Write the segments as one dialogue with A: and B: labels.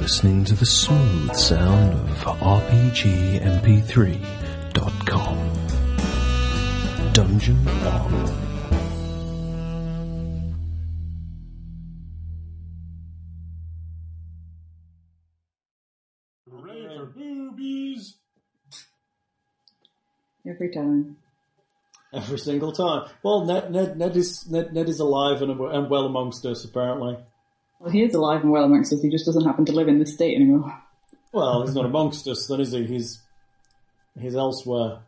A: listening to the smooth sound of RPGMP3.com. Dungeon On.
B: Hooray for boobies!
C: Every time.
B: Every single time. Well, Ned, Ned, Ned is Ned, Ned is alive and, and well amongst us, apparently.
C: Well, he is alive and well amongst us. He just doesn't happen to live in this state anymore.
B: Well, he's not amongst us, then is he? He's he's elsewhere.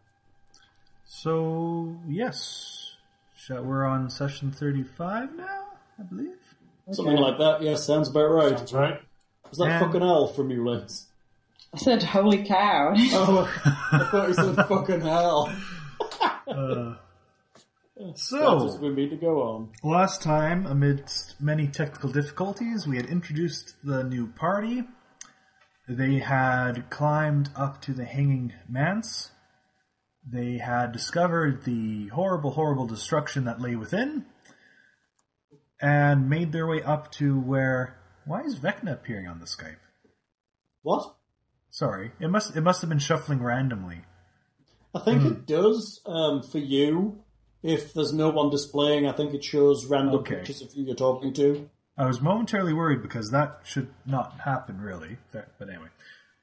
D: So yes, Shall- we're on session thirty-five now, I believe.
B: Something like that. Yeah, sounds about right.
E: That's right.
B: Was that
D: Yeah.
B: fucking hell from you, Liz?
C: I said, holy cow.
B: Oh, I thought you said fucking hell. That just
D: So
B: we need to go on.
D: last time, amidst many technical difficulties, we had introduced the new party. They had climbed up to the Hanging Manse. They had discovered the horrible, horrible destruction that lay within, and made their way up to where. Why is Vecna appearing on the Skype?
B: What?
D: Sorry, it must it must have been shuffling randomly.
B: I think it does um, for you. If there's no one displaying, I think it shows random
D: Okay.
B: pictures of who you're talking to.
D: I was momentarily worried because that should not happen, really. Eh, But but anyway.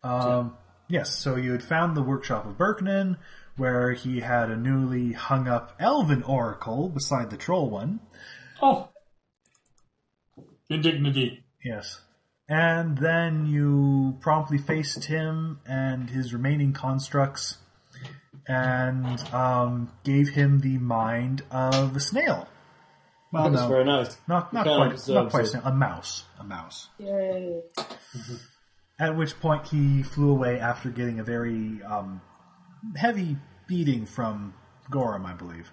D: Um, yes, so you had found the workshop of Birknan, where he had a newly hung up elven oracle beside the troll one.
E: Oh. Indignity.
D: Yes. And then you promptly faced him and his remaining constructs and um, gave him the mind of a snail. Well,
B: That was
D: no,
B: very nice.
D: not, not
B: It kind of
D: quite, not
B: deserves
D: quite a
B: it.
D: snail, a mouse. A mouse.
C: Yay.
D: At which point he flew away after getting a very um, heavy beating from Gorham, I believe.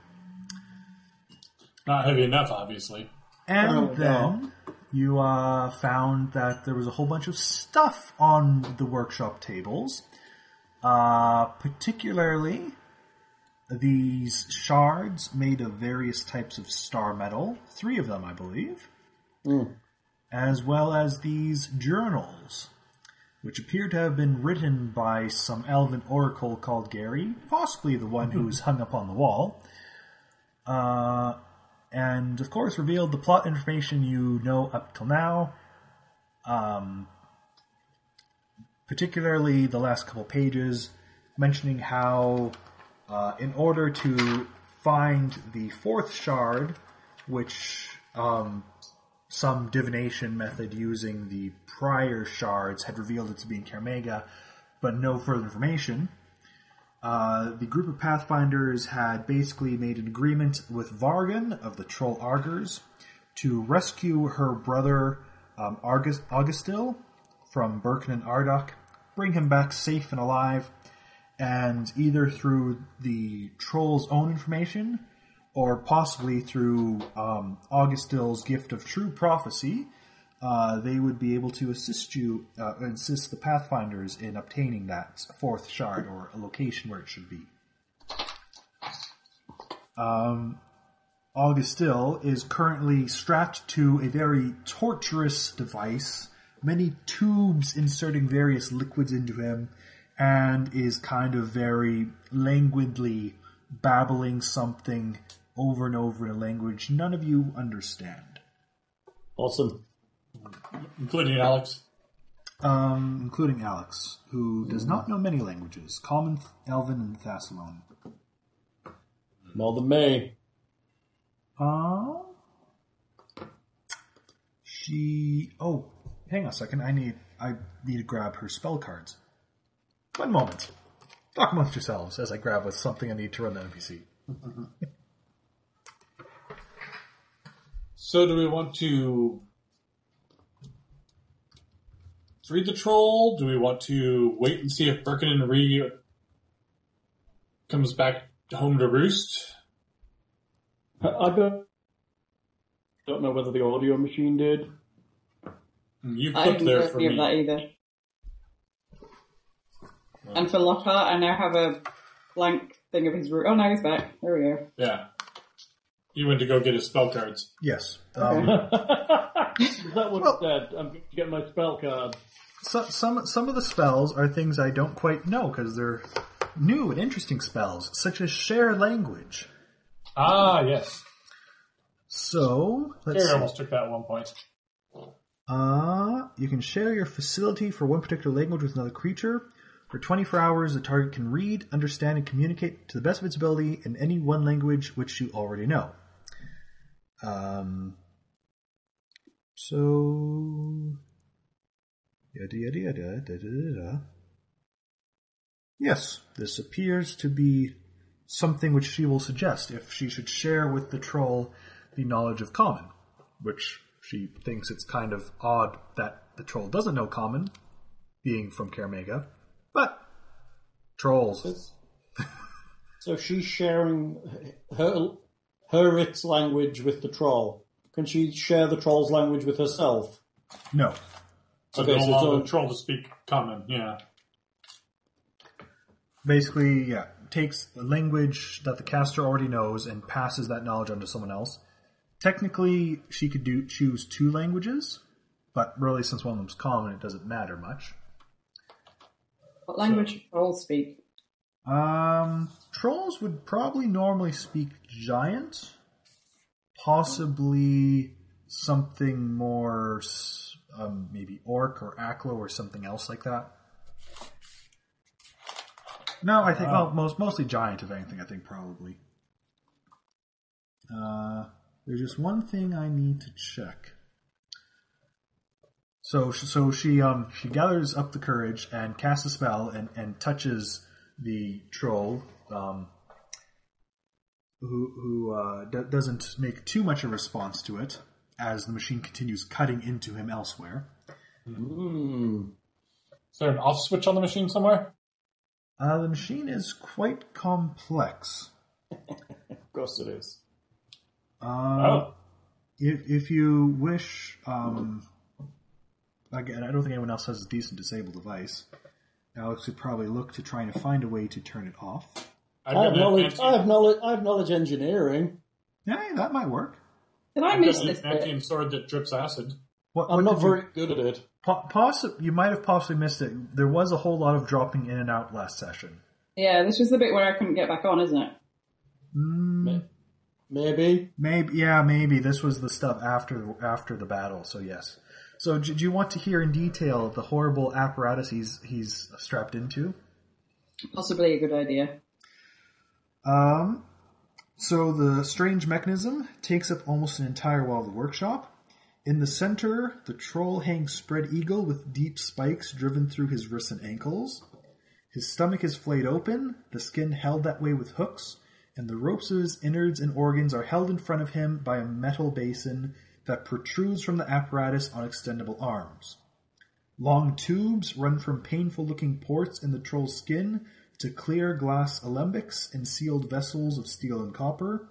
E: Not heavy enough, obviously.
D: And
B: Oh,
D: then you uh, found that there was a whole bunch of stuff on the workshop tables, uh, particularly these shards made of various types of star metal, three of them, I believe, as well as these journals, which appear to have been written by some elven oracle called Gary, possibly the one who was hung up on the wall. Uh, and of course revealed the plot information you know up till now. Um, particularly the last couple pages, mentioning how, uh, in order to find the fourth shard, which um, some divination method using the prior shards had revealed it to be in Carmega, but no further information. Uh, the group of Pathfinders had basically made an agreement with Vargan of the Troll Argers to rescue her brother um, Argus, Augustil from Birkin and Ardok, bring him back safe and alive, and either through the troll's own information or possibly through um, Augustil's gift of true prophecy, uh, they would be able to assist you, uh, assist the Pathfinders in obtaining that fourth shard or a location where it should be. Um, Augustil is currently strapped to a very torturous device, many tubes inserting various liquids into him, and is kind of very languidly babbling something over and over in a language none of you understand.
B: Awesome.
E: Including Alex.
D: um, including Alex, who does not know many languages, Common, Elven, and Thassalon.
B: More than me.
D: Uh, she. Oh, hang on a second. I need. I need to grab her spell cards. One moment. Talk amongst yourselves as I grab with something I need to run the NPC.
E: So, do we want to free the troll? Do we want to wait and see if Birkin and Ree comes back home to roost?
B: I- I don't, don't know whether the audio machine did.
E: You
C: I
E: clicked
C: didn't
E: there
C: do
E: for
C: any of that
E: me.
C: either. And for Lockhart, I now have a blank thing of his root. Oh, no, he's back. There we go.
E: Yeah. You went to go get his spell cards.
D: Yes.
C: Okay.
D: Um,
B: that uh, one
D: Well-
B: said, I'm going to get my spell card.
D: some some some of the spells are things I don't quite know because they're new and interesting spells, such as share language.
F: Ah, yes.
D: So let's
F: Terry
D: see.
F: almost took that at one point.
D: Uh, you can share your facility for one particular language with another creature. For 24 hours, the target can read, understand, and communicate to the best of its ability in any one language which you already know. Um, so. Yada yada yada da da da da. Yes, this appears to be something which she will suggest if she should share with the troll the knowledge of common which she thinks it's kind of odd that the troll doesn't know common, being from Karamega. But trolls.
B: So she's sharing her her its language with the troll. Can she share the troll's language with herself?
D: No.
F: So
B: Okay,
F: they don't
B: so
F: allow
B: it's
F: the
B: a-
F: troll to speak common. Yeah.
D: Basically, yeah, takes the language that the caster already knows and passes that knowledge on to someone else. Technically, she could do choose two languages, but really, since one of them's common, it doesn't matter much.
C: What language do trolls speak?
D: Um, trolls would probably normally speak giant, possibly something more, s- um, maybe orc or aklo or something else like that. No, I think well, most mostly giant if anything. I think probably. Uh, there's just one thing I need to check. So sh- so she um she gathers up the courage and casts a spell and and touches the troll um who who uh, d- doesn't make too much a response to it as the machine continues cutting into him elsewhere.
B: Hmm.
F: Is there an off switch on the machine somewhere?
D: Uh, the machine is quite complex.
B: Of course it is.
D: Um,
F: oh,
D: If if you wish, um, again, I don't think anyone else has a decent disable device. Alex would probably look to trying to find a way to turn it off.
F: I've
B: I have
F: got
B: knowledge. I
F: an
B: have knowledge. I have knowledge engineering.
D: Yeah, that might work.
C: Did I
F: I've got
C: miss
F: an
C: this bit?
F: Atlantean sword that drips acid.
D: What,
B: I'm
D: what
B: not
D: did you-
B: very good at it.
D: po- possi- you might have possibly missed it. There was a whole lot of dropping in and out last session.
C: Yeah, this was the bit where I couldn't get back on, isn't it?
D: Mm,
B: Maybe.
D: maybe, yeah, maybe this was the stuff after after the battle. So yes. So do, do you want to hear in detail the horrible apparatus he's he's strapped into?
C: Possibly a good idea.
D: Um, so the strange mechanism takes up almost an entire wall of the workshop. In the center, the troll hangs spread eagle with deep spikes driven through his wrists and ankles. His stomach is flayed open, the skin held that way with hooks, and the ropes of his innards and organs are held in front of him by a metal basin that protrudes from the apparatus on extendable arms. Long tubes run from painful looking ports in the troll's skin to clear glass alembics and sealed vessels of steel and copper.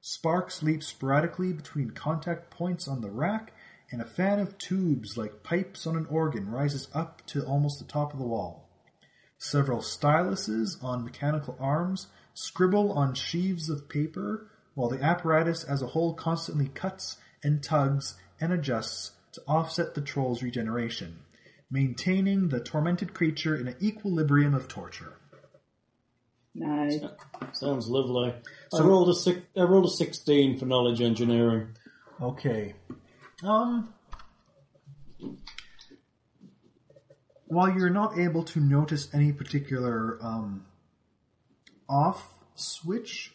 D: Sparks leap sporadically between contact points on the rack, and a fan of tubes like pipes on an organ rises up to almost the top of the wall. Several styluses on mechanical arms scribble on sheaves of paper, while the apparatus as a whole constantly cuts and tugs and adjusts to offset the troll's regeneration, maintaining the tormented creature in an equilibrium of torture.
C: Nice.
B: Sounds lovely. I
D: So-
B: rolled a six, I rolled a sixteen for knowledge engineering.
D: Okay. Um. While you're not able to notice any particular um, off switch,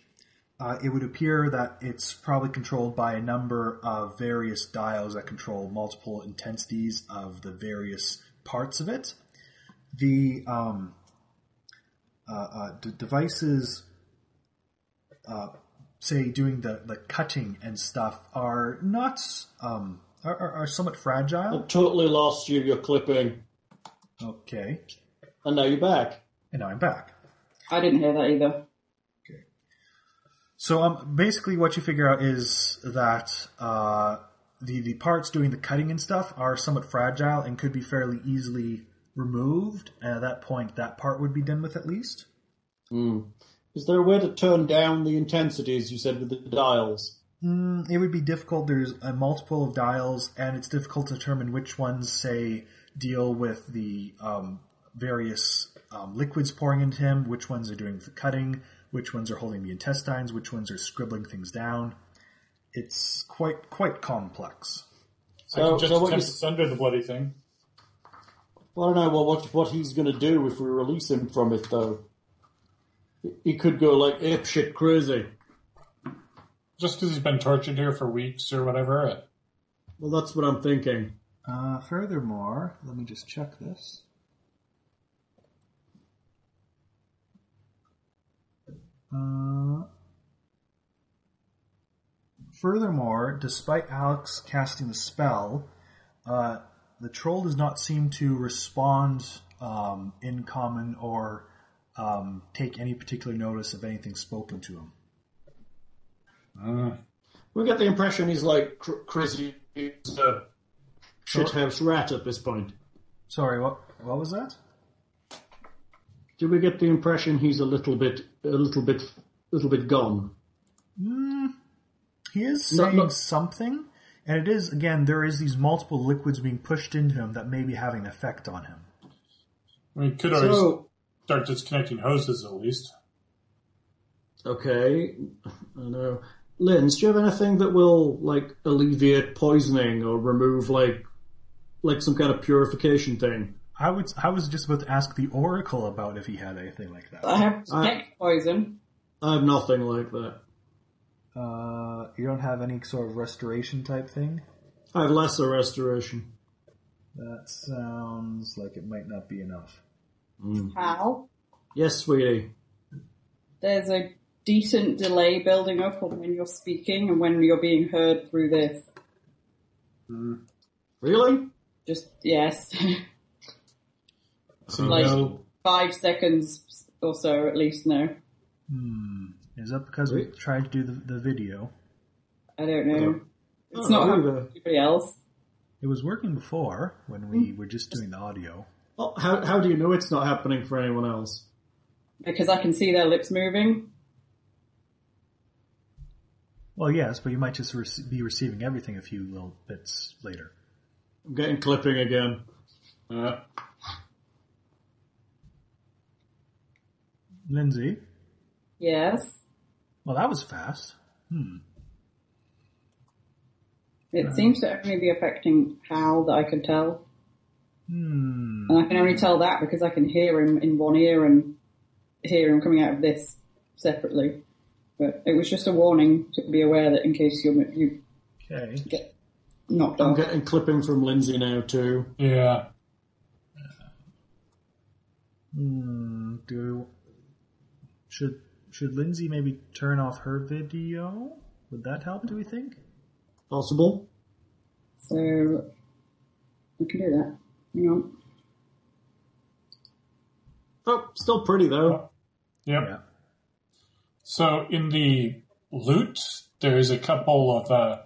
D: uh, it would appear that it's probably controlled by a number of various dials that control multiple intensities of the various parts of it. The um, uh, uh, d- devices uh, say doing the, the cutting and stuff are not um, are, are, are somewhat
B: I
D: fragile.
B: totally lost you. You're clipping,
D: Okay,
B: and now you're back.
D: and now I'm back.
C: I didn't hear that either.
D: So um, basically, what you figure out is that uh, the the parts doing the cutting and stuff are somewhat fragile and could be fairly easily removed. And at that point, that part would be done with at least.
B: Is there a way to turn down the intensities you said with the dials?
D: Mm, it would be difficult. There's a multiple of dials, and it's difficult to determine which ones say deal with the um, various um, liquids pouring into him, which ones are doing the cutting, which ones are holding the intestines, which ones are scribbling things down. It's quite quite complex.
F: I
B: So,
F: can just
B: so what
F: attempt
B: you-
F: to sunder the bloody thing.
B: Well, I don't know well, what what he's going to do if we release him from it, though. He could go like apeshit crazy.
F: Just because he's been tortured here for weeks or whatever. uh,
B: Well, that's what I'm thinking.
D: Uh, furthermore, let me just check this. Uh, furthermore, despite Alex casting the spell, uh, the troll does not seem to respond um, in common or um, take any particular notice of anything spoken to him.
B: We get the impression he's like cr- crazy he's a shithouse rat at this point.
D: Sorry, what what was that?
B: Do we get the impression he's a little bit, a little bit, little bit gone?
D: He is
B: No,
D: saying
B: no.
D: something, and it is again there is these multiple liquids being pushed into him that may be having an effect on him.
F: We could always
B: So
F: start disconnecting hoses at least.
B: okay, I know. Linz, do you have anything that will like alleviate poisoning or remove like, like some kind of purification thing?
D: I would I was just about to ask the Oracle about if he had anything like
C: I
D: that.
C: have
B: I-
C: snake poison.
B: I have nothing like that.
D: Uh, you don't have any sort of restoration type thing.
B: I have lesser restoration.
D: That sounds like it might not be enough.
E: Hmm.
C: How?
B: Yes, sweetie.
C: There's a decent delay building up on when you're speaking and when you're being heard through this.
B: Really?
C: Just, yes.
F: So
C: Like-
F: no-
C: Five seconds or so, at least, no.
D: Is that because we
B: Wait.
D: tried to do the, the video?
C: I don't know. It's
B: Oh,
C: not
B: there
C: how
B: we go.
C: anybody else.
D: It was working before when we were just doing the audio.
B: Well, how how do you know it's not happening for anyone else?
C: Because I can see their lips moving.
D: Well, yes, but you might just rec- be receiving everything a few little bits later.
B: I'm getting clipping again.
F: uh,
D: Lindsay,
C: Yes.
D: well, that was fast.
C: It seems to only be affecting Hal that I can tell.
D: Hmm.
C: And I can only tell that because I can hear him in one ear and hear him coming out of this separately. But it was just a warning to be aware that in case you're, you
D: Okay.
C: get knocked
B: I'm
C: off.
B: getting clipping from Lindsay now too.
F: yeah.
D: Hmm, do should should Lindsay maybe turn off her video? Would that help? Do we think?
B: Possible?
C: So we can do that. Hang on.
B: Oh, still pretty though.
F: Yep.
D: Yeah.
F: So in the loot, there's a couple of uh,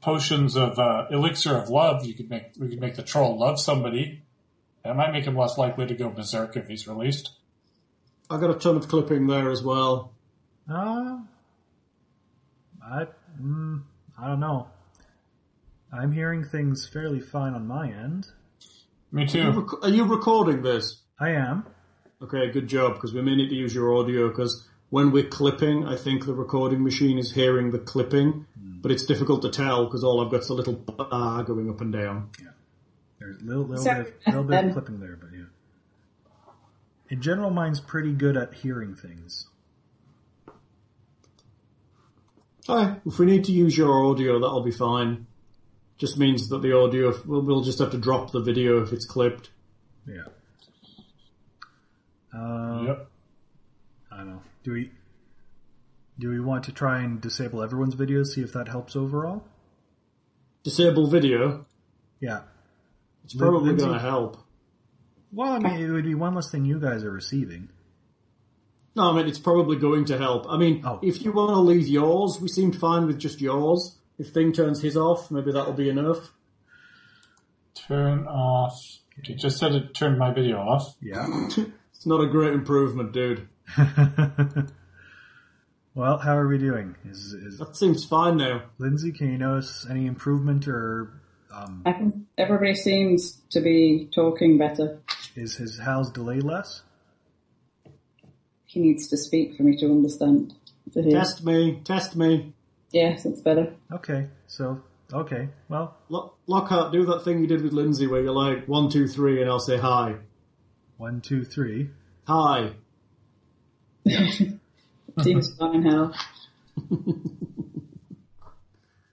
F: potions of uh, elixir of love. You could make we could make the troll love somebody. That might make him less likely to go berserk if he's released.
B: I got a ton of clipping there as well.
D: Uh, I mm, I don't know. I'm hearing things fairly fine on my end.
F: Me
B: You
F: too.
B: rec- Are you recording this?
D: I am.
B: Okay, good job, because we may need to use your audio, because when we're clipping, I think the recording machine is hearing the clipping, but it's difficult to tell, because all I've got's a little bar going up and down.
D: There's a little, little,
C: Sorry.
D: bit, of, little bit of
C: Um,
D: clipping there, but yeah. In general, mine's pretty good at hearing things.
B: Aye, if we need to use your audio, that'll be fine. Just means that the audio, we'll, we'll just have to drop the video if it's clipped.
D: Yeah. Uh,
F: Yep.
D: I don't know. Do we do we want to try and disable everyone's videos? See if that helps overall.
B: Disable video,
D: Yeah.
B: it's probably
D: Lindsay-
B: going to help.
D: Well, I mean, it would be one less thing you guys are receiving.
B: No, I mean, it's probably going to help. I mean,
D: Oh.
B: if you want to leave yours, we seemed fine with just yours. If Thing turns his off, maybe that'll be enough.
F: Turn off. You just said it turned my video off.
D: Yeah.
B: It's not a great improvement, dude.
D: well, how are we doing? Is is
B: That seems fine now.
D: Lindsay? Can you notice any improvement or Um,
C: I can, everybody seems to be talking better.
D: is his how's delay less?
C: He needs to speak for me to understand. To hear.
B: Test me, test me.
C: Yes, that's better.
D: Okay, so okay, well,
B: Lock, Lockhart, do that thing you did with Lindsay where you're like, one, two, three, and I'll say hi.
D: one, two, three.
B: Hi.
C: Seems fine how.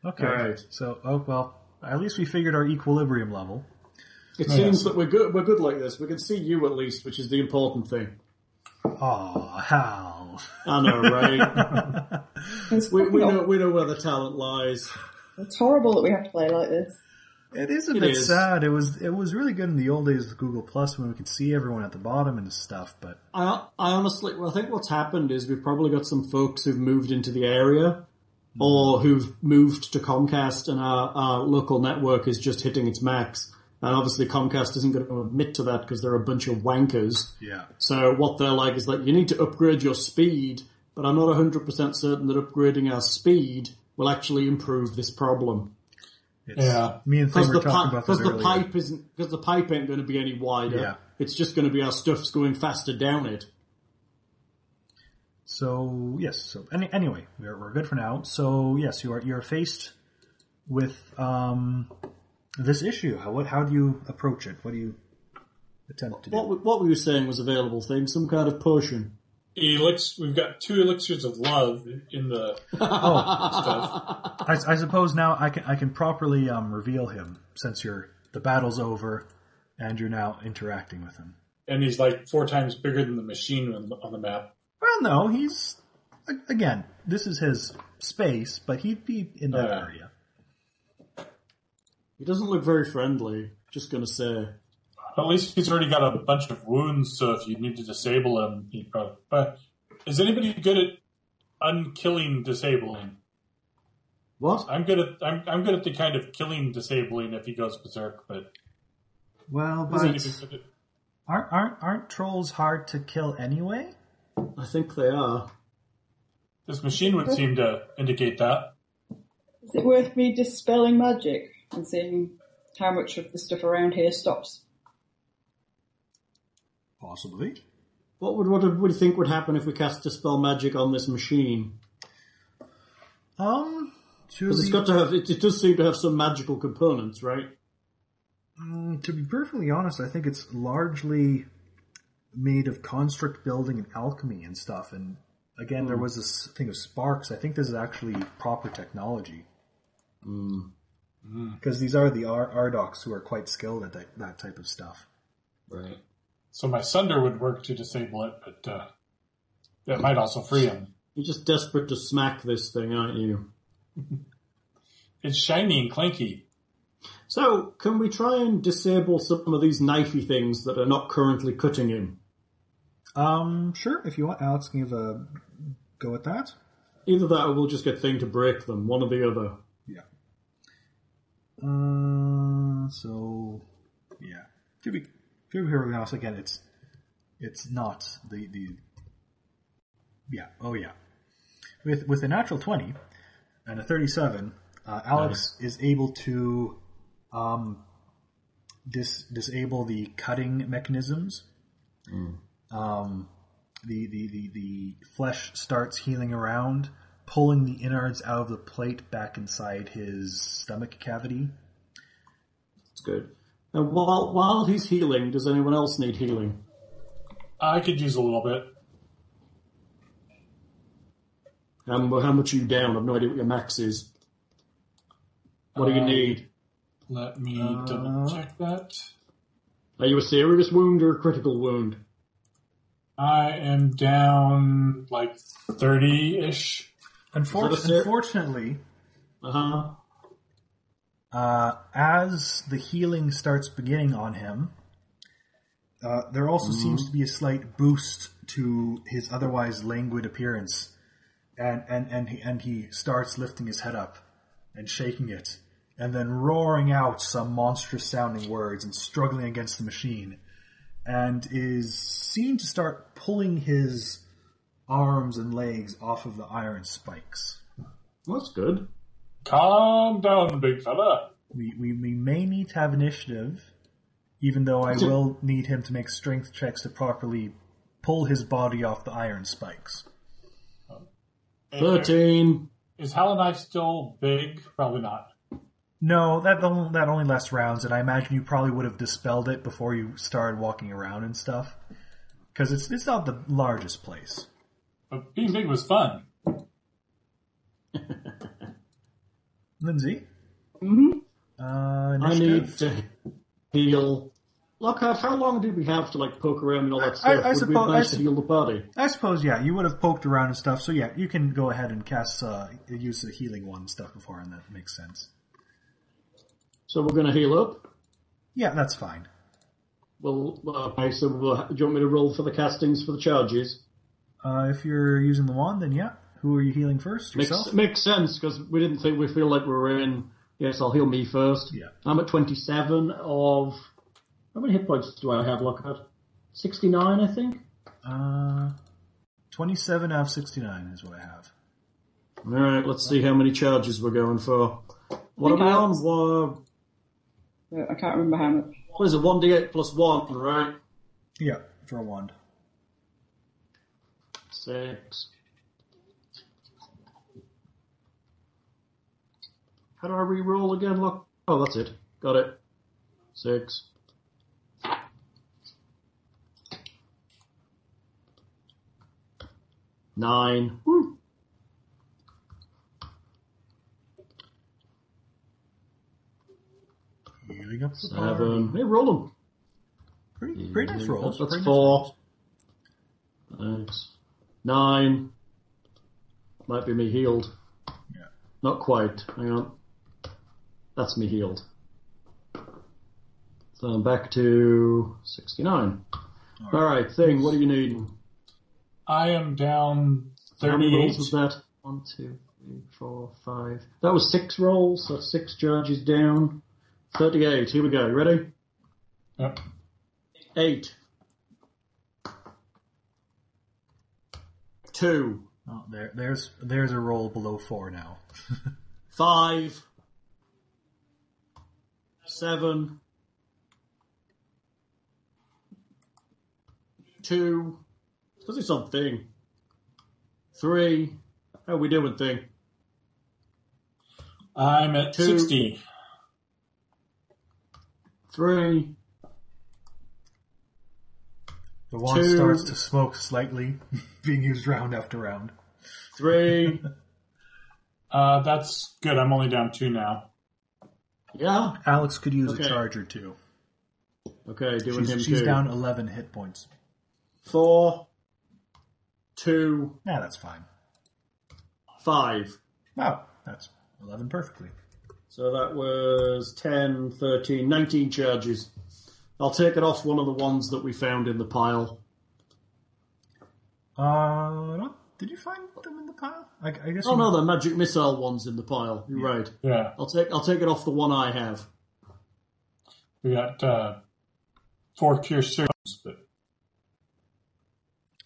D: Okay,
B: Alright.
D: so oh well, at least we figured our equilibrium level.
B: It
F: Oh,
B: seems
F: yes.
B: that we're good. We're good like this. We can see you at least, which is the important thing.
D: Oh, Hal.
B: I know, right?
C: It's,
B: we, we know we know where the talent lies.
C: it's horrible that we have to play like this.
D: It is a
B: It
D: bit
B: is.
D: sad. It was it was really good in the old days with Google Plus when we could see everyone at the bottom and stuff, but
B: I, I honestly, well, I think what's happened is we've probably got some folks who've moved into the area, or who've moved to Comcast, and our, our local network is just hitting its max. And obviously, Comcast isn't going to admit to that because they're a bunch of wankers.
D: yeah.
B: So what they're like is like, you need to upgrade your speed, but I'm not 100% certain that upgrading our speed will actually improve this problem.
D: It's,
F: Yeah.
D: Me and Thing
B: Because
D: were
B: the,
D: talking
B: pi-
D: about this
B: 'cause the
D: earlier.
B: pipe isn't, because the pipe ain't going to be any wider.
D: Yeah.
B: It's just going to be our stuff's going faster down it.
D: So yes, so any, anyway, we're, we're good for now. So yes, you are you're faced with um, this issue. How what how do you approach it? What do you attempt to do?
B: What, we- what were you saying was available thing? Some kind of potion.
F: Elix- we've got two elixirs of love in the
D: oh,
F: stuff.
D: I, I suppose now I can I can properly um, reveal him since you're the battle's over and you're now interacting with him.
F: and he's like four times bigger than the machine on the, on the map.
D: Well, no, he's a- again. This is his space, but he'd be in that
F: Uh.
D: area.
B: He doesn't look very friendly. Just going to say.
F: At least he's already got a bunch of wounds, so if you need to disable him, he probably. But is anybody good at unkilling disabling?
B: What?
D: Uh,
F: I'm good at I'm, I'm good at the kind of killing disabling if he goes berserk, but
D: Well,
F: is
D: but
F: anybody good at-
D: aren't aren't aren't trolls hard to kill anyway?
B: I think they are.
F: this machine would seem to indicate that.
C: Is it worth me dispelling magic and seeing how much of the stuff around here stops?
D: Possibly.
B: What would, what would we think would happen if we cast Dispel Magic on this machine?
D: Um, to
B: Because
D: be,
B: it's got to have, it, it does seem to have some magical components, right?
D: mm, to be perfectly honest, I think it's largely made of construct building and alchemy and stuff. And again, there was this thing of sparks. I think this is actually proper technology. Because these are the Ar- Ardocs who are quite skilled at that, that type of stuff.
B: Right.
F: So my sunder would work to disable it, but uh, that might also free him.
B: You're just desperate to smack this thing, aren't you?
F: It's shiny and clanky.
B: So, can we try and disable some of these knifey things that are not currently cutting him?
D: Um, sure, if you want, Alex can give a go at that.
B: Either that or we'll just get Thing to break them, one or the other.
D: Yeah. Uh, so yeah, to be to be perfectly honest, again, it's it's not the the yeah oh yeah with with a natural twenty and a thirty seven, uh, Alex is able to um dis disable the cutting mechanisms. Um. The, the, the, the flesh starts healing around, pulling the innards out of the plate back inside his stomach cavity.
B: It's good. And while, while he's healing, does anyone else need healing?
F: I could use a little bit.
B: Um, well, how much are you down? I've no idea what your max is. What do you
F: Uh,
B: need?
F: Let me double check that.
B: Are you a serious wound or a critical wound?
F: I am down like thirty ish.
D: Unfor-
B: Is that a ser-
D: unfortunately,
B: Uh huh.
D: uh, as the healing starts beginning on him, uh, there also seems to be a slight boost to his otherwise languid appearance, and and and he, and he starts lifting his head up and shaking it, and then roaring out some monstrous sounding words and struggling against the machine, and is seen to start pulling his arms and legs off of the iron spikes.
B: That's good.
F: Calm down, big fella.
D: We, we, we may need to have initiative, even though I
B: So-
D: will need him to make strength checks to properly pull his body off the iron spikes.
B: Thirteen.
F: Is Halanai still big? Probably not.
D: No, that only, that only lasts rounds, and I imagine you probably would have dispelled it before you started walking around and stuff. Because it's, it's not the largest place.
F: But being big was fun.
D: Lindsay? Mm-hmm. Uh,
B: I
D: initiative.
B: need to heal. Lockhart, how long do we have to like poke around and all that stuff?
D: I- I
B: Would
D: suppose-
B: be nice
D: I
B: to
D: sup-
B: heal the party.
D: I suppose, yeah, you would have poked around and stuff, so yeah, you can go ahead and cast, uh, use the healing one and stuff before, and that makes sense.
B: So we're going to heal up.
D: Yeah, that's fine.
B: Well, uh, okay. So we'll, do you want me to roll for the castings for the charges?
D: Uh, if you're using the wand, then yeah. Who are you healing first? Yourself?
B: Makes, makes sense because we didn't think we feel like we were in. Yes, I'll heal me first.
D: Yeah.
B: I'm at 27 of. How many hit points do I have, Lockhart? 69, I think.
D: Uh, 27 out of 69 is what I have.
B: All right, let's see how many charges we're going for. What
C: think
B: am I
C: I-
B: on? Wha-
C: But Uh, I can't remember how much.
B: What is it? 1d8 plus 1, right?
D: Yeah, for a wand.
B: 6. How do I re-roll again? Look. Oh, that's it. Got it. 6. Nine. Woo.
D: Healing up the
B: Seven.
D: party.
B: Hey, roll them.
D: Pretty, pretty nice rolls.
B: That's
D: pretty
B: four. Thanks. Nine. Might be me healed.
D: Nice. Yeah.
B: Not quite. Hang on. That's me healed. So I'm back to 69. Alright, thing, what do you need?
F: I am down
B: How many rolls
F: 38.
B: was that? One, two, three, four, five. That was six rolls, so that's six charges down. 38, here we go. You ready?
F: Yep.
B: Eight. Two.
D: Oh, there, there's, there's a roll below four now.
B: five, seven, two. Does it something? Three. How we doing, thing?
F: I'm at
B: Two.
F: 60.
B: Three.
D: The wand
B: Two.
D: starts to smoke slightly, being used round after round.
B: Three.
F: Uh, that's good. I'm only down two now.
B: yeah.
D: Alex could use
B: Okay.
D: a charge or two.
B: Okay, doing him
D: She's, she's
B: too.
D: down 11 hit points.
B: Four, two,
D: Nah, that's fine.
B: five.
D: Wow, that's 11 perfectly.
B: So that was 10, 13, 19 charges. I'll take it off one of the ones that we found in the pile.
D: Uh, I don't- did you find them in the pile? I, I guess.
B: Oh
D: you-
B: no, the magic missile one's in the pile. You're right.
F: Yeah.
B: I'll take I'll take it off the one I have.
F: We got uh, four cure surgeons, but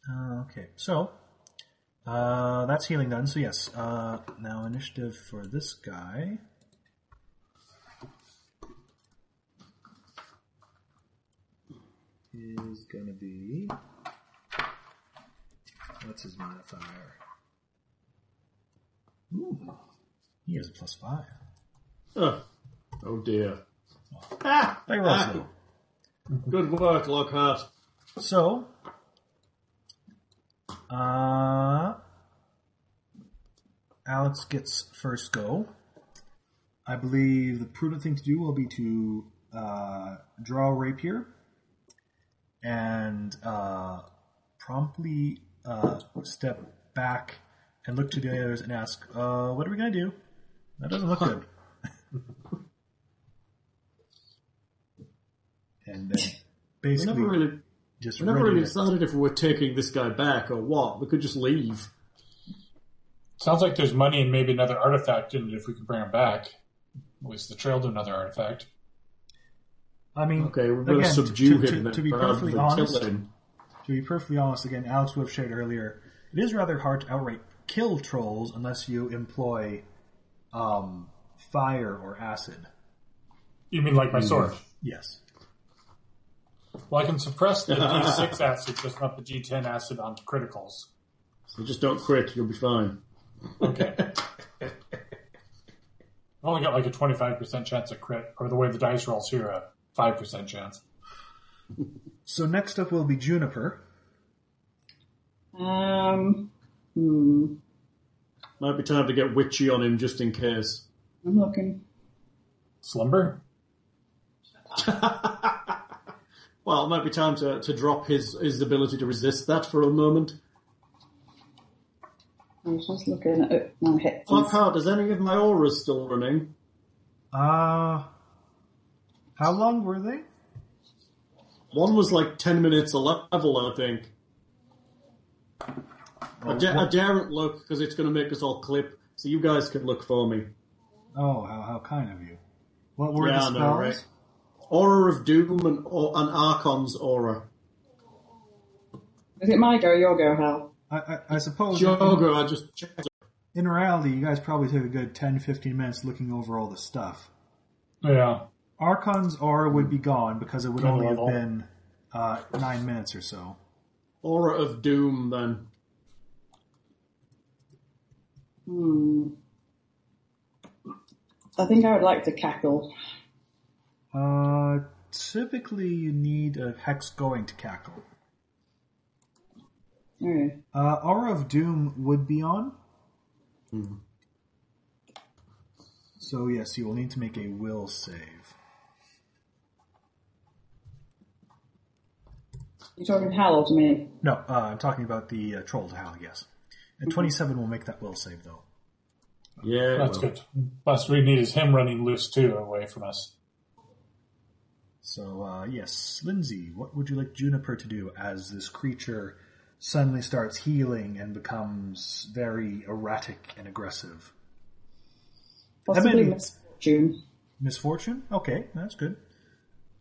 D: Uh, okay, so uh, that's healing done. So yes, uh, now initiative for this guy. Is gonna be what's his modifier? Ooh, he has a plus five.
B: Oh, oh dear. Ah,
D: Very well,
B: ah,
D: so.
B: good work, Lockhart.
D: So, uh, Alex gets first go. I believe the prudent thing to do will be to uh, draw a rapier and uh, promptly uh, step back and look to the others and ask, uh, "What are we gonna do?" That doesn't look good. and then
B: We
D: basically
B: never really
D: just
B: we never
D: ready
B: really
D: to-
B: decided if we were taking this guy back or what. We could just leave.
F: sounds like there's money and maybe another artifact in it if we can bring them back. At least the trail to another artifact.
D: I mean,
B: Okay, we're
D: Mm. again,
B: going to subdue
D: to,
B: him.
D: To,
B: then
D: to be
B: rather
D: perfectly
B: than
D: honest,
B: kill him.
D: to be perfectly honest, again, Alex would have shared earlier, it is rather hard to outright kill trolls unless you employ um, fire or acid.
F: You mean
B: Hmm.
F: like my sword?
D: Yes.
F: Well, I can suppress the D6 acid, just not the G10 acid on criticals.
B: So just don't crit, you'll be fine.
F: Okay. I've only got like a 25% chance of crit, or the way the dice rolls here, a 5% chance.
D: So next up will be Juniper.
C: Um, hmm,
B: Might be time to get witchy on him just in case.
C: I'm looking.
F: Slumber?
B: Well, it might be time to, to drop his, his ability to resist that for a moment.
C: I was just looking at my hit.
B: Fuck hard, is any of my auras still running?
D: Uh, how long were they?
B: One was like 10 minutes a level, I think. I, da- I daren't look because it's going to make us all clip, so you guys can look for me.
D: Oh, how, how kind of you. What were
B: Yeah,
D: the
B: I
D: spells?
B: know, right? Aura of Doom and, or, and Archon's Aura.
C: Is it my go, your go, Hal?
D: I, I, I suppose
B: Jogo, I just checked.
D: in reality, you guys probably took a good 10, 15 minutes looking over all the stuff.
F: Yeah.
D: Archon's aura would be gone because it would
F: Good
D: only have
F: level.
D: been uh, nine minutes or so.
B: Aura of Doom, then.
C: Hmm. I think I would like to cackle.
D: Uh, typically, you need a hex going to cackle.
C: Okay.
D: Uh, aura of doom would be on. Hmm. So yes, you will need to make a will save.
C: You're talking Hal or to me?
D: No, uh, I'm talking about the uh, troll to Hal. Yes, and 27 will make that will save though.
B: Yeah,
F: That's good. Last we need is him running loose, too, away from us.
D: So, uh, yes, Lindsay, what would you like Juniper to do as this creature suddenly starts healing and becomes very erratic and aggressive?
C: Possibly
D: mean-
C: misfortune.
D: Misfortune? Okay, that's good.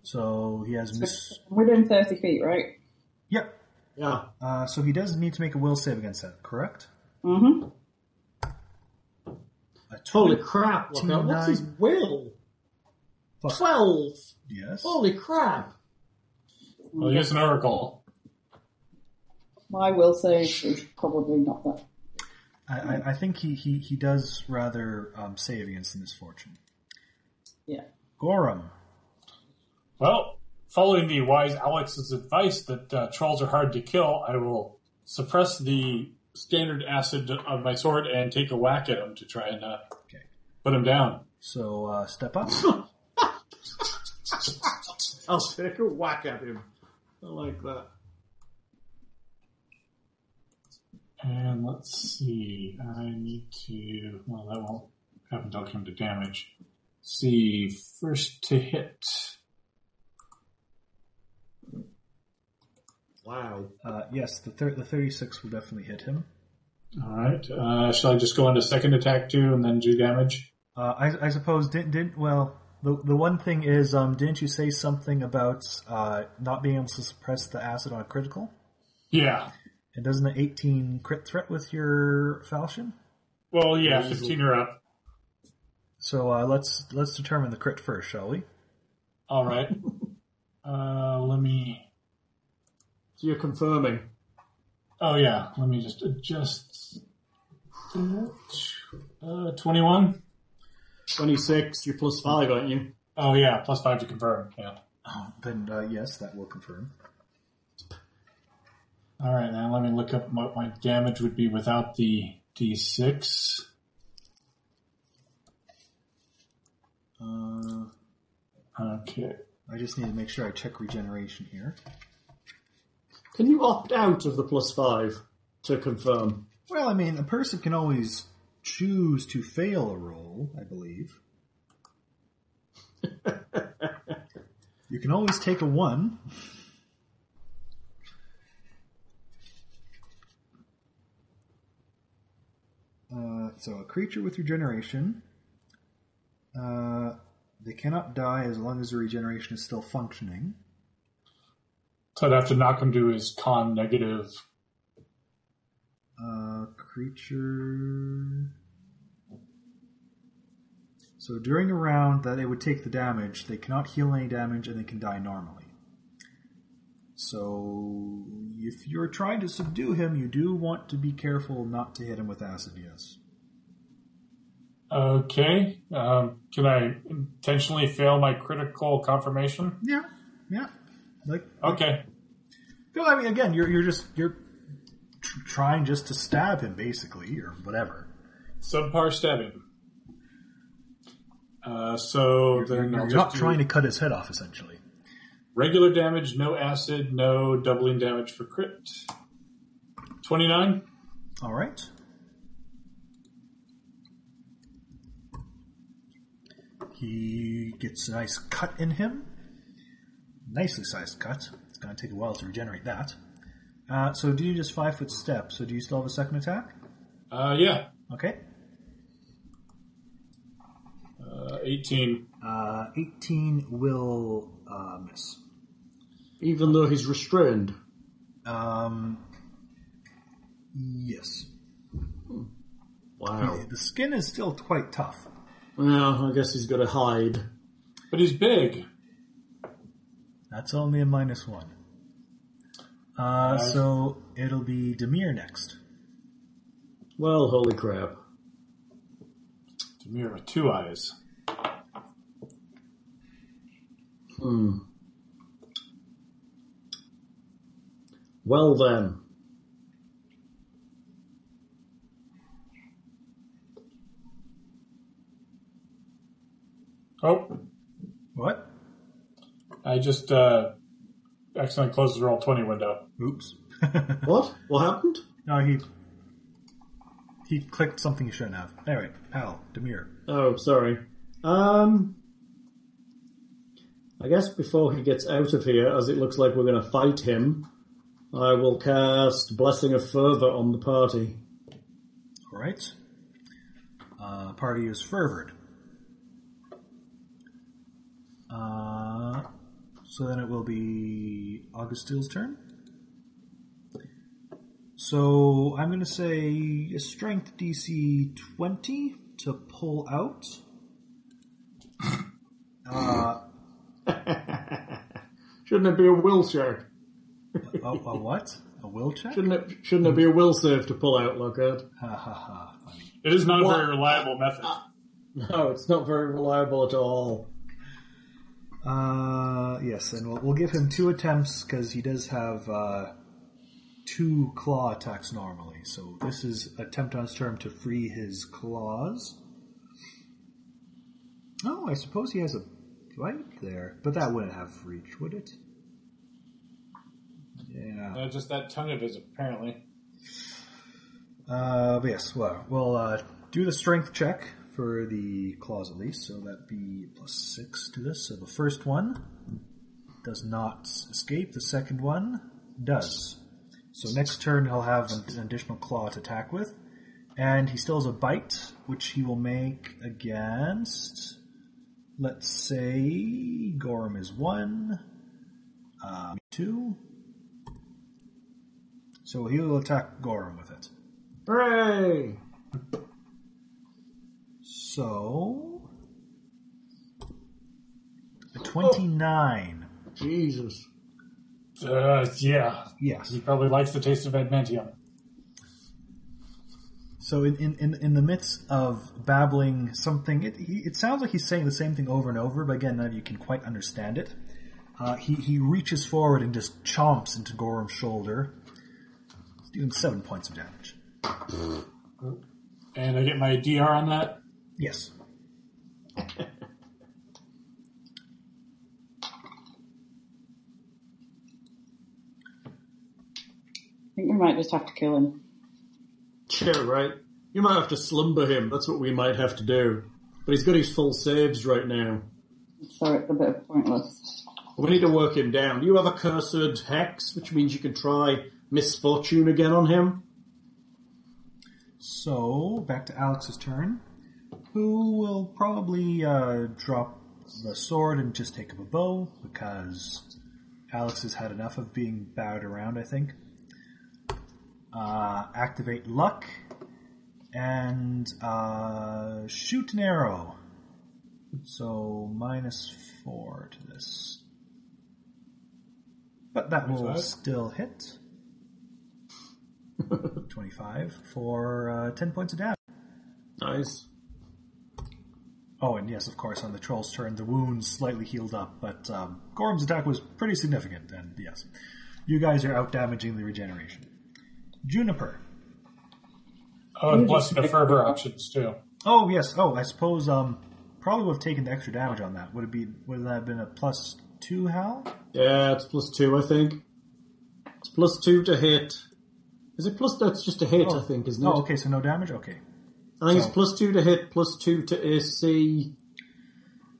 D: So he has mis.
C: Within 30 feet, right?
D: Yep.
B: Yeah.
D: Uh, so he does need to make a will save against that, correct?
C: Mm-hmm.
D: A
B: Holy
D: 20
B: crap, look out. What's his will?
D: plus-
B: 12!
D: Yes.
B: Holy crap!
F: Well, he is an oracle.
C: My will save is probably not that.
D: I, I, I think he, he, he does rather um, save against the misfortune.
C: Yeah.
D: Gorham.
F: Well, following the wise Alex's advice that uh, trolls are hard to kill, I will suppress the standard acid on my sword and take a whack at him to try and uh,
D: Okay.
F: put him down.
D: So uh, step up.
B: I'll take a whack at him. I like that.
F: And let's see. I need to. Well, that won't happen until I come to damage. See, first to hit.
B: Wow.
D: Uh, yes, the, thir- the 36 will definitely hit him.
F: All right. Uh, shall I just go into second attack too, and then do damage?
D: Uh, I, I suppose didn't didn't well. The the one thing is, um, didn't you say something about uh, not being able to suppress the acid on a critical?
F: Yeah.
D: And doesn't the eighteen crit threat with your falchion?
F: Well, yeah, fifteen or up.
D: So uh, let's let's determine the crit first, shall we?
F: All right. uh, let me.
B: So you're confirming.
F: Oh yeah, let me just adjust. that. Uh, twenty-one.
B: 26, you're plus 5, aren't you?
F: Oh yeah, plus five to confirm. Yeah.
D: Oh, then uh, yes, that will confirm.
F: All right, now let me look up what my damage would be without the d6.
D: Uh,
F: Okay.
D: I just need to make sure I check regeneration here.
B: Can you opt out of the plus 5 to confirm?
D: Well, I mean, a person can always choose to fail a roll, I believe. you can always take a one. Uh, so, a creature with regeneration. Uh, they cannot die as long as the regeneration is still functioning.
F: So I'd have to knock him to his con negative.
D: Uh, creature. So during a round that they would take the damage, they cannot heal any damage and they can die normally. So if you're trying to subdue him, you do want to be careful not to hit him with acid, yes.
F: Okay. Um, can I intentionally fail my critical confirmation?
D: Yeah, yeah. Like,
F: Okay.
D: no, I mean, again, you're you're just you're tr- trying just to stab him, basically, or whatever.
F: Subpar stabbing. Uh, so
D: You're,
F: then I'll
D: you're
F: just
D: not
F: do
D: trying to cut his head off, essentially.
F: regular damage, no acid, no doubling damage for crit. Twenty nine.
D: All right. He gets a nice cut in him. Nicely sized cut. It's going to take a while to regenerate that. Uh, so, do you just five foot step? So, do you still have a second attack?
F: Uh, yeah.
D: Okay.
F: Uh, Eighteen.
D: Uh, 18 will uh, miss.
B: Even though he's restrained.
D: Um, yes.
B: Wow.
D: The skin is still quite tough.
B: Well, I guess he's got to hide.
F: But he's big.
D: That's only a minus one. Uh, so, it'll be Demir next.
B: Well, holy crap.
F: Demir with two eyes.
B: Hmm. Well then.
F: Oh,
D: What?
F: I just uh, accidentally closed the roll twenty window.
D: Oops.
B: What? What happened?
D: no, he he clicked something he shouldn't have. Anyway, pal, Demir.
B: Oh, sorry. Um. I guess before he gets out of here, as it looks like we're going to fight him, I will cast Blessing of Fervor on the party.
D: All right. Uh, party is fervored. Uh, so then it will be Augustine's turn. So I'm going to say a strength DC 20 to pull out. Uh,
B: Shouldn't it be a will check?
D: a, a what? A will check?
B: Shouldn't it, shouldn't it be a will save to pull out, Lockhart?
D: Ha ha ha.
F: It is not a
B: What?
F: very reliable method.
B: No, it's not very reliable at all.
D: Uh, yes, and we'll, we'll give him two attempts because he does have uh, two claw attacks normally. So this is attempt on his turn to free his claws. Oh, I suppose he has a bite there, but that wouldn't have reach, would it? Yeah.
F: Uh, just that tongue of his, apparently.
D: Uh, but yes, well, we'll uh, do the strength check for the claws at least. So that'd be plus six to this. So the first one does not s- escape. The second one does. So next turn he'll have an an additional claw to attack with, and he still has a bite, which he will make against. Let's say Gorham is one, uh, two. So he will attack Gorham with it.
B: Hooray!
D: So, a 29.
B: Jesus.
F: Uh, yeah.
D: Yes.
F: He probably likes the taste of adamantium.
D: So, in, in, in, in the midst of babbling something, it, he, it sounds like he's saying the same thing over and over, but again, none of you can quite understand it. Uh, he, he reaches forward and just chomps into Gorham's shoulder, doing seven points of damage.
F: And I get my DR on that.
D: Yes.
C: I think we might just have to kill him.
B: Yeah, right. You might have to slumber him. That's what we might have to do. But he's got his full saves right now.
C: So it's a bit of pointless.
B: We need to work him down. You have a cursed hex, which means you can try misfortune again on him.
D: So, back to Alex's turn, who will probably uh, drop the sword and just take up a bow because Alex has had enough of being bowed around, I think. Uh, activate luck and uh, shoot an arrow So minus four to this. But that will
F: 25?
D: still hit. 25 for uh, 10 points of damage.
B: Nice.
D: Oh, and yes, of course, on the troll's turn, the wounds slightly healed up, but um, Gorm's attack was pretty significant, and yes, you guys are out damaging the regeneration. Juniper.
F: Oh, and blessing of fervor options too.
D: Oh yes. Oh, I suppose um, probably would have taken the extra damage on that. Would it be? Would that have been a plus two? Hal?
B: Yeah, it's plus two, I think. It's plus two to hit. Is it plus? That's just a hit, I think, isn't it?
D: Oh, okay. So no damage. Okay.
B: I think
D: So-
B: it's plus two to hit, plus two to AC,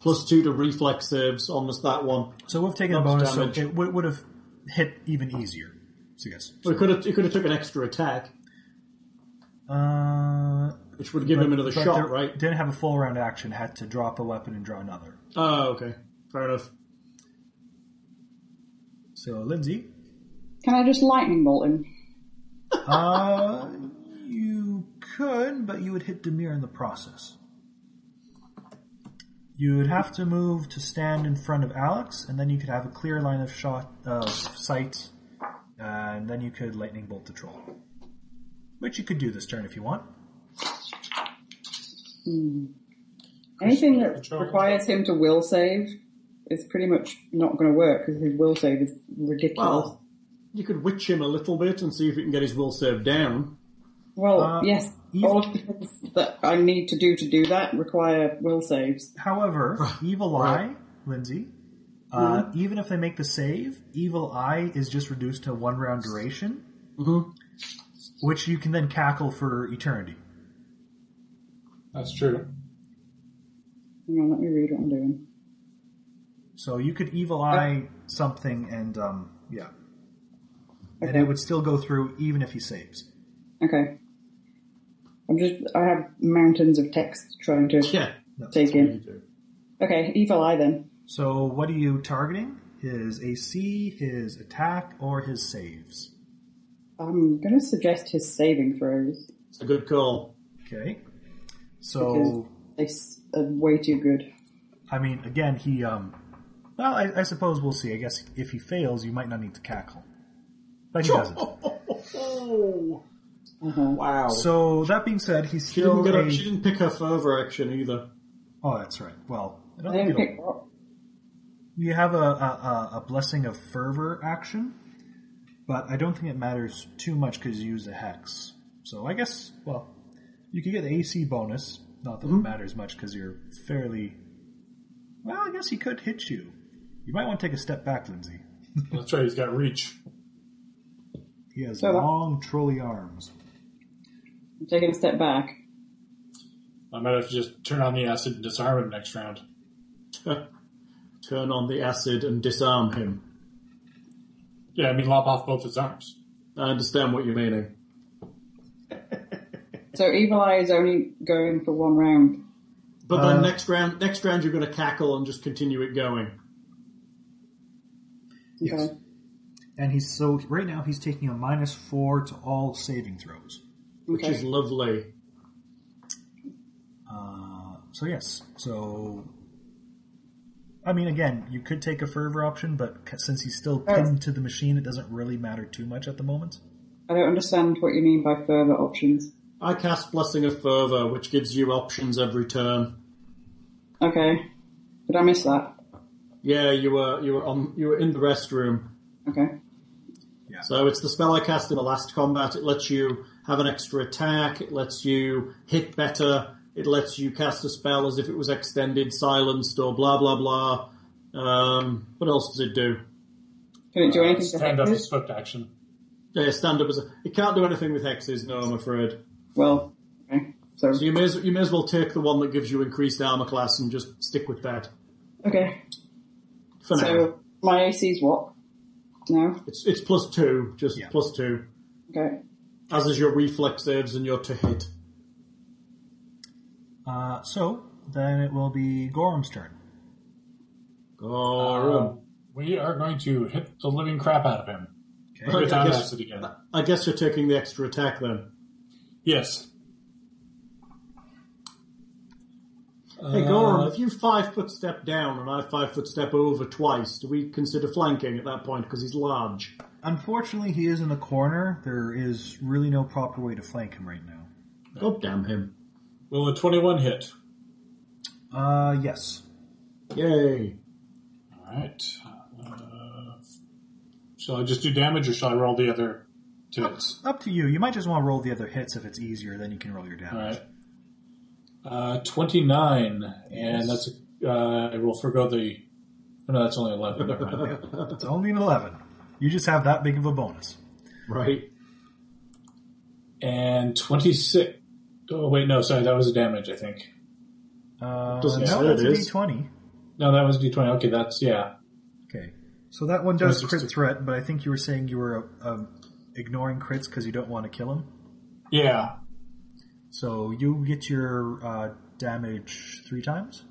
B: plus two to reflex saves. Almost that one.
D: So we've taken a
B: Lots of
D: bonus. So
B: damage.
D: it would, would have hit even easier. So yes.
B: Well, it could have, it could have took an extra attack,
D: Uh,
B: which would give
D: but-
B: him another
D: but
B: shot,
D: there-
B: right?
D: Didn't have a full round action. Had to drop a weapon and draw another.
B: Oh, okay, fair enough.
D: So Lindsay,
C: Can I just lightning bolt him?
D: uh, you could, but you would hit Demir in the process. You would have to move to stand in front of Alex, and then you could have a clear line of shot of sight, and then you could lightning bolt the troll, which you could do this turn if you want.
C: Anything that
F: Control.
C: requires him to will save is pretty much not going to work because his will save is ridiculous.
B: Well, you could witch him a little bit and see if you can get his will save down.
C: Well,
D: uh,
C: yes,
D: you-
C: all of the things that I need to do to do that require will saves.
D: However, Evil Eye, Lindsay, uh, even if they make the save, Evil Eye is just reduced to one round duration, which you can then cackle for eternity.
F: That's true.
C: Hang on, let me read what I'm doing.
D: So you could Evil Eye something and, um, yeah. And
C: Okay.
D: it would still go through even if he saves.
C: Okay. I'm just, I have mountains of text trying to
B: Yeah,
C: take in.
B: do.
C: Okay, evil eye then.
D: So what are you targeting? His AC, his attack, or his saves?
C: I'm going to suggest his saving throws.
B: It's a good call.
D: Okay. So.
C: Because they s- are way too good.
D: I mean, again, he. Um, well, I, I suppose we'll see. I guess if he fails, you might not need to cackle, but he doesn't.
B: Wow.
D: So that being said, he's
B: she,
D: still.
B: didn't get
D: a-
B: her, she didn't pick her fervor action either.
D: oh, that's right. Well, I don't
C: I
D: think
C: didn't
D: it'll,
C: pick what.
D: you have a, a, a- a blessing of fervor action, but I don't think it matters too much because you use a hex. So I guess well, you could get the AC bonus. Not
C: Mm-hmm.
D: that it matters much because you're fairly. Well, I guess he could hit you. You might want to take a step back, Lindsay.
F: That's right. He's got reach.
D: He has
C: So that-
D: long, trolley arms.
C: I'm taking a step back.
F: I might have to just turn on the acid and disarm him next round.
B: Turn on the acid and disarm him.
F: Yeah, I mean lop off both his arms.
B: I understand what you're meaning.
C: So evil eye is only going for one round.
B: But then
D: Uh,
B: next round, next round you're going to cackle and just continue it going.
D: Yes.
C: Okay.
D: And he's so right now he's taking a minus four to all saving throws.
B: which
C: Okay.
B: is lovely.
D: Uh, So yes, so I mean, again, you could take a fervor option, but c- since he's still pinned to the machine, it doesn't really matter too much at the moment.
C: I don't understand what you mean by further options.
B: I cast Blessing of Fervor, which gives you options every turn.
C: Okay. Did I miss that?
B: Yeah, you were you were on you were in the restroom.
C: Okay.
B: So it's the spell I cast in the last combat. It lets you have an extra attack. It lets you hit better. It lets you cast a spell as if it was extended, silenced, or blah blah blah. Um, what else does it do?
C: Can it do anything to
F: Stand up
C: hexes?
F: is swift action.
B: Yeah, stand up as a, it can't do anything with hexes. No, I'm afraid.
C: Well, okay. So,
B: So you may as, you may as well take the one that gives you increased armor class and just stick with that
C: okay.
B: for now.
C: So my AC's what? No?
B: It's it's plus two, just
D: Yeah.
B: plus two.
C: Okay.
B: As is your reflex saves and your to hit.
D: Uh, so then it will be Gorham's turn.
B: Gorum.
F: Um, we are going to hit the living crap out of him.
B: Okay, I
F: Without
B: guess-
F: acid again.
B: I guess you're taking the extra attack then.
F: Yes.
B: Hey,
F: Uh,
B: Gorham, if you five foot step down and I five foot step over twice, do we consider flanking at that point because he's large?
D: Unfortunately, he is in the corner. There is really no proper way to flank him right now.
B: God Oh, damn him.
F: Will a 21 hit?
D: Uh, yes.
B: Yay.
F: All right. Uh, shall I just do damage or shall I roll the other two hits?
D: Up to you. You might just want to roll the other hits if it's easier. Then you can roll your damage.
F: All right. Uh, 29. And that's, a, uh, I will forego the, oh, no, that's only 11. Never mind.
D: It's only an eleven. You just have that big of a bonus.
B: Right.
F: And 26. Oh, wait, no, sorry, that was a damage, I think.
D: Uh,
B: Doesn't
D: no,
B: say
D: that's
B: it
D: a
B: is.
D: D twenty.
F: No, that was D20. Okay, that's, yeah.
D: Okay. So that one does
F: That's
D: crit
F: just a-
D: threat, but I think you were saying you were um, ignoring crits because you don't want to kill him.
F: Yeah.
D: So you get your uh, damage three times.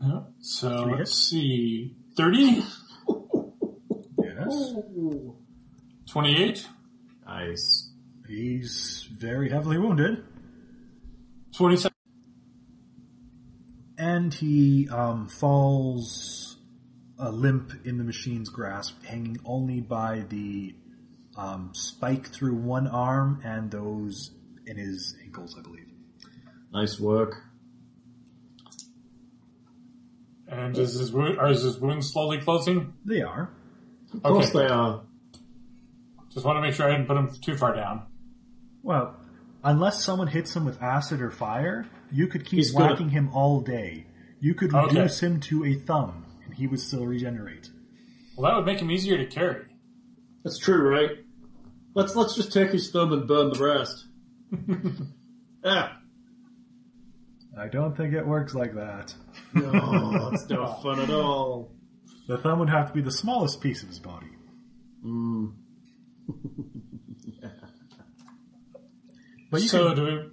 F: Yeah. So
D: Three
F: let's
D: hits?
F: see. 30,
D: Yes.
F: 28,
B: Nice.
D: He's very heavily wounded,
F: 27.
D: and he um, falls a limp in the machine's grasp, hanging only by the um, spike through one arm and those in his ankles, I believe.
B: Nice work.
F: And is his wound, or is his wound slowly closing?
D: They are.
B: Of course
F: Okay.
B: they are.
F: Just want to make sure I didn't put him too far down.
D: Well, unless someone hits him with acid or fire, you could keep
B: He's gonna-
D: whacking him all day. You could
F: Okay.
D: reduce him to a thumb, and he would still regenerate.
F: Well, that would make him easier to carry.
B: That's true, right? Let's let's just take his thumb and burn the rest. ah.
D: I don't think it works like that.
B: No, that's no fun at all.
D: The thumb would have to be the smallest piece of his body. but you
F: so
D: could-
F: do we?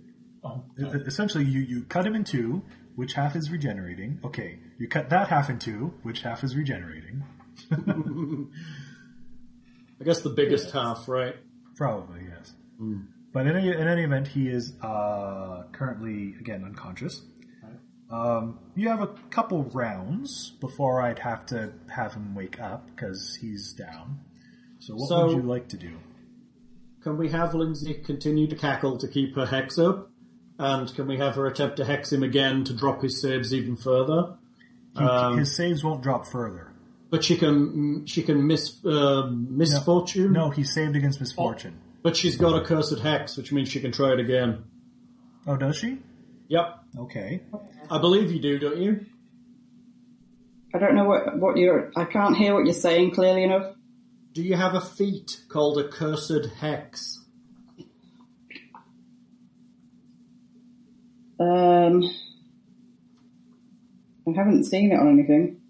F: Oh,
D: e- e- essentially you, you cut him in two, which half is regenerating. Okay, you cut that half in two, which half is regenerating.
B: I guess the biggest half, right?
D: Probably yes. But in any in any event, he is uh, currently again unconscious. Um, you have a couple rounds before I'd have to have him wake up because he's down. So what
B: So-
D: would you like to do?
B: Can we have Lindsay continue to cackle to keep her hex up? And can we have her attempt to hex him again to drop his saves even further?
D: He- His saves won't drop further.
B: But she can she can miss uh, misfortune.
D: No, he saved against misfortune.
B: But she's got a cursed hex, which means she can try it again.
D: Oh, does she?
B: Yep,
D: Okay.
B: I believe you do, don't you?
C: I don't know what, what you're, I can't hear what you're saying clearly enough.
B: Do you have a feat called a cursed hex?
C: Um, I haven't seen it on anything.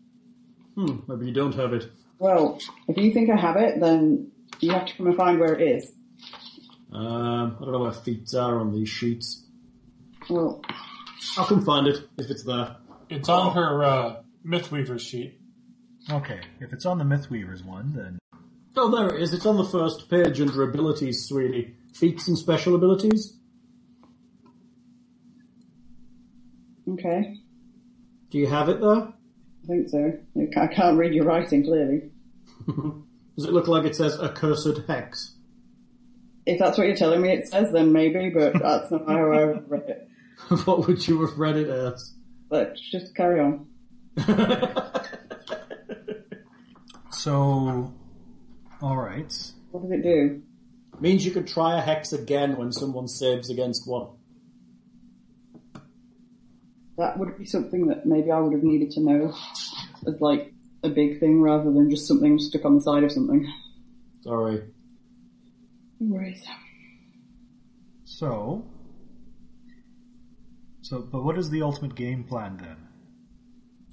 B: Hmm, maybe you don't have it.
C: Well, if you think I have it, then you have to come and find where it is.
B: Um, I don't know where feats are on these sheets.
C: Well,
B: I can find it if it's there.
F: it's on her uh, Mythweaver sheet.
D: Okay. If it's on the Mythweavers one, then
B: Oh, there it is. It's on the first page under abilities, sweetie. Feats and special abilities.
C: okay.
B: Do you have it there?
C: I think so. I ca- I can't read your writing clearly.
B: Does it look like it says a cursed hex?
C: If that's what you're telling me it says, then maybe, but that's not how I read it.
B: what would you have read it as?
C: Let's just carry on.
D: so. All right.
C: What does it do?
B: Means you could try a hex again when someone saves against one.
C: That would be something that maybe I would have needed to know as like a big thing rather than just something stuck on the side of something.
B: Sorry.
C: Where is
D: So. So, but what is the ultimate game plan then?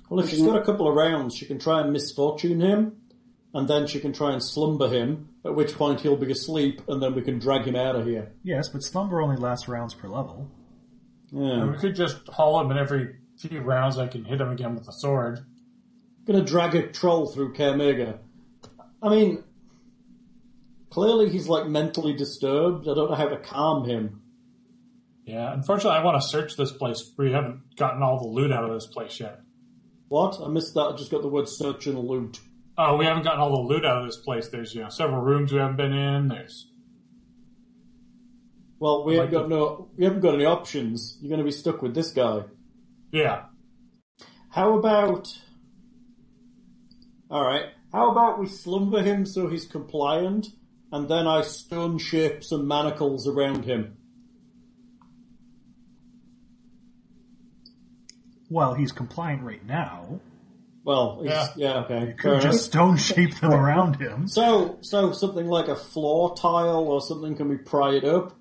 B: Well, if she's got a couple of rounds, she can try and misfortune him, and then she can try and slumber him, at which point he'll be asleep, and then we can drag him out of here.
D: Yes, but slumber only lasts rounds per level.
F: And
B: Yeah.
F: we could just haul him, and every few rounds I can hit him again with a sword.
B: Gonna drag a troll through Kermega. I mean, clearly he's like mentally disturbed. I don't know how to calm him.
F: Yeah, unfortunately, I want to search this place. We haven't gotten all the loot out of this place yet.
B: What? I missed that. I just got the word search and loot.
F: Oh, we haven't gotten all the loot out of this place. There's you know several rooms we haven't been in. There's
B: Well, we
F: Like
B: haven't got no. We haven't got any options. You're going to be stuck with this guy.
F: yeah,
B: How about? All right. How about we slumber him so he's compliant, and then I stone shape some manacles around him.
D: Well, he's compliant right now.
B: Well, he's- yeah, okay,
D: You
B: fair
D: could
B: enough.
D: just stone shape them around him.
B: So, so something like a floor tile or something can we pry it up,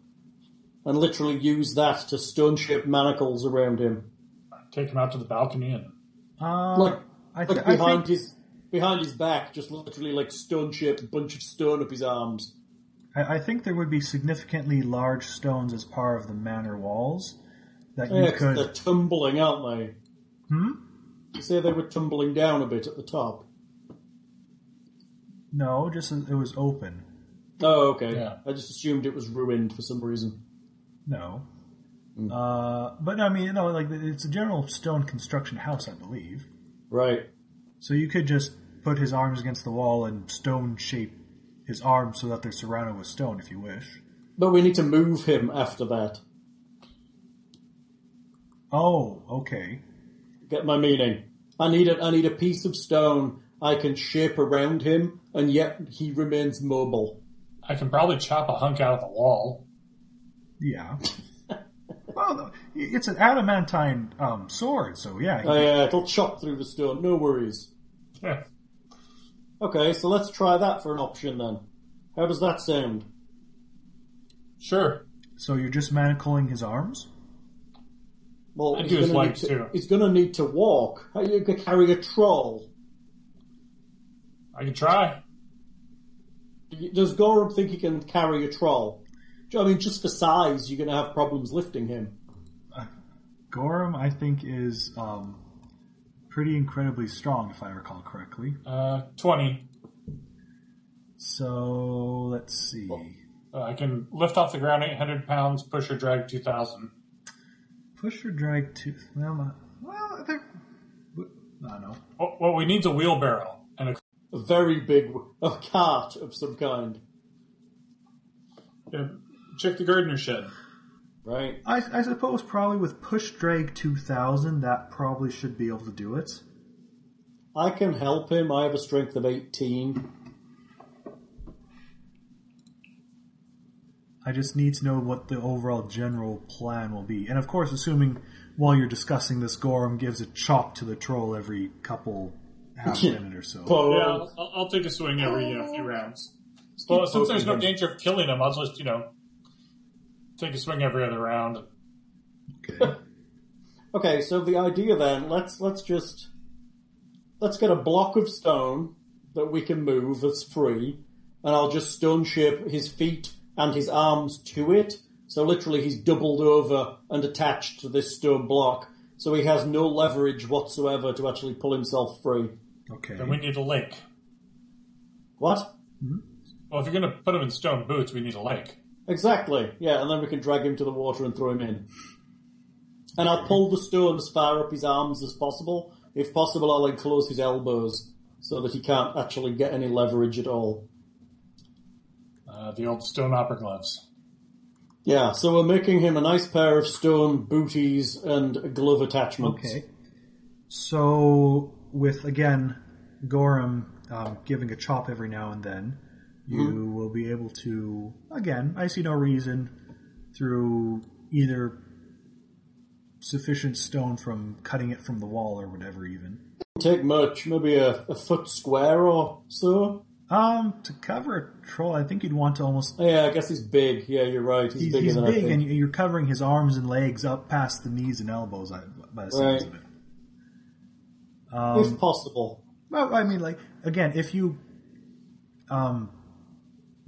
B: and literally use that to stone shape manacles around him,
F: take him out to the balcony and
D: Uh,
B: like,
D: I, th-
B: like
D: I
B: behind
D: think
B: his behind his back, just literally like stone shape a bunch of stone up his arms.
D: I, I think there would be significantly large stones as part of the manor walls that you
B: Yeah, 'cause
D: could.
B: they're tumbling, aren't they?
D: Hmm?
B: You say they were tumbling down a bit at the top.
D: No, just as- it was open.
B: Oh, okay.
F: Yeah.
B: I just assumed it was ruined for some reason.
D: No. Uh, but I mean, no, like it's a general stone construction house, I believe.
B: Right.
D: So you could just put his arms against the wall and stone shape his arms so that they're surrounded with stone, if you wish.
B: But we need to move him after that.
D: Oh, okay.
B: Get my meaning. I need a, I need a piece of stone I can shape around him, and yet he remains mobile.
F: I can probably chop a hunk out of the wall.
D: Yeah. well, it's an adamantine um, sword, so yeah. he-
B: Oh yeah, it'll chop through the stone. No worries.
F: Yeah.
B: Okay, so let's try that for an option then. How does that sound?
F: Sure.
D: So you're just manacling his arms?
B: Well,
F: I'd
B: he's
F: do his
B: gonna need
F: legs,
B: to,
F: too.
B: He's going to need to walk. How are you going to carry a troll?
F: I can try.
B: Does Gorub think he can carry a troll? I mean, just for size, you're going to have problems lifting him.
D: Gorham, I think, is um, pretty incredibly strong, if I recall correctly.
F: Uh, Twenty.
D: So let's see.
F: Uh, I can lift off the ground 800 pounds, push or drag 2,000.
D: Push or drag to. Well, uh, well I think. I don't know.
F: What, what we need is a wheelbarrow and a,
B: A very big a cart of some kind,
F: yeah, check the gardener shed.
B: right?
D: I, I suppose probably with push drag 2000, that probably should be able to do it.
B: I can help him. I have a strength of 18.
D: I just need to know what the overall general plan will be. And of course, assuming while you're discussing this, Gorham gives a chop to the troll every couple half minute or so.
F: Yeah,
B: Boom.
F: I'll, I'll- I'll take a swing every you know, few rounds. Well, since there's no
B: poking him.
F: danger of killing him, I'll just, you know, take a swing every other round.
D: Okay.
B: Okay, so the idea then, let's let's just let's get a block of stone that we can move that's free, and I'll just stone shape his feet and his arms to it. So literally, he's doubled over and attached to this stone block, so he has no leverage whatsoever to actually pull himself free.
D: Okay.
F: Then we need a lake.
B: What?
F: Well, if you're going to put him in stone boots, we need a lake.
B: Exactly. Yeah, and then we can drag him to the water and throw him in. And I'll pull the stone as far up his arms as possible. If possible, I'll enclose his elbows so that he can't actually get any leverage at all.
F: Uh, the old stone opera gloves.
B: Yeah, so we're making him a nice pair of stone booties and glove attachments.
D: Okay. So, with again, Gorham um, giving a chop every now and then, you
B: Mm-hmm.
D: will be able to, again, I see no reason through either sufficient stone from cutting it from the wall or whatever, even.
B: Take much, maybe a, a foot square or so.
D: Um, to cover a troll, I think you'd want to almost.
B: Yeah, I guess he's big. Yeah, you're right. He's,
D: He's,
B: bigger
D: he's
B: than I
D: big,
B: think.
D: and you're covering his arms and legs up past the knees and elbows. I- By the sounds of
B: Right.
D: it. um,
B: if possible.
D: Well, I mean, like again, if you um,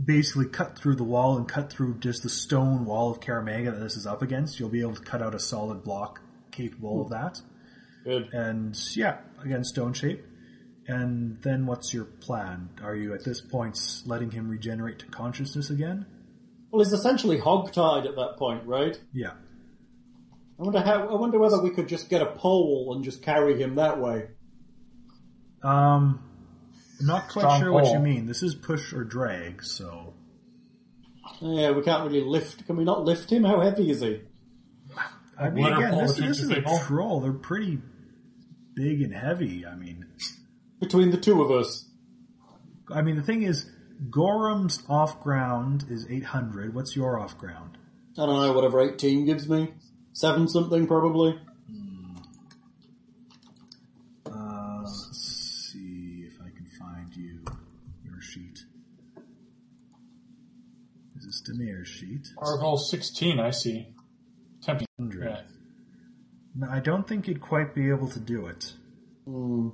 D: basically cut through the wall and cut through just the stone wall of Karamega that this is up against, you'll be able to cut out a solid block capable of that.
B: Good.
D: And yeah, again, stone shape. And then what's your plan? Are you at this point letting him regenerate to consciousness again?
B: Well, he's essentially hogtied at that point, right?
D: Yeah.
B: I wonder how. I wonder whether we could just get a pole and just carry him that way.
D: Um, not quite
F: Strong
D: sure what you
F: pull.
D: mean. This is push or drag, so
B: Yeah, we can't really lift. Can we not lift him? How heavy is he?
D: I mean,
F: Water
D: again,
F: polo
D: this,
F: between
D: this
F: two
D: is a
F: people.
D: troll. They're pretty big and heavy. I mean,
B: Between the two of us,
D: I mean the thing is, Gorham's off ground is eight hundred. What's your off ground?
B: I don't know. Whatever eighteen gives me, seven something probably.
D: Uh, let's see if I can find you your sheet. Is this Demir's sheet?
F: Article 16, I see. Temp-
D: Hundred.
F: yeah.
D: No, I don't think you'd quite be able to do it.
B: Hmm.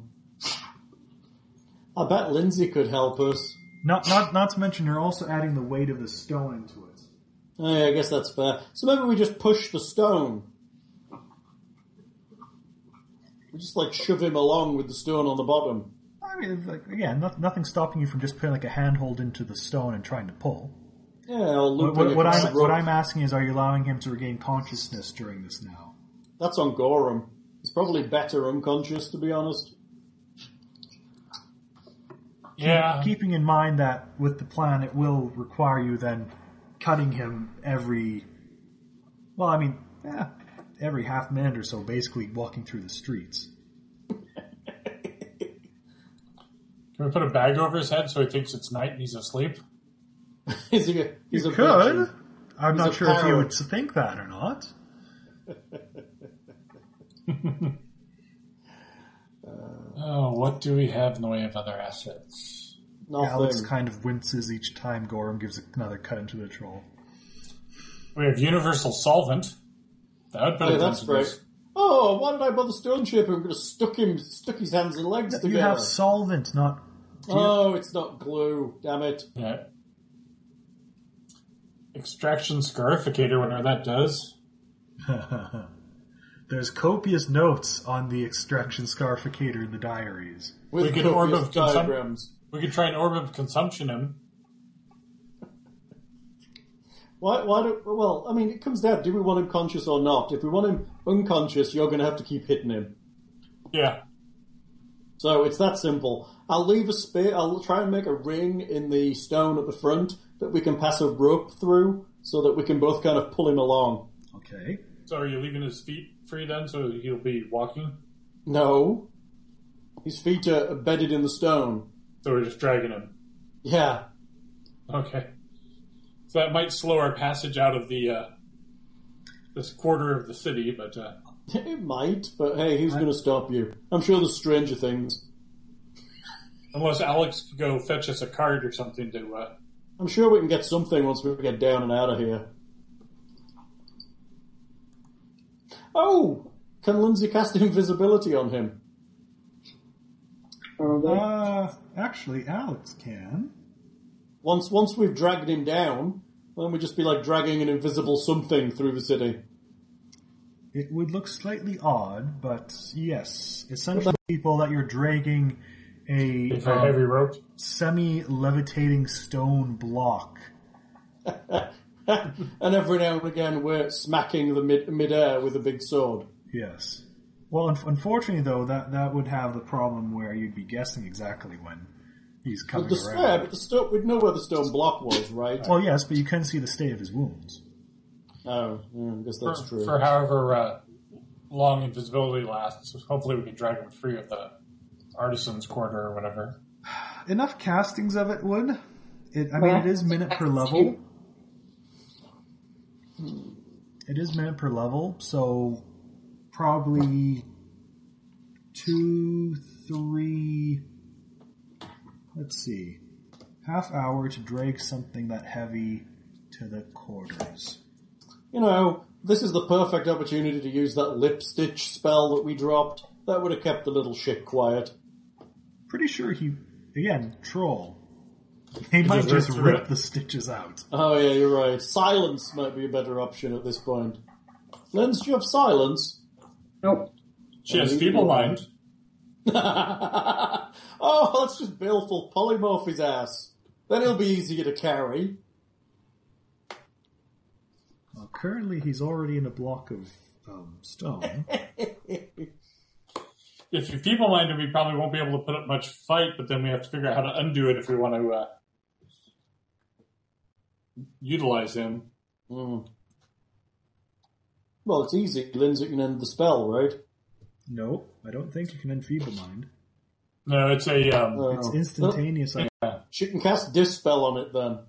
B: I bet Lindsay could help us.
D: Not, not, not to mention you're also adding the weight of the stone into it.
B: Oh, yeah, I guess that's fair. So maybe we just push the stone. We just like shove him along with the stone on the bottom.
D: I mean, like, again, not, nothing stopping you from just putting like a handhold into the stone and trying to pull.
B: Yeah, or
D: What,
B: looping
D: what, what
B: across
D: I'm,
B: the
D: what
B: rope.
D: I'm asking is, are you allowing him to regain consciousness during this now?
B: That's on Gorham. He's probably better unconscious, to be honest.
F: yeah.
D: Keeping in mind that with the plan, it will require you then cutting him every, well, I mean, eh, every half minute or so, basically walking through the streets.
F: Can we put a bag over his head so he thinks it's night and he's asleep?
B: he's a, he's a
D: Could.
B: virgin.
D: I'm
B: He's a
D: not sure if you
B: pirate.
D: would think that or not.
F: Oh, what do we have in the way of other assets?
D: Alex
B: Nothing.
D: kind of winces each time Gorham gives another cut into the troll.
F: We have universal solvent. That would put
B: Oh,
F: it
B: that's
F: into
B: great.
F: this.
B: Oh, why did I bother stone shaping? I'm going to stuck him, stuck his hands and legs
D: You
B: together.
D: have solvent, not
B: oh, it's not glue. Damn it.
F: Yeah. Extraction scarificator, whatever that does.
D: There's copious notes on the extraction scarificator in the diaries.
B: With
F: We could orb
B: copious
F: of consum-
B: diagrams.
F: We could try an orb of consumption him.
B: Why, why do, well, I mean, it comes down, do we want him conscious or not? If we want him unconscious, you're going to have to keep hitting him.
F: Yeah.
B: So it's that simple. I'll leave a space, I'll try and make a ring in the stone at the front that we can pass a rope through so that we can both kind of pull him along.
D: Okay.
F: So are you leaving his feet free then so he'll be walking?
B: No. His feet are embedded in the stone.
F: So we're just dragging him.
B: Yeah.
F: Okay. So that might slow our passage out of the uh, this quarter of the city, but uh,
B: It might, but hey, who's going to stop you? I'm sure there's stranger things.
F: unless Alex could go fetch us a card or something to uh,
B: I'm sure we can get something once we get down and out of here. Oh! Can Lindsay cast invisibility on him?
C: Probably.
D: Uh, actually, Alex can.
B: Once once we've dragged him down, then we'd just be like dragging an invisible something through the city.
D: It would look slightly odd, but yes, essentially people that you're dragging a
F: a
D: um,
F: heavy rope.
D: semi-levitating stone block.
B: And every now and again, we're smacking the mid midair with a big sword.
D: Yes. Well, un- unfortunately, though, that that would have the problem where you'd be guessing exactly when he's coming
B: But the
D: around.
B: yeah, but the stone, we'd know where the stone block was, right?
D: Well, yes, but you can see the state of his wounds.
B: Oh, yeah, I guess that's
F: for,
B: true.
F: for however uh, long invisibility lasts. Hopefully, we can drag him free of the artisans' quarter or whatever.
D: enough castings of it would. It, I mean,
C: Well,
D: it is minute per
C: that's
D: level. Hmm.
C: cute.
D: It is minute per level, so probably two, three. Let's see, half hour to drag something that heavy to the quarters.
B: You know, this is the perfect opportunity to use that lip stitch spell that we dropped. That would have kept the little shit quiet.
D: Pretty sure he, again, troll. He might
F: just
D: just
F: ripped
D: rip
F: it.
D: the stitches out.
B: Oh yeah, you're right. Silence might be a better option at this point. Lens, do you have silence?
C: Nope.
F: She has
B: Leave
F: feeble
B: him alone.
F: mind.
B: oh, let's just baleful polymorph his ass. Then he'll be easier to carry.
D: Well, currently, he's already in a block of um, stone.
F: If you feeble minded, we probably won't be able to put up much fight, but then we have to figure out how to undo it if we want to uh, utilize him.
B: Mm. Well, it's easy. Lindsay can end the spell, right?
D: nope, I don't think you can enfeeble mind.
F: No, it's a um,
B: Uh,
D: It's instantaneous. I,
B: She can cast dispel on it then.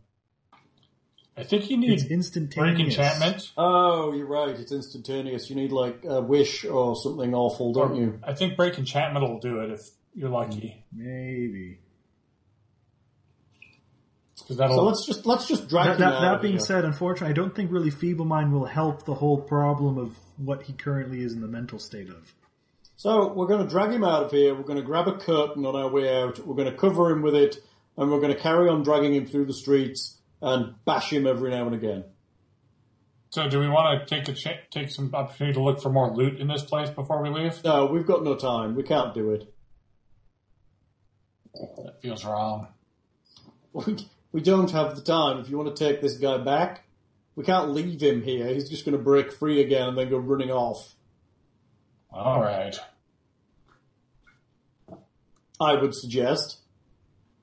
F: I think you
D: it's
F: need break
D: instantaneous.
F: enchantment.
B: Oh, you're right. It's instantaneous. You need like a wish or something awful, don't you?
F: I think break enchantment will do it if you're lucky,
D: Maybe.
F: 'cause that'll
B: So let's just let's just drag
D: That,
B: him
D: that,
B: out
D: that
B: of
D: being
B: here.
D: said, unfortunately, I don't think really feeble mind will help the whole problem of what he currently is in the mental state of.
B: So we're going to drag him out of here. We're going to grab a curtain on our way out. We're going to cover him with it, and we're going to carry on dragging him through the streets and bash him every now and again.
F: So, do we want to take a cha- take some opportunity to look for more loot in this place before we leave?
B: No, we've got no time. We can't do it.
F: That feels wrong.
B: We, we don't have the time. If you want to take this guy back, we can't leave him here. He's just going to break free again and then go running off.
F: All right.
B: I would suggest,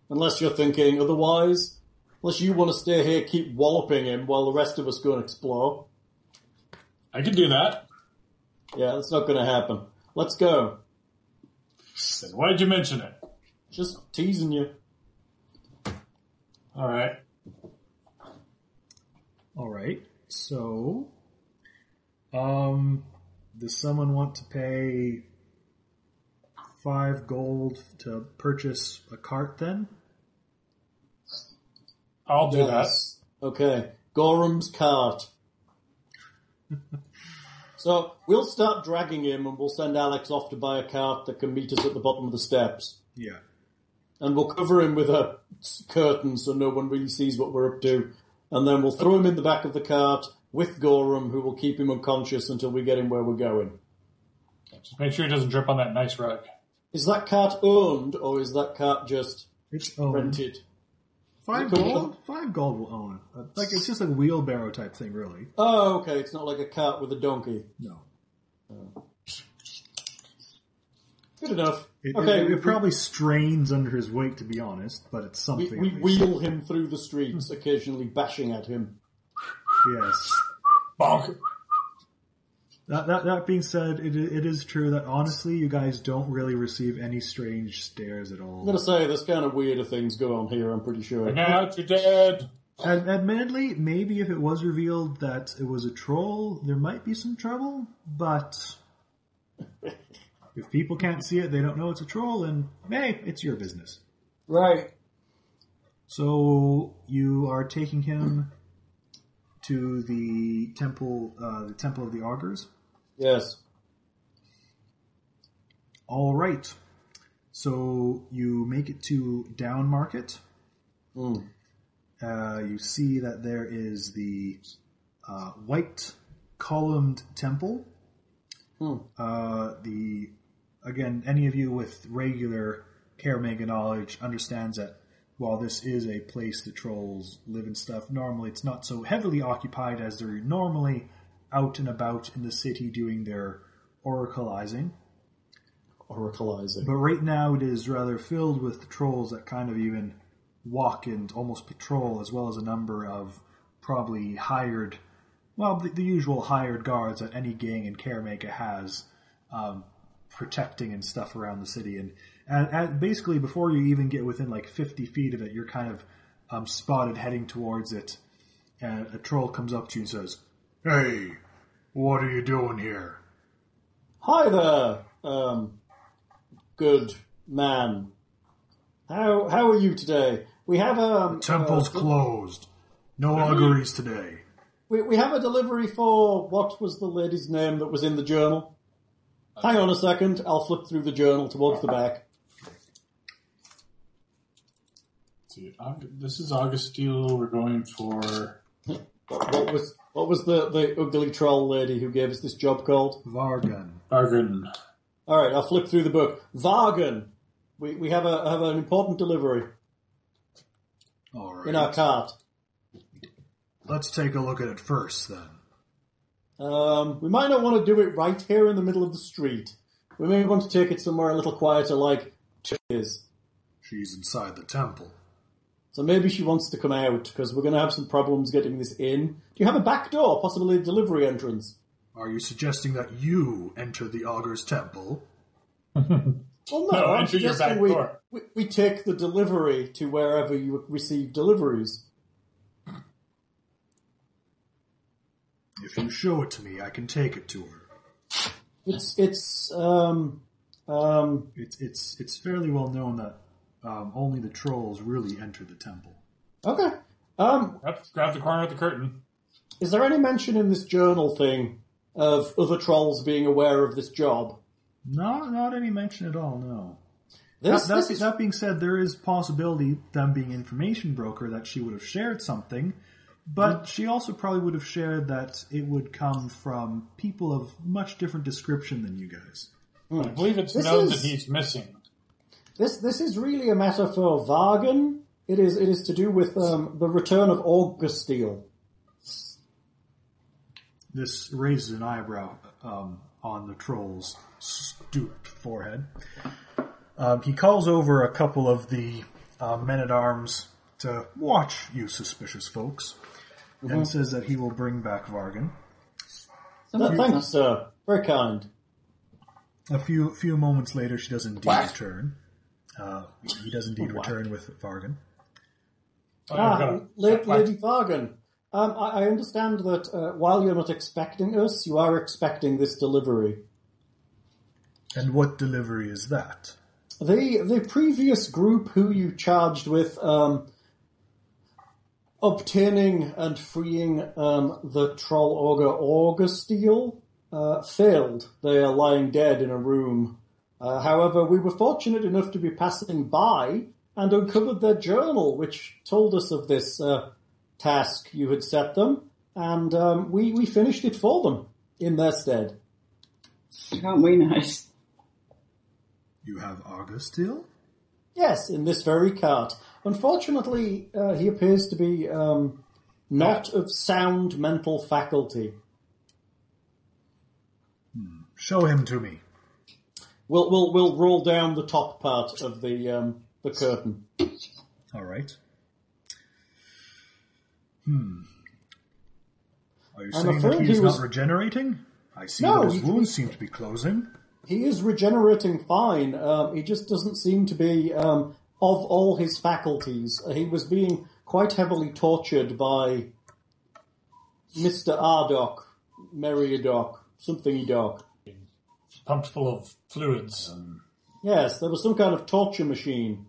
B: unless you're thinking otherwise. Unless you want to stay here, keep walloping him while the rest of us go and explore.
F: I could do that.
B: Yeah, that's not going to happen. Let's go.
F: Then Why'd you mention it?
B: Just teasing you.
F: All right.
D: All right. So, um, does someone want to pay five gold to purchase a cart? Then
F: I'll do
B: Yes. Okay. Gorham's cart. so we'll start dragging him and we'll send Alex off to buy a cart that can meet us at the bottom of the steps.
D: yeah.
B: And we'll cover him with a s- curtain so no one really sees what we're up to. And then we'll throw him in the back of the cart with Gorham, who will keep him unconscious until we get him where we're going.
F: that. Just make sure it doesn't drip on that nice rug.
B: Is that cart owned or is that cart just
D: It's owned.
B: rented?
D: Five
B: Cool.
D: gold. Five gold will own it. Uh, Like it's just a wheelbarrow type thing, really.
B: Oh, okay. It's not like a cart with a donkey.
D: No.
B: Good enough.
D: It,
B: okay,
D: it,
B: we-
D: it probably strains under his weight, to be honest, but it's
B: we,
D: something.
B: we
D: at least. Hmm.
B: wheel him through the streets, occasionally bashing at him.
D: Yes.
F: Bonk.
D: That, that, that being said, it, i- it is true that honestly, you guys don't really receive any strange stares at
B: I'm going
D: all.
B: to say there's kind of weirder things go on here, I'm pretty sure.
F: And now you're dead.
D: And admittedly, maybe if it was revealed that it was a troll, there might be some trouble, but if people can't see it, they don't know it's a troll, and hey, it's your business.
B: Right.
D: So you are taking him to the temple, uh, the temple of the augurs.
B: Yes.
D: All right. So you make it to down market.
B: Mm.
D: Uh, you see that there is the uh, white columned temple.
B: Hmm.
D: Uh, the again, any of you with regular Caramega knowledge understands that while this is a place that trolls live and stuff, normally it's not so heavily occupied as they're normally out and about in the city doing their oracleizing.
B: Oracleizing.
D: But right now it is rather filled with trolls that kind of even walk and almost patrol, as well as a number of probably hired, well, the, the usual hired guards that any gang in Karameka has, um, protecting and stuff around the city. And, and, and basically, before you even get within like 50 feet of it, you're kind of um, spotted heading towards it. And a troll comes up to you and says, Hey, what are you doing here?
B: Hi there, um, good man. How how are you today? We have um,
D: Temple's
B: uh,
D: closed. No auguries today.
B: we, we have a delivery for what was the lady's name that was in the journal? Hang on a second, I'll flip through the journal towards the back.
F: Dude, Aug- this is Augustilo. We're going for.
B: What, what was what was the, the ugly troll lady who gave us this job called?
D: Vargan.
F: Bargain.
B: All right, I'll flip through the book. Vargan, we, we have a have an important delivery
D: All
B: in our
D: right.
B: cart.
D: Let's take a look at it first, then.
B: Um, we might not want to do it right here in the middle of the street. We may want to take it somewhere a little quieter, like is.
D: She's inside the temple.
B: So maybe she wants to come out because we're going to have some problems getting this in. Do you have a back door, possibly a delivery entrance?
D: Are you suggesting that you enter the Augur's temple?
B: Well, no.
F: No,
B: I'm
F: enter your
B: suggesting
F: back
B: we,
F: door.
B: We, we take the delivery to wherever you receive deliveries.
D: If you show it to me, I can take it to her.
B: It's it's um um
D: It's it's it's fairly well known that um, only the trolls really enter the temple.
B: okay. Um,
F: Grab, grab the corner of the curtain.
B: Is there any mention in this journal thing of other trolls being aware of this job?
D: Not not any mention at all. No.
B: This,
D: that,
B: this
D: that,
B: is,
D: that being said, there is possibility them being information broker that she would have shared something, but
B: Mm.
D: she also probably would have shared that it would come from people of much different description than you guys.
F: I believe it's
B: Hmm. This
F: known
B: is-
F: that he's missing.
B: this this is really a matter for Vargan. It is it is to do with um, the return of
F: Oh,
B: Augusteel.
D: This raises an eyebrow um, on the troll's stooped forehead. Um, he calls over a couple of the uh, men at arms to watch you suspicious folks,
B: Mm-hmm.
D: and says that he will bring back Vargan.
B: No, thanks, sir. Very kind.
D: A few few moments later, she does indeed
B: Quack.
D: return. Uh, he does indeed
B: Quack.
D: return with Vargan.
F: Oh, I've got
B: Ah,
F: a-
B: La-
F: whack.
B: Lady Vargan. Um, I, I understand that uh, while you're not expecting us, you are expecting this delivery.
D: And what delivery is that?
B: The the previous group who you charged with um, obtaining and freeing um, the troll auger Augusteel uh, failed. They are lying dead in a room. Uh, however, we were fortunate enough to be passing by and uncovered their journal, which told us of this uh, task you had set them, and um, we we finished it for them in their stead.
C: Aren't we nice?
D: You have Augusteel?
B: Yes, in this very cart. Unfortunately, uh, he appears to be um, not of sound mental faculty.
D: Show him to me.
B: We'll, we'll, we'll roll down the top part of the, um, the curtain.
D: All right. Hmm. Are you
B: I'm
D: saying that
B: afraid
D: he
B: he
D: is
B: was-
D: not regenerating? I see
B: No,
D: that his
B: he-
D: wounds seem to be closing.
B: He is regenerating fine. Um, he just doesn't seem to be um, of all his faculties. Uh, He was being quite heavily tortured by Mr. Ardoc, Merriadoc, something doc.
F: pumped full of fluids.
B: Yes, there was some kind of torture machine.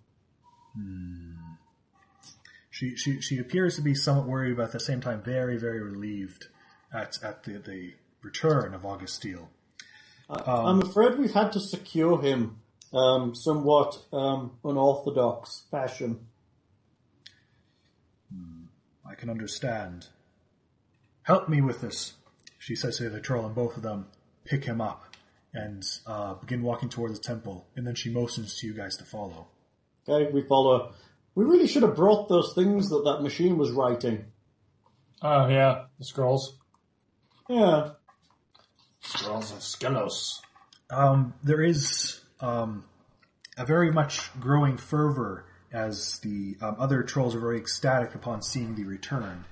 D: She, she she appears to be somewhat worried, but at the same time, very very relieved at at the, the return of Augusteel.
F: Um,
B: I'm afraid we've had to secure him um, somewhat um, unorthodox fashion.
D: I can understand. Help me with this, she says to the troll, and both of them pick him up and uh, begin walking towards the temple. And then she motions to you guys to follow.
B: Okay, we follow. We really should have brought those things that that machine was writing.
F: Oh yeah, the scrolls.
B: Yeah,
F: Scrolls of Skelos.
D: Um, there is um, a very much growing fervor as the um, other trolls are very ecstatic upon seeing the return.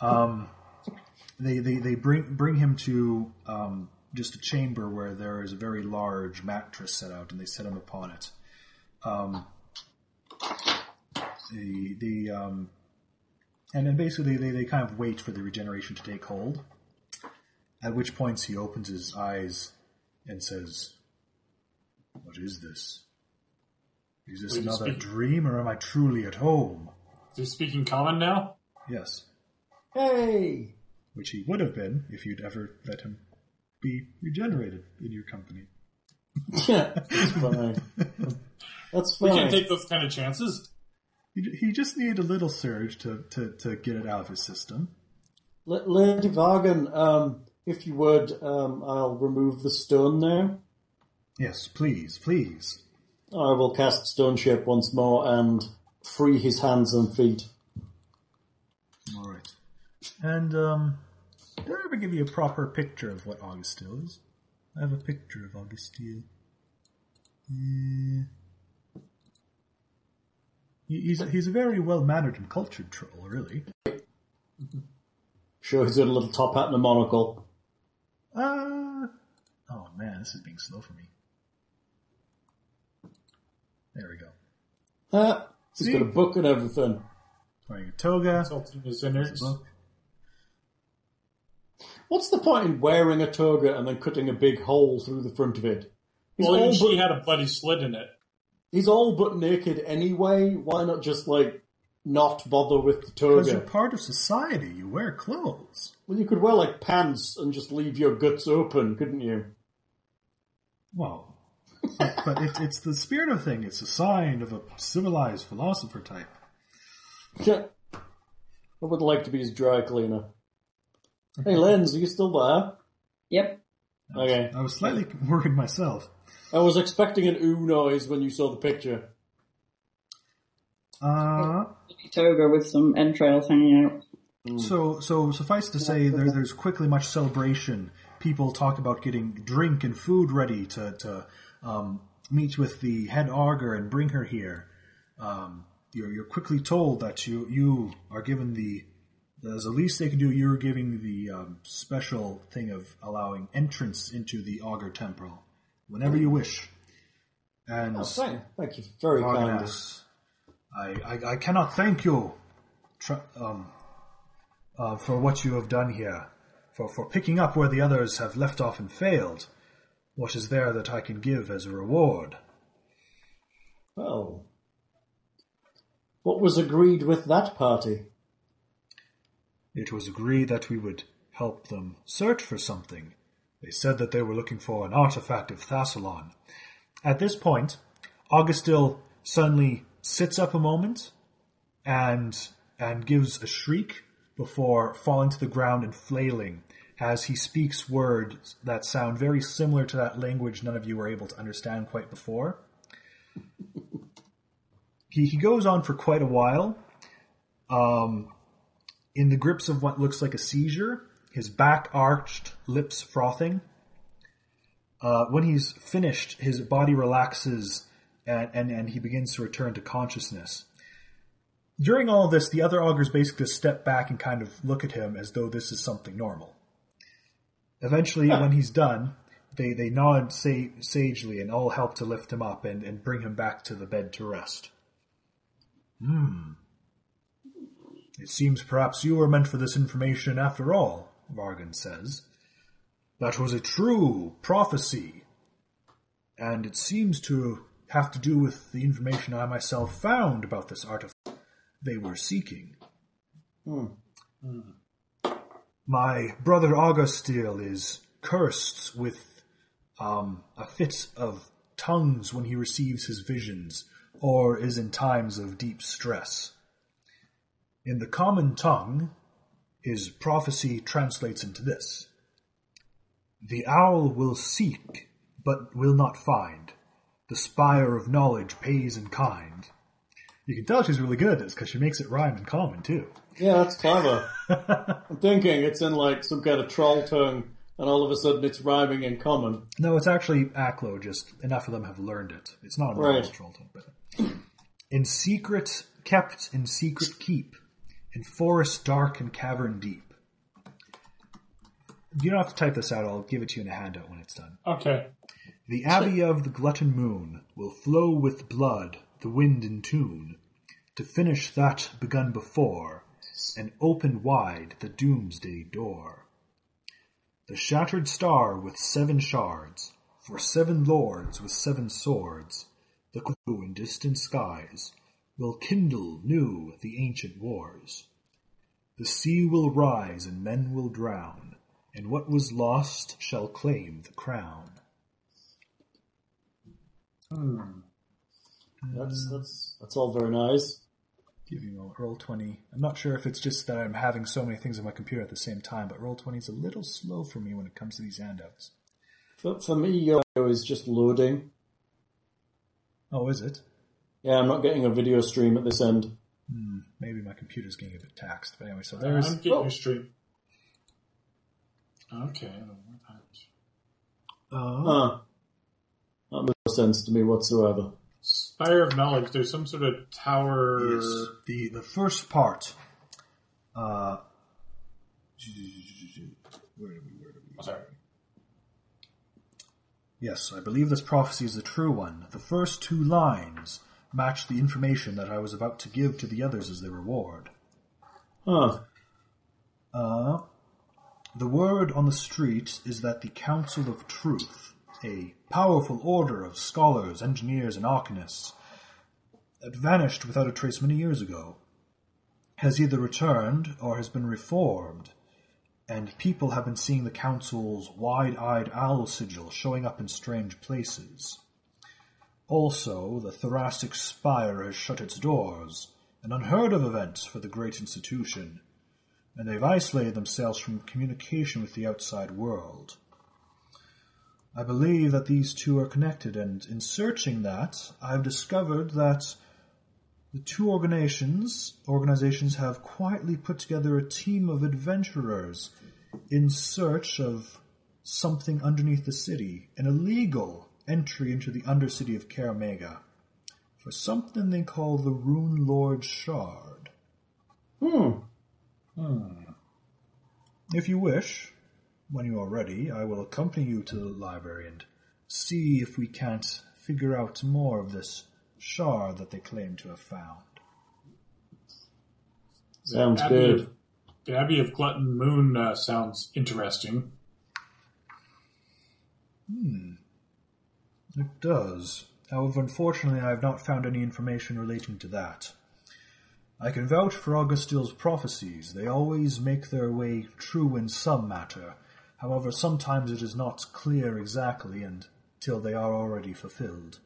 D: Um, they, they they bring bring him to um, just a chamber where there is a very large mattress set out, and they set him upon it. Um, the the um, and then basically they, they kind of wait for the regeneration to take hold. At which points he opens his eyes and says, What is this? Is this
F: Wait,
D: another
F: speak-
D: dream or am I truly at home?
F: Is he speaking common now?
D: Yes.
B: hey,
D: Which he would have been if you'd ever let him be regenerated in your company.
B: yeah, that's fine. That's
F: We
B: fine.
F: can't take those kind of chances.
D: He, he just needed a little surge to, to, to get it out of his system.
B: L- Lady Vargan, um, if you would, um, I'll remove the stone now.
D: Yes, please, please.
B: I will cast Stone Shape once more and free his hands and feet.
D: All right. And um, Did I ever give you a proper picture of what Augusteel is? I have a picture of Augusteel. Yeah. He- He's a, he's a very well mannered and cultured troll, really.
B: Sure, he's got a little top hat and a monocle.
D: Uh, oh man, this is being slow for me. There we go.
B: Uh, he's
D: See?
B: got a book and everything.
D: Wearing a toga.
F: Insulting his innards.
D: Book.
B: What's the point in wearing a toga and then cutting a big hole through the front of it? He's,
F: Well, even
B: all, but,
F: she had a bloody slit in it.
B: he's all but naked anyway. Why not just, like, not bother with the
D: Because you're
B: toga?
D: part of society, you wear clothes.
B: Well, you could wear, like, pants and just leave your guts open, couldn't you?
D: Well, but, but it, it's the spirit of thing. It's a sign of a civilized philosopher type.
B: I would like to be his dry cleaner. Hey, Lenz, are you still there?
C: Yep.
B: Okay.
D: I was slightly worried myself.
B: I was expecting an ooh noise when you saw the picture.
D: Uh,
C: Toga with some entrails hanging out.
D: so, so suffice to say, there, there's quickly much celebration. People talk about getting drink and food ready to to um, meet with the head augur and bring her here. Um, you're, you're quickly told that you you are given the as the least they can do. You're giving the um, special thing of allowing entrance into the augur temple whenever you wish. And
B: Oh, thank, thank you very kindly.
D: Vargas. I, I, I cannot thank you tr- um, uh, for what you have done here, for, for picking up where the others have left off and failed. What is there that I can give as a reward?
B: Well, what was agreed with that party?
D: It was agreed that we would help them search for something. They said that they were looking for an artifact of Thassalon. At this point, Augustil suddenly sits up a moment and and gives a shriek before falling to the ground and flailing as he speaks words that sound very similar to that language none of you were able to understand quite before. he, he goes on for quite a while. Um, in the grips of what looks like a seizure, his back arched, lips frothing. Uh, when he's finished, his body relaxes and, and, and he begins to return to consciousness. During all this, the other augurs basically step back and kind of look at him as though this is something normal. Eventually, when he's done, they, they nod sa- sagely and all help to lift him up and, and bring him back to the bed to rest. It seems perhaps you were meant for this information after all, Vargan says. That was a true prophecy. And it seems to have to do with the information I myself found about this artifact they were seeking.
B: Hmm.
D: My brother Augusteel is cursed with um, a fit of tongues when he receives his visions or is in times of deep stress. In the common tongue, his prophecy translates into this The owl will seek, but will not find. The spire of knowledge pays in kind. You can tell she's really good at this because she makes it rhyme in common, too.
B: Yeah, that's clever. I'm thinking it's in like some kind of troll tongue, and all of a sudden it's rhyming in common.
D: No, it's actually Aklo, just enough of them have learned it. It's not a normal
B: Right.
D: troll tongue, but. uh, In secret, kept in secret keep, in forest dark and cavern deep. You don't have to type this out, I'll give it to you in a handout when it's done.
F: Okay.
D: The abbey of the glutton moon will flow with blood, the wind in tune, to finish that begun before, and open wide the doomsday door. The shattered star with seven shards, for seven lords with seven swords, the clue in distant skies, will kindle new the ancient wars. The sea will rise and men will drown, and what was lost shall claim the crown.
B: Hmm, That's that's that's all very nice.
D: Give you a roll twenty. I'm not sure if it's just that I'm having so many things on my computer at the same time, but roll twenty is a little slow for me when it comes to these handouts.
B: For, for me, yo is just loading.
D: Oh, is it?
B: Yeah, I'm not getting a video stream at this end.
D: Hmm, Maybe my computer's getting a bit taxed. But anyway, so
F: Uh,
B: oh.
F: I'm
D: there's
F: getting a stream. Okay.
D: uh,
B: Huh. That makes no sense to me whatsoever.
F: Spire of Knowledge. There's some sort of tower.
D: Yes. The the first part. Uh, where are we? Where are we?
F: Sorry.
D: Yes, I believe this prophecy is the true one. The first two lines match the information that I was about to give to the others as their reward.
B: Huh.
D: Uh, the word on the street is that the Council of Truth, a powerful order of scholars, engineers, and arcanists, that vanished without a trace many years ago, has either returned or has been reformed, and people have been seeing the Council's wide eyed owl sigil showing up in strange places. Also, the thoracic spire has shut its doors, an unheard of event for the great institution and they've isolated themselves from communication with the outside world. I believe that these two are connected, and in searching that, I've discovered that the two organizations organizations have quietly put together a team of adventurers in search of something underneath the city, an illegal entry into the undercity of Karamega, for something they call the Rune Lord Shard.
B: Hmm.
D: If you wish, when you are ready, I will accompany you to the library and see if we can't figure out more of this shard that they claim to have found.
B: Sounds
F: Abbey
B: good.
F: Of, the Abbey of Glutton Moon uh, sounds interesting.
D: It does. However, unfortunately, I have not found any information relating to that. I can vouch for Augustine's prophecies. They always make their way true in some matter. However, sometimes it is not clear exactly until they are already fulfilled.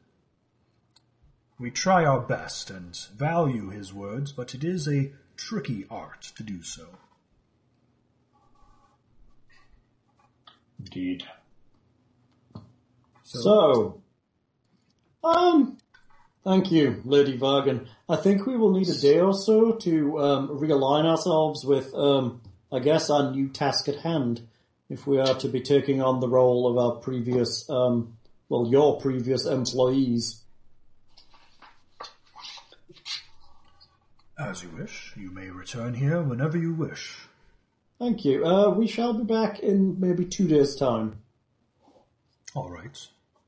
D: We try our best and value his words, but it is a tricky art to do so.
F: Indeed.
B: So, um, thank you, Lady Vargan. I think we will need a day or so to um, realign ourselves with, um, I guess, our new task at hand, if we are to be taking on the role of our previous, um, well, your previous employees.
D: As you wish, you may return here whenever you wish.
B: Thank you. Uh, we shall be back in maybe two days' time.
D: All right,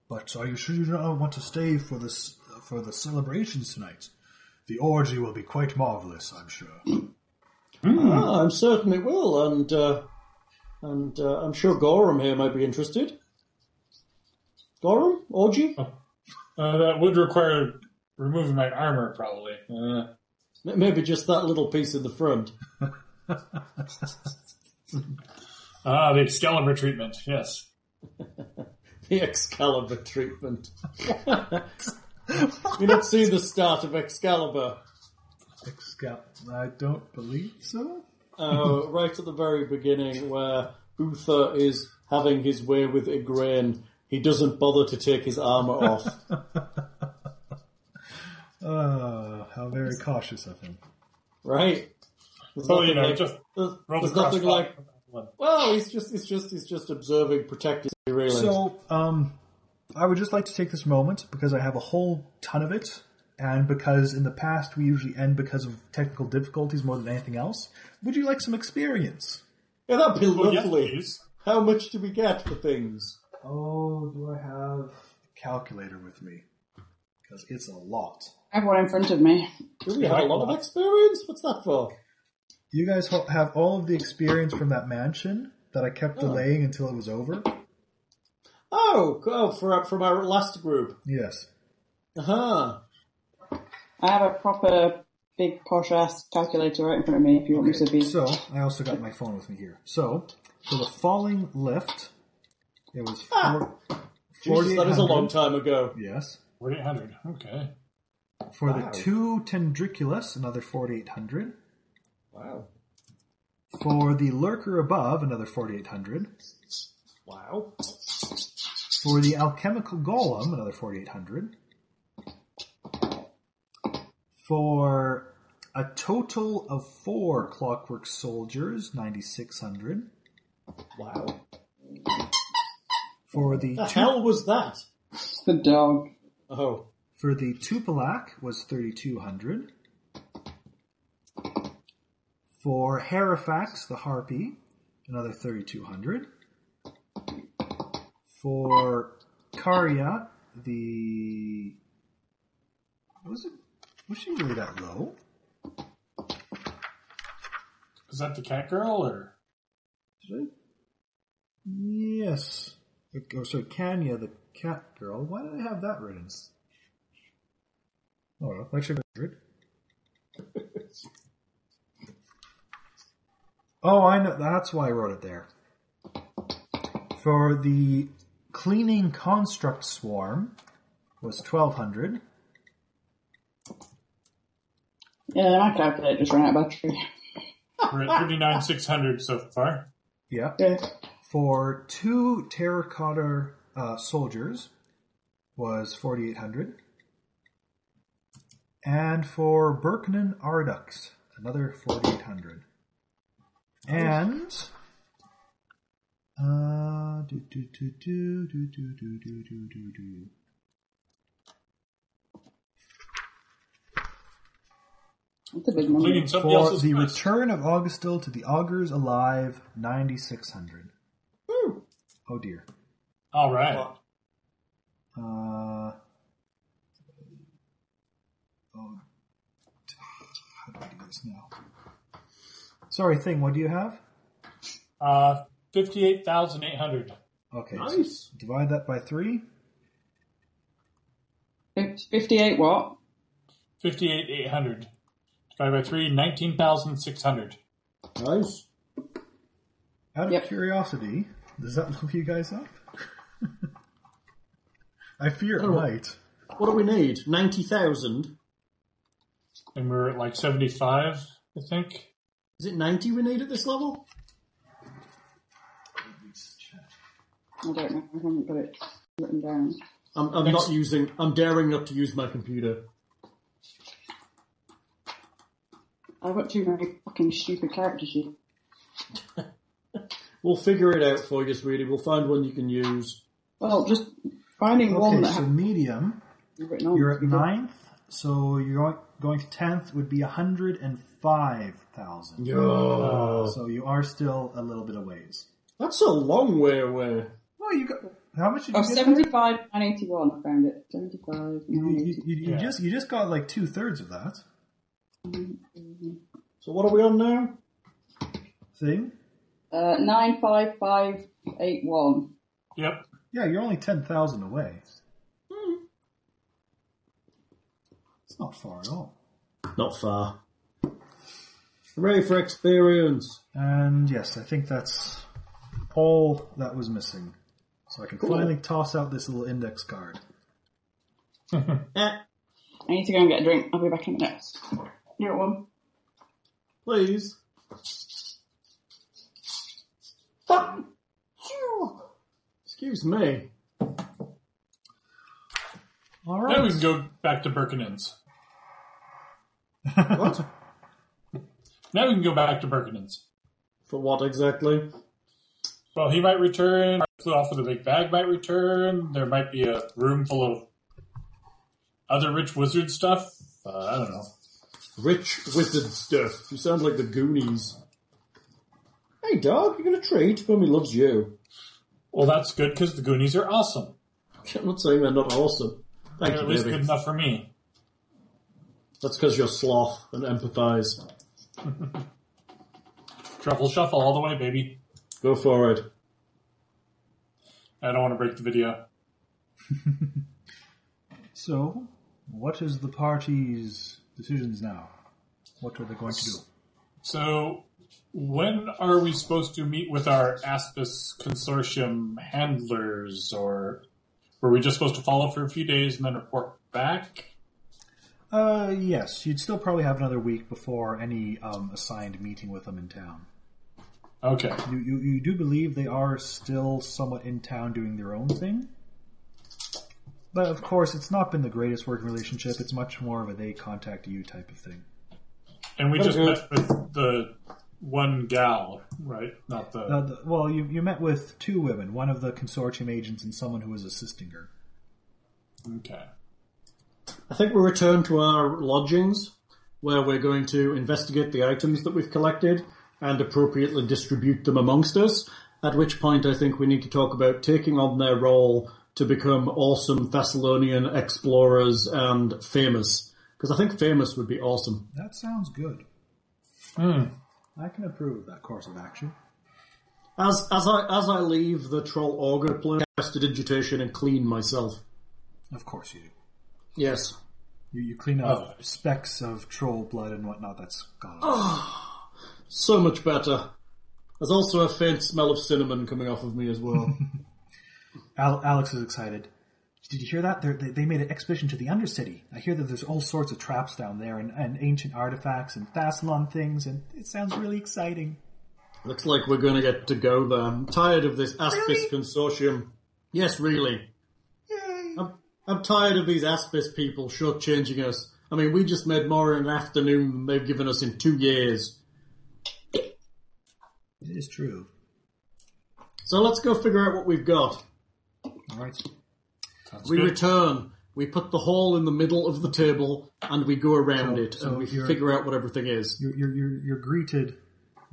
D: but are you sure you do not want to stay for this for the celebrations tonight? The orgy will be quite marvelous, I'm sure.
B: Ah, I'm certain it will, and uh, and uh, I'm sure Gorham here might be interested. Gorham, orgy?
F: Uh, that would require removing my armor, probably. Uh,
B: M- Maybe just that little piece in the front.
F: ah, the Excalibur treatment. Yes.
B: The Excalibur treatment. you not see the start of Excalibur.
D: Excal- I don't believe so.
B: Uh, right at the very beginning, where Uther is having his way with Igraine, he doesn't bother to take his armor off.
D: Uh, how very cautious of him.
B: Right? There's
F: Oh, you
B: nothing
F: know, just
B: there's,
F: roll
B: there's
F: the
B: nothing
F: crossbar.
B: like. Well, he's just, he's just, he's just observing protectively. Really.
D: So, um, I would just like to take this moment because I have a whole ton of it, and because in the past we usually end because of technical difficulties more than anything else. Would you like some experience?
B: yeah, that'd be
F: Well, Oh, yes,
B: lovely.
F: please.
B: How much do we get for things?
D: Oh, do I have a calculator with me? Because it's a lot.
C: I have one in front of me.
B: Do we have a lot of experience? What's that for?
D: You guys ho- have all of the experience from that mansion that I
C: Oh.
D: kept delaying until it was over.
B: Oh, oh, for, from our last group.
D: Yes.
B: Uh-huh.
C: I have a proper big posh ass calculator right in front of me. If you want me to be,
D: So I also got my phone with me here. So for the falling lift, it was
C: Ah!
D: four,
B: Jesus, that is a
D: 4800.
B: long time ago.
D: Yes.
F: 4800. Okay.
D: For the two tendriculus, another forty-eight hundred.
B: Wow.
D: For the lurker above, another forty-eight hundred.
B: Wow.
D: For the alchemical golem, another 4800. For a total of four clockwork soldiers, 9600.
B: Wow.
D: For the
B: The
D: two,
B: hell was that?
C: It's the dog.
B: Oh,
D: for the Tupolak was thirty two hundred. For Harifax, the Harpy, another thirty two hundred. For Karya, the was it was she really that low?
F: Is that the cat girl or?
D: Yes. Oh, so Kanya, the cat girl. Why did I have that written? Oh, well, lecture hundred. oh, I know. That's why I wrote it there. For the cleaning construct swarm was twelve hundred.
C: Yeah, my calculator's ran out of battery.
F: We're at thirty nine six hundred so far.
D: Yeah.
C: Yeah.
D: For two terracotta uh, soldiers was 4,800. And for Birknan Ardux, another 4,800. And. Uh, do, do, do, do, do, do, do, do, do, do, do.
C: It's a big number.
F: Including somebody
D: For
F: else's
D: the
F: quest.
D: return of Augustil to the augurs alive, 9,600. Oh dear.
F: All right.
D: Uh, oh, how do I do this now? Sorry, thing. What do you have?
F: Uh, fifty eight thousand eight hundred.
D: Okay, so
B: nice.
D: divide that by three.
C: Fif- 58 what?
F: Fifty eight eight hundred. Divided by three, nineteen thousand six hundred.
B: Nice.
D: Out of
C: Yep.
D: curiosity, does that move you guys up? I fear it
B: Oh.
D: might.
B: What do we need? 90,000?
F: And we're at like seventy five, I think.
B: Is it 90 we need at this level?
C: I don't know. I haven't got it written down.
B: I'm, I'm
F: Thanks.
B: not using, I'm daring not to use my computer.
C: I've got too many fucking stupid characters here.
B: We'll figure it out for you, sweetie. We'll find one you can use.
C: Well, just finding one
D: Okay,
C: that
D: so
C: has
D: medium.
C: written on.
D: You're at ninth, so you're going- going to tenth would be hundred and five thousand.
B: Oh,
D: So you are still a little bit of ways.
B: that's a long way away.
D: Well, you got how much did you
C: Oh,
D: get?
C: 75 and 81, I found it. Mm-hmm. 75
D: You,
C: and
D: you- you
F: Yeah.
D: just you just got like two thirds of that
B: So what are we on now?
D: thing.
C: Uh, 95581.
F: Yep.
D: Yeah, you're only ten thousand away. It's not far at all.
B: Not far. Hooray for experience.
D: And yes, I think that's all that was missing. So I can finally toss out this little index card.
B: Eh,
C: I need to go and get a drink. I'll be back in a minute. You're at one.
B: please. Fuck you. Excuse me.
D: All
F: Then we
D: right.
F: can go back to Birkenins.
B: What?
F: Now we can go back to Birkenins.
B: for what exactly?
F: Well, he might return. Flew off with a big bag. Might return. There might be a room full of other rich wizard stuff. Uh, I don't know.
B: Rich wizard stuff. You sound like the Goonies. Hey, dog, you're gonna treat. Mummy loves you.
F: Well, that's good because the Goonies are awesome.
B: I'm not saying they're not awesome. Thank
F: They're at
B: you,
F: least
B: baby.
F: good enough for me.
B: That's because you're sloth and empathise.
F: Truffle shuffle all the way, baby.
B: Go for it.
F: I don't want to break the video.
D: So, what is the party's decisions now? What are they going to do?
F: So, when are we supposed to meet with our Aspis consortium handlers, or were we just supposed to follow for a few days and then report back?
D: Uh, yes, you'd still probably have another week before any um, assigned meeting with them in town.
F: Okay.
D: You, you, you do believe they are still somewhat in town doing their own thing. But of course, it's not been the greatest working relationship. It's much more of a they contact you type of thing.
F: And we just
B: Okay.
F: met with the one gal, right? Not the.
D: Uh, the- well, you, you met with two women, one of the consortium agents and someone who was assisting her.
F: okay.
B: I think we return to our lodgings where we're going to investigate the items that we've collected and appropriately distribute them amongst us. At which point, I think we need to talk about taking on their role to become awesome Thessalonian explorers and famous. Because I think famous would be awesome.
D: That sounds good.
F: Hmm.
D: I can approve of that course of action.
B: As as I as I leave the troll auger place, I cast digitation and clean myself.
D: Of course you do.
B: Yes.
D: You, you clean up specks of troll blood and whatnot that's gone.
B: So much better. There's also a faint smell of cinnamon coming off of me as well.
D: Al- Alex is excited. Did you hear that? They're, they they made an expedition to the Undercity. I hear that there's all sorts of traps down there and, and ancient artifacts and Thassalon things, and it sounds really exciting.
B: Looks like we're going to get to go there. I'm tired of this Aspis consortium. Yes, really. I'm, I'm tired of these Aspis people shortchanging us. I mean, we just made more in an afternoon than they've given us in two years.
D: It is true.
B: So let's go figure out what we've got.
D: All right.
F: Sounds
B: We
F: good.
B: return. We put the hole in the middle of the table and we go around
D: So-
B: it
D: so
B: and we
D: you're-
B: figure out what everything is.
D: You're, you're, you're, you're greeted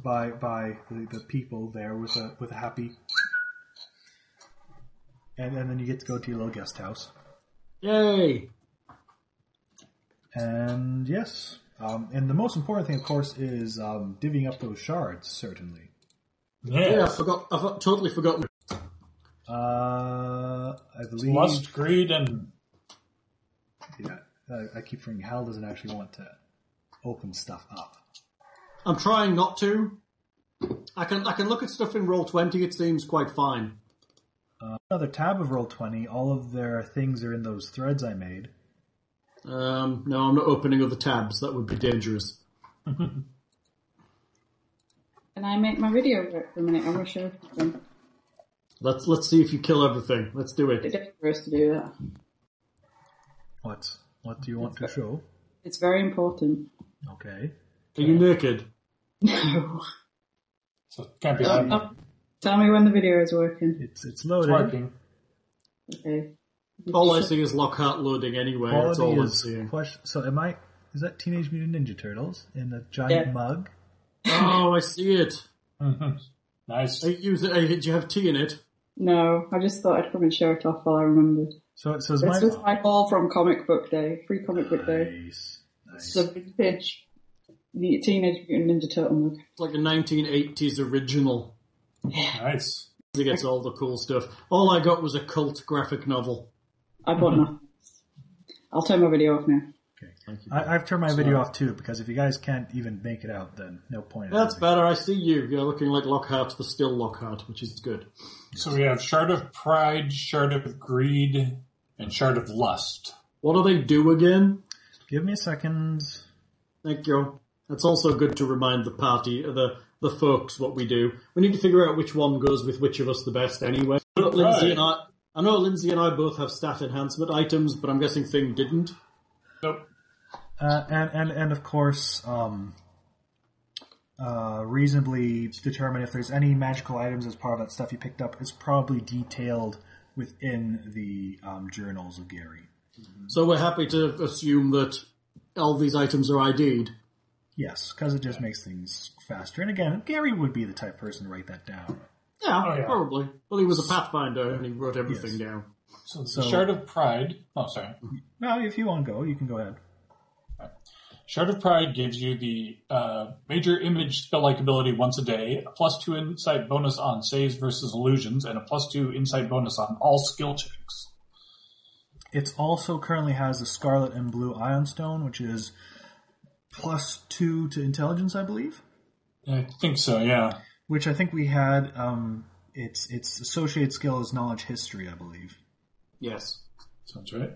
D: by by the, the people there with a with a happy, and, and then you get to go to your little guest house.
B: Yay!
D: And yes, um, and the most important thing, of course, is um, divvying up those shards. Certainly.
F: yeah.
B: Yeah, I forgot. I've totally forgotten.
D: Uh, I believe.
F: Lust, greed, and
D: Yeah, I, I keep thinking Hal doesn't actually want to open stuff up.
B: I'm trying not to. I can I can look at stuff in roll twenty. It seems quite fine.
D: Another tab of roll twenty. All of their things are in those threads I made.
B: Um, no, I'm not opening other tabs. That would be dangerous.
C: Can I make my video for a minute? I want to show them.
B: Let's let's see if you kill everything. Let's do
C: It's
B: it.
C: dangerous to do that.
D: What? What do you want to show?
C: It's very important.
D: Okay.
B: Are you naked?
C: No.
F: so it can't be hiding.
C: Oh, tell me when the video is working.
D: It's it's
F: It's
D: loaded.
F: working.
C: Okay.
B: All Oh, I see is Lockhart loading anyway. That's all I'm
D: Quality
B: seeing.
D: is question. So am I? Is that Teenage Mutant Ninja Turtles in a giant
C: Yeah.
D: mug?
B: oh, I see it.
F: Mhm. Nice.
B: Are you, are you, do you have tea in it?
C: No, I just thought I'd come and show it off while I remembered.
D: So so is
C: This is my
D: my
C: haul from Comic Book Day, free Comic Book Day.
D: nice.
C: It's
D: nice.
C: a vintage the Teenage Mutant Ninja Turtle mug.
B: It's like a 1980s original.
F: Nice.
B: He gets all the cool stuff. All I got was a cult graphic novel.
C: I bought nothing. I'll turn my video off now.
D: I, I've turned my video off too because if you guys can't even make it out, then no point. in
B: That's
D: having-
B: better. I see you. You're looking like Lockhart, the still Lockhart, which is good.
F: So we have shard of pride, shard of greed, and shard of lust.
B: What do they do again?
D: Give me a second.
B: Thank you. It's also good to remind the party, uh, the the folks, what we do. We need to figure out which one goes with which of us the best, anyway. I know Lindsay and I, I know Lindsay and I both have staff enhancement items, but I'm guessing Thing didn't.
F: Nope.
D: Uh, and, and and of course, um, uh, reasonably determine if there's any magical items as part of that stuff you picked up. It's probably detailed within the um, journals of Gary.
B: So we're happy to assume that all these items are ID'd.
D: Yes, because it just makes things faster. And again, Gary would be the type of person to write that down.
B: Yeah,
F: Oh, yeah.
B: probably. Well, he was a pathfinder and he wrote everything
D: Yes.
B: down.
F: So the
D: So-
F: shard of pride. Oh, sorry.
D: Now, if you want to go, you can go ahead.
F: Shard of Pride gives you the uh, major image spell-like ability once a day, a plus two insight bonus on saves versus illusions, and a plus two insight bonus on all skill checks.
D: It also currently has the Scarlet and Blue Ion Stone, which is plus two to intelligence, I believe.
F: I think so, yeah.
D: which I think we had. Um, its its associated skill is knowledge history, I believe.
B: Yes.
F: Sounds right.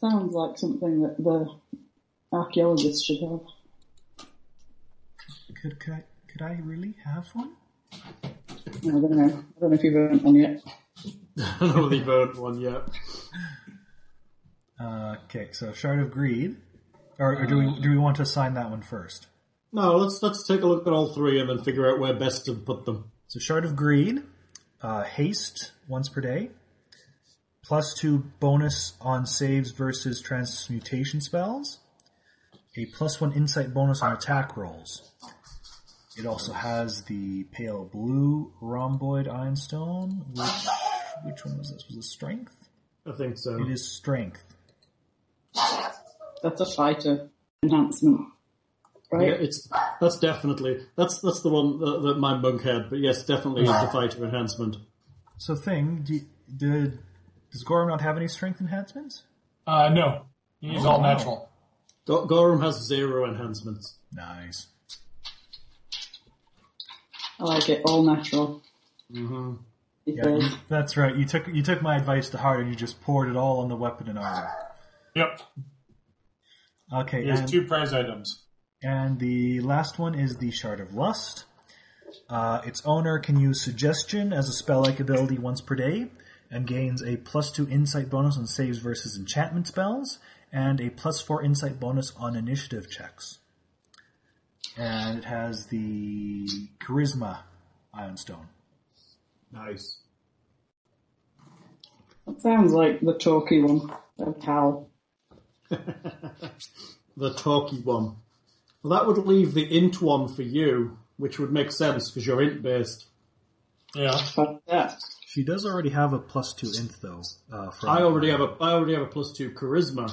C: Sounds like something that the archaeologists should have.
D: Could could I could I really have one?
C: I don't know. I don't know if you've earned one yet.
B: I don't know if they've earned one yet.
D: Uh, okay, so shard of greed Or, or do we do we want to assign that one first?
B: No, let's let's take a look at all three and then figure out where best to put them.
D: So Shard of Greed, uh, haste once per day, plus two bonus on saves versus transmutation spells, a plus one insight bonus on attack rolls. It also has the pale blue rhomboid ironstone. Which, which one was this? Was it strength?
B: I think so.
D: It is strength.
C: That's a fighter enhancement,
B: Yeah,
C: right?
B: it's that's definitely that's that's the one that, that my monk had. But yes, definitely is the fighter enhancement.
D: So thing, do, did does Gorm not have any strength enhancements?
F: Uh, no, he's
D: Oh,
F: all natural.
B: Go- Gorum has zero enhancements.
D: Nice.
C: I like it. All natural. He
D: Yeah,
C: says.
D: you, that's right. You took you took my advice to heart, and you just poured it all on the weapon and armor.
F: Yep,
D: Okay,
F: he has
D: and-
F: two prize items.
D: And the last one is the Shard of Lust. Uh, its owner can use Suggestion as a spell like ability once per day and gains a plus 2 insight bonus on saves versus enchantment spells and a plus 4 insight bonus on initiative checks. And it has the Charisma Ironstone.
B: Nice.
C: That sounds like the talky one. Of Hal.
B: The talky one. Well, that would leave the int one for you, which would make sense because you're int based.
F: Yeah,
C: But yeah,
D: She does already have a plus 2 inth though. Uh, from
B: I already have a I already have a plus two charisma.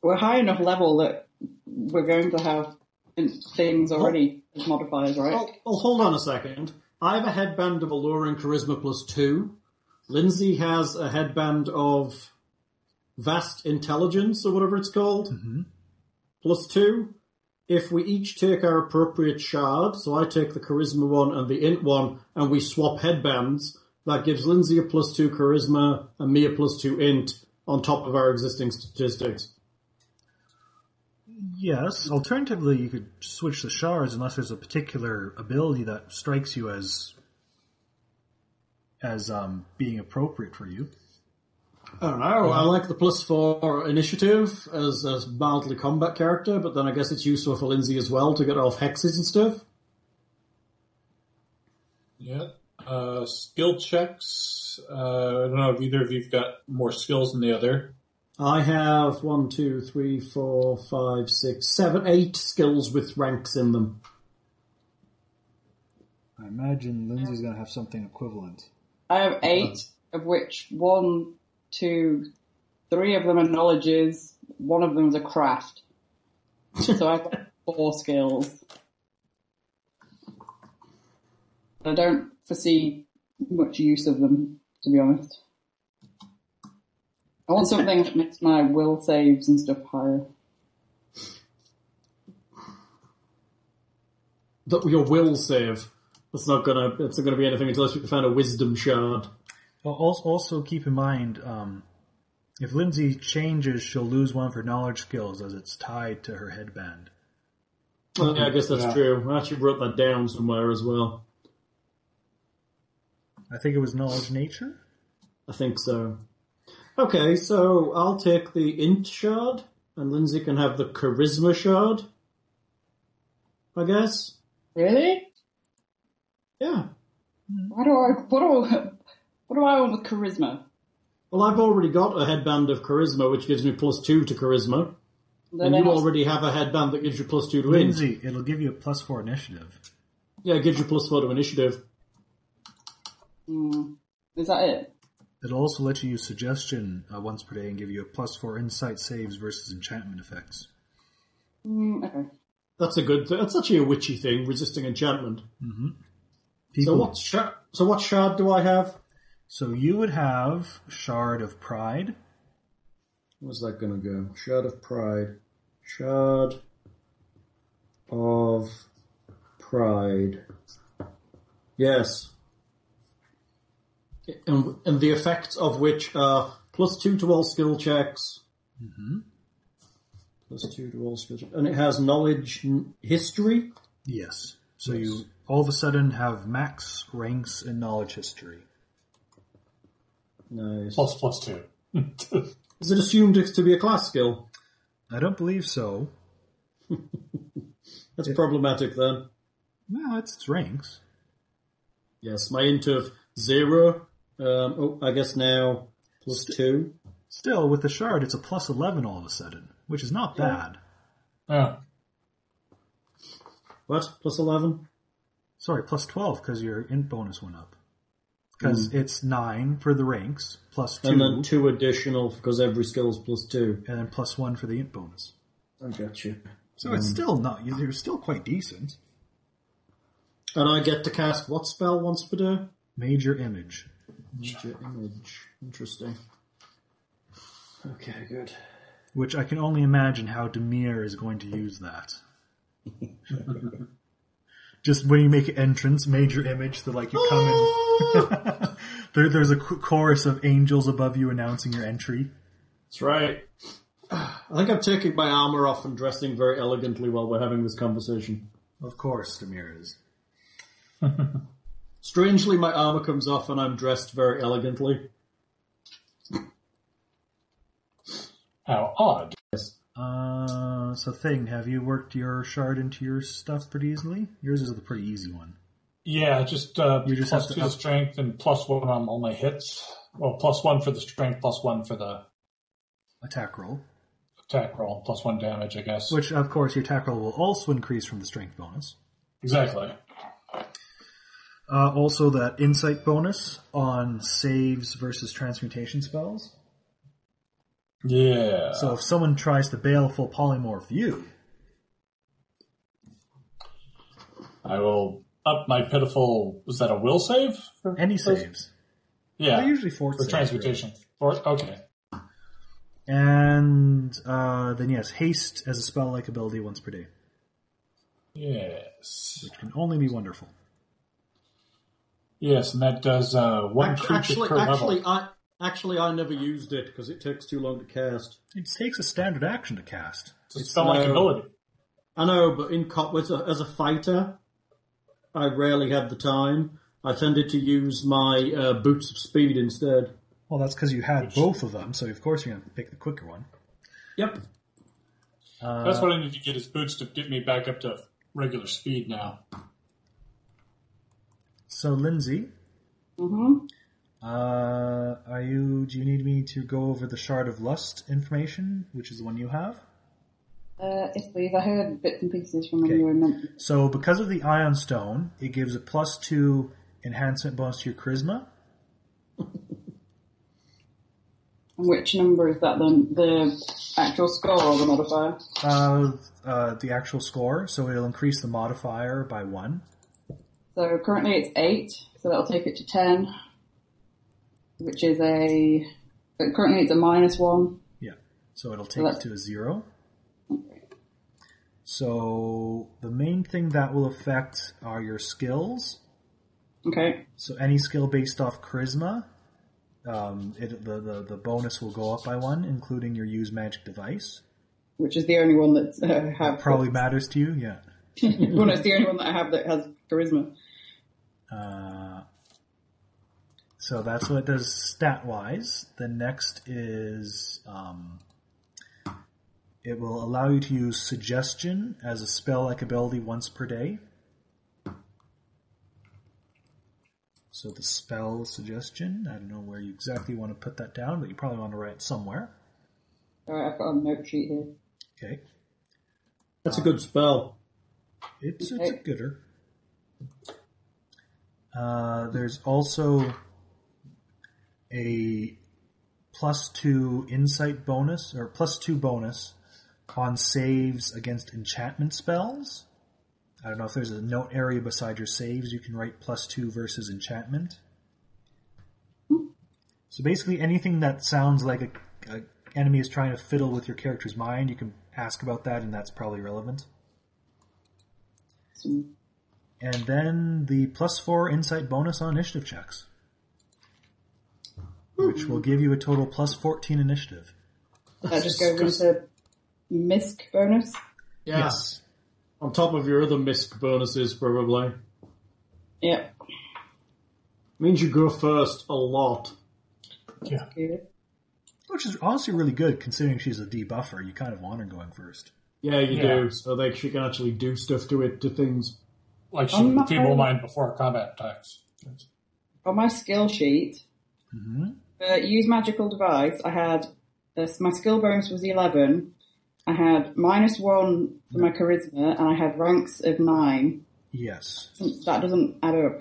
C: we're high enough level that we're going to have things already as modifiers, right?
B: Oh, oh, hold on a second. I have a headband of alluring charisma plus two. Lindsay has a headband of vast intelligence or whatever it's called plus two. If we each take our appropriate shard, so I take the charisma one and the int one, and we swap headbands, that gives Lindsay a plus two charisma and me a plus two int on top of our existing statistics.
D: Yes. Alternatively, you could switch the shards unless there's a particular ability that strikes you as as um, being appropriate for you.
B: I don't know. I like the plus four initiative as a mildly combat character, but then I guess it's useful for Lindsay as well to get off hexes and stuff.
F: yeah. Uh, skill checks. Uh, I don't know if either of you've got more skills than the other.
B: I have one, two, three, four, five, six, seven, eight skills with ranks in them.
D: I imagine Lindsay's going to have something equivalent.
C: I have eight, of which one, two, three of them are knowledges, one of them is a craft. so I've got four skills. I don't foresee much use of them, to be honest. I want something that makes my will saves and stuff higher.
B: That your will save. That's not gonna. It's not gonna be anything unless you find a wisdom shard.
D: Well, also, also keep in mind um, if Lindsay changes, she'll lose one of her knowledge skills as it's tied to her headband.
B: Well, yeah, I guess that's
F: Yeah.
B: true. I actually wrote that down somewhere as well.
D: I think it was knowledge nature.
B: I think so. Okay, so I'll take the int shard, and Lindsay can have the charisma shard. I guess.
C: Really?
B: Yeah.
C: Why do I, what do I, what do I want with charisma?
B: Well, I've already got a headband of charisma, which gives me plus two to charisma, and you already have a headband that gives you plus two to int.
D: Lindsay, it'll give you a plus four initiative.
B: Yeah, it gives you plus four to initiative.
C: Hmm. Is that it?
D: It'll also let you use suggestion uh, once per day and give you a plus four insight saves versus enchantment effects.
C: Mm, okay.
B: That's a good. Th- that's actually a witchy thing, resisting enchantment.
D: People-
B: So what? Sha- so what shard do I have?
D: So you would have Shard of Pride.
B: Where's that going to go? Shard of Pride. Shard of Pride. Yes. And, and the effects of which are plus two to all skill checks. Mm-hmm. Plus two to all skill checks. And it has knowledge n- history.
D: Yes. So you all of a sudden have max ranks in knowledge history.
B: Nice.
F: Plus plus two.
B: Is it assumed it's to be a class skill?
D: I don't believe so.
B: That's problematic then.
D: No, it's, it's ranks.
B: Yes, my int of zero. Um, oh, I guess now plus two.
D: Still, with the shard, it's a plus 11 all of a sudden, which is not bad.
F: Yeah.
B: What? Plus eleven?
D: Sorry, plus 12 because your int bonus went up. Because it's 9 for the ranks, plus 2,
B: And then two additional because every skill is plus two.
D: and then plus 1 for the int bonus.
B: I got you.
D: So it's still not, you're still quite decent.
B: And I get to cast what spell once per day?
D: Major image.
B: Major image. Interesting. Okay, good.
D: Which I can only imagine how Demir is going to use that. Just when you make entrance, major image, they're like you come in. there, there's a ch- chorus of angels above you announcing your entry.
B: That's right. I think I'm taking my armor off and dressing very elegantly while we're having this conversation.
D: Of course, Demir is.
B: Strangely, my armor comes off and I'm dressed very elegantly.
F: How odd.
B: Yes.
D: Uh, so thing, have you worked your shard into your stuff pretty easily? Yours is a pretty easy one.
F: Yeah, just, uh,
D: You just
F: plus
D: have to
F: two to
D: up-
F: strength and plus one on all my hits. Well, plus one for the strength, plus one for the
D: Attack roll,
F: attack roll, plus one damage, I guess.
D: which of course your attack roll will also increase from the strength bonus.
F: Exactly.
D: Uh, also, that insight bonus on saves versus transmutation spells.
F: Yeah.
D: So if someone tries to baleful polymorph you,
F: I will up my pitiful. Was that a will save? for
D: any
F: those?
D: saves,
F: Yeah.
D: they're usually force
F: for
D: saves,
F: transmutation. For, okay.
D: really. And uh, then yes, haste as a spell-like ability once per day,
F: Yes.
D: which can only be wonderful.
F: Yes, and that does uh, one
B: Act-
F: creature
B: Actually,
F: per
B: actually,
F: level.
B: I actually I never used it because it takes too long to cast.
D: It takes a standard action to cast.
F: It's a spell-like
B: uh,
F: ability.
B: I know, but in co- as, a, as a fighter, I rarely had the time. I tended to use my uh, boots of speed instead.
D: Well, that's because you had both of them, so of course you're going to pick the quicker one.
B: Yep.
D: Uh,
F: That's what I need to get is boots to get me back up to regular speed now.
D: So, Lindsay,
C: Mm-hmm.
D: uh, are you? Do you need me to go over the shard of lust information, which is the one you have?
C: Uh, yes, please. I heard bits and pieces from when
D: Okay.
C: you were in
D: So, because of the ion stone, it gives a plus two enhancement bonus to your charisma.
C: Which number is that then? The actual score or the modifier?
D: Uh, uh, the actual score, so it'll increase the modifier by one.
C: So currently it's eight, so that'll take it to ten, which is a. but Currently it's a minus one.
D: Yeah. So it'll take it to a zero. So the main thing that will affect are your skills.
C: Okay.
D: So any skill based off charisma, um, it, the, the the bonus will go up by one, including your use magic device.
C: Which is the only one that uh, have
D: Probably matters to you, yeah.
C: well, no, it's the only one that I have that has charisma.
D: Uh, so that's what it does stat wise. The next is um, it will allow you to use suggestion as a spell like ability once per day. So the spell suggestion, I don't know where you exactly want to put that down, but you probably want to write it somewhere.
C: All right, I've got a note sheet here.
D: Okay.
B: That's a good spell.
D: It's it's a
C: Okay.
D: gooder. Uh, there's also a plus two insight bonus or plus two bonus on saves against enchantment spells. I don't know if there's a note area beside your saves you can write plus two versus enchantment. So basically, anything that sounds like a, a enemy is trying to fiddle with your character's mind, you can ask about that, and that's probably relevant.
C: Some-
D: And then the plus four insight bonus on initiative checks, which will give you a total plus 14 initiative.
C: That just goes into misc bonus.
B: Yeah. On top of your other misc bonuses, probably.
C: Yep.
B: Means you go first a lot.
F: Yeah.
C: Good.
D: which is honestly really good considering she's a debuffer. You kind of want her going first.
B: Yeah, you
F: Yeah.
B: do. So they she can actually do stuff to it to things.
F: Like she
C: I'm
F: can
C: not-
F: feeble mind before combat attacks.
C: on my skill sheet,
D: Mhm.
C: uh, use magical device, I had this, my skill bonus was 11. I had minus one for my charisma, and I had ranks of nine.
D: Yes,
C: That doesn't add up.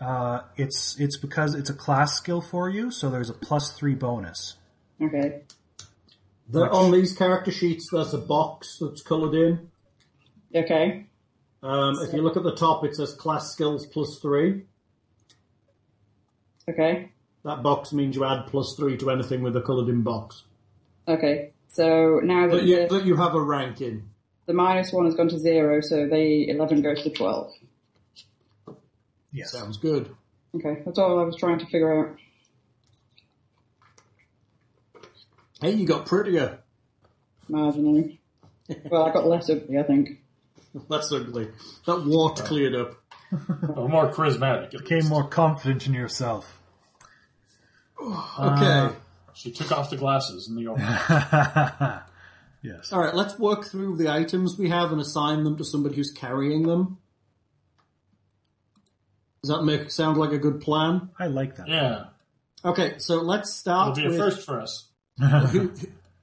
D: uh, it's it's because it's a class skill for you, so there's a plus three bonus.
C: Okay.
B: There- on these character sheets, there's a box that's coloured in.
C: Okay.
B: Um, if you look at the top, it says class skills plus three.
C: Okay.
B: That box means you add plus three to anything with a coloured in box
C: Okay. So now that
B: that you,
C: the,
B: that you have a rank in.
C: the minus one has gone to zero, so the 11 goes to 12.
D: Yes,
B: Sounds good.
C: Okay. That's all I was trying to figure out.
B: Hey, you got prettier.
C: Marginally. well, I got less ugly, I think.
B: That's ugly. That wart cleared up.
F: Or more charismatic. at
D: became
F: least.
D: more confident in yourself.
F: Uh,
B: Okay.
F: She took off the glasses in the open.
D: yes.
B: All right, let's work through the items we have and assign them to somebody who's carrying them. Does that make sound like a good plan?
D: I like that.
F: yeah.
B: Okay, so let's
F: It'll
B: start
F: be a
B: with
F: first for us.
B: who,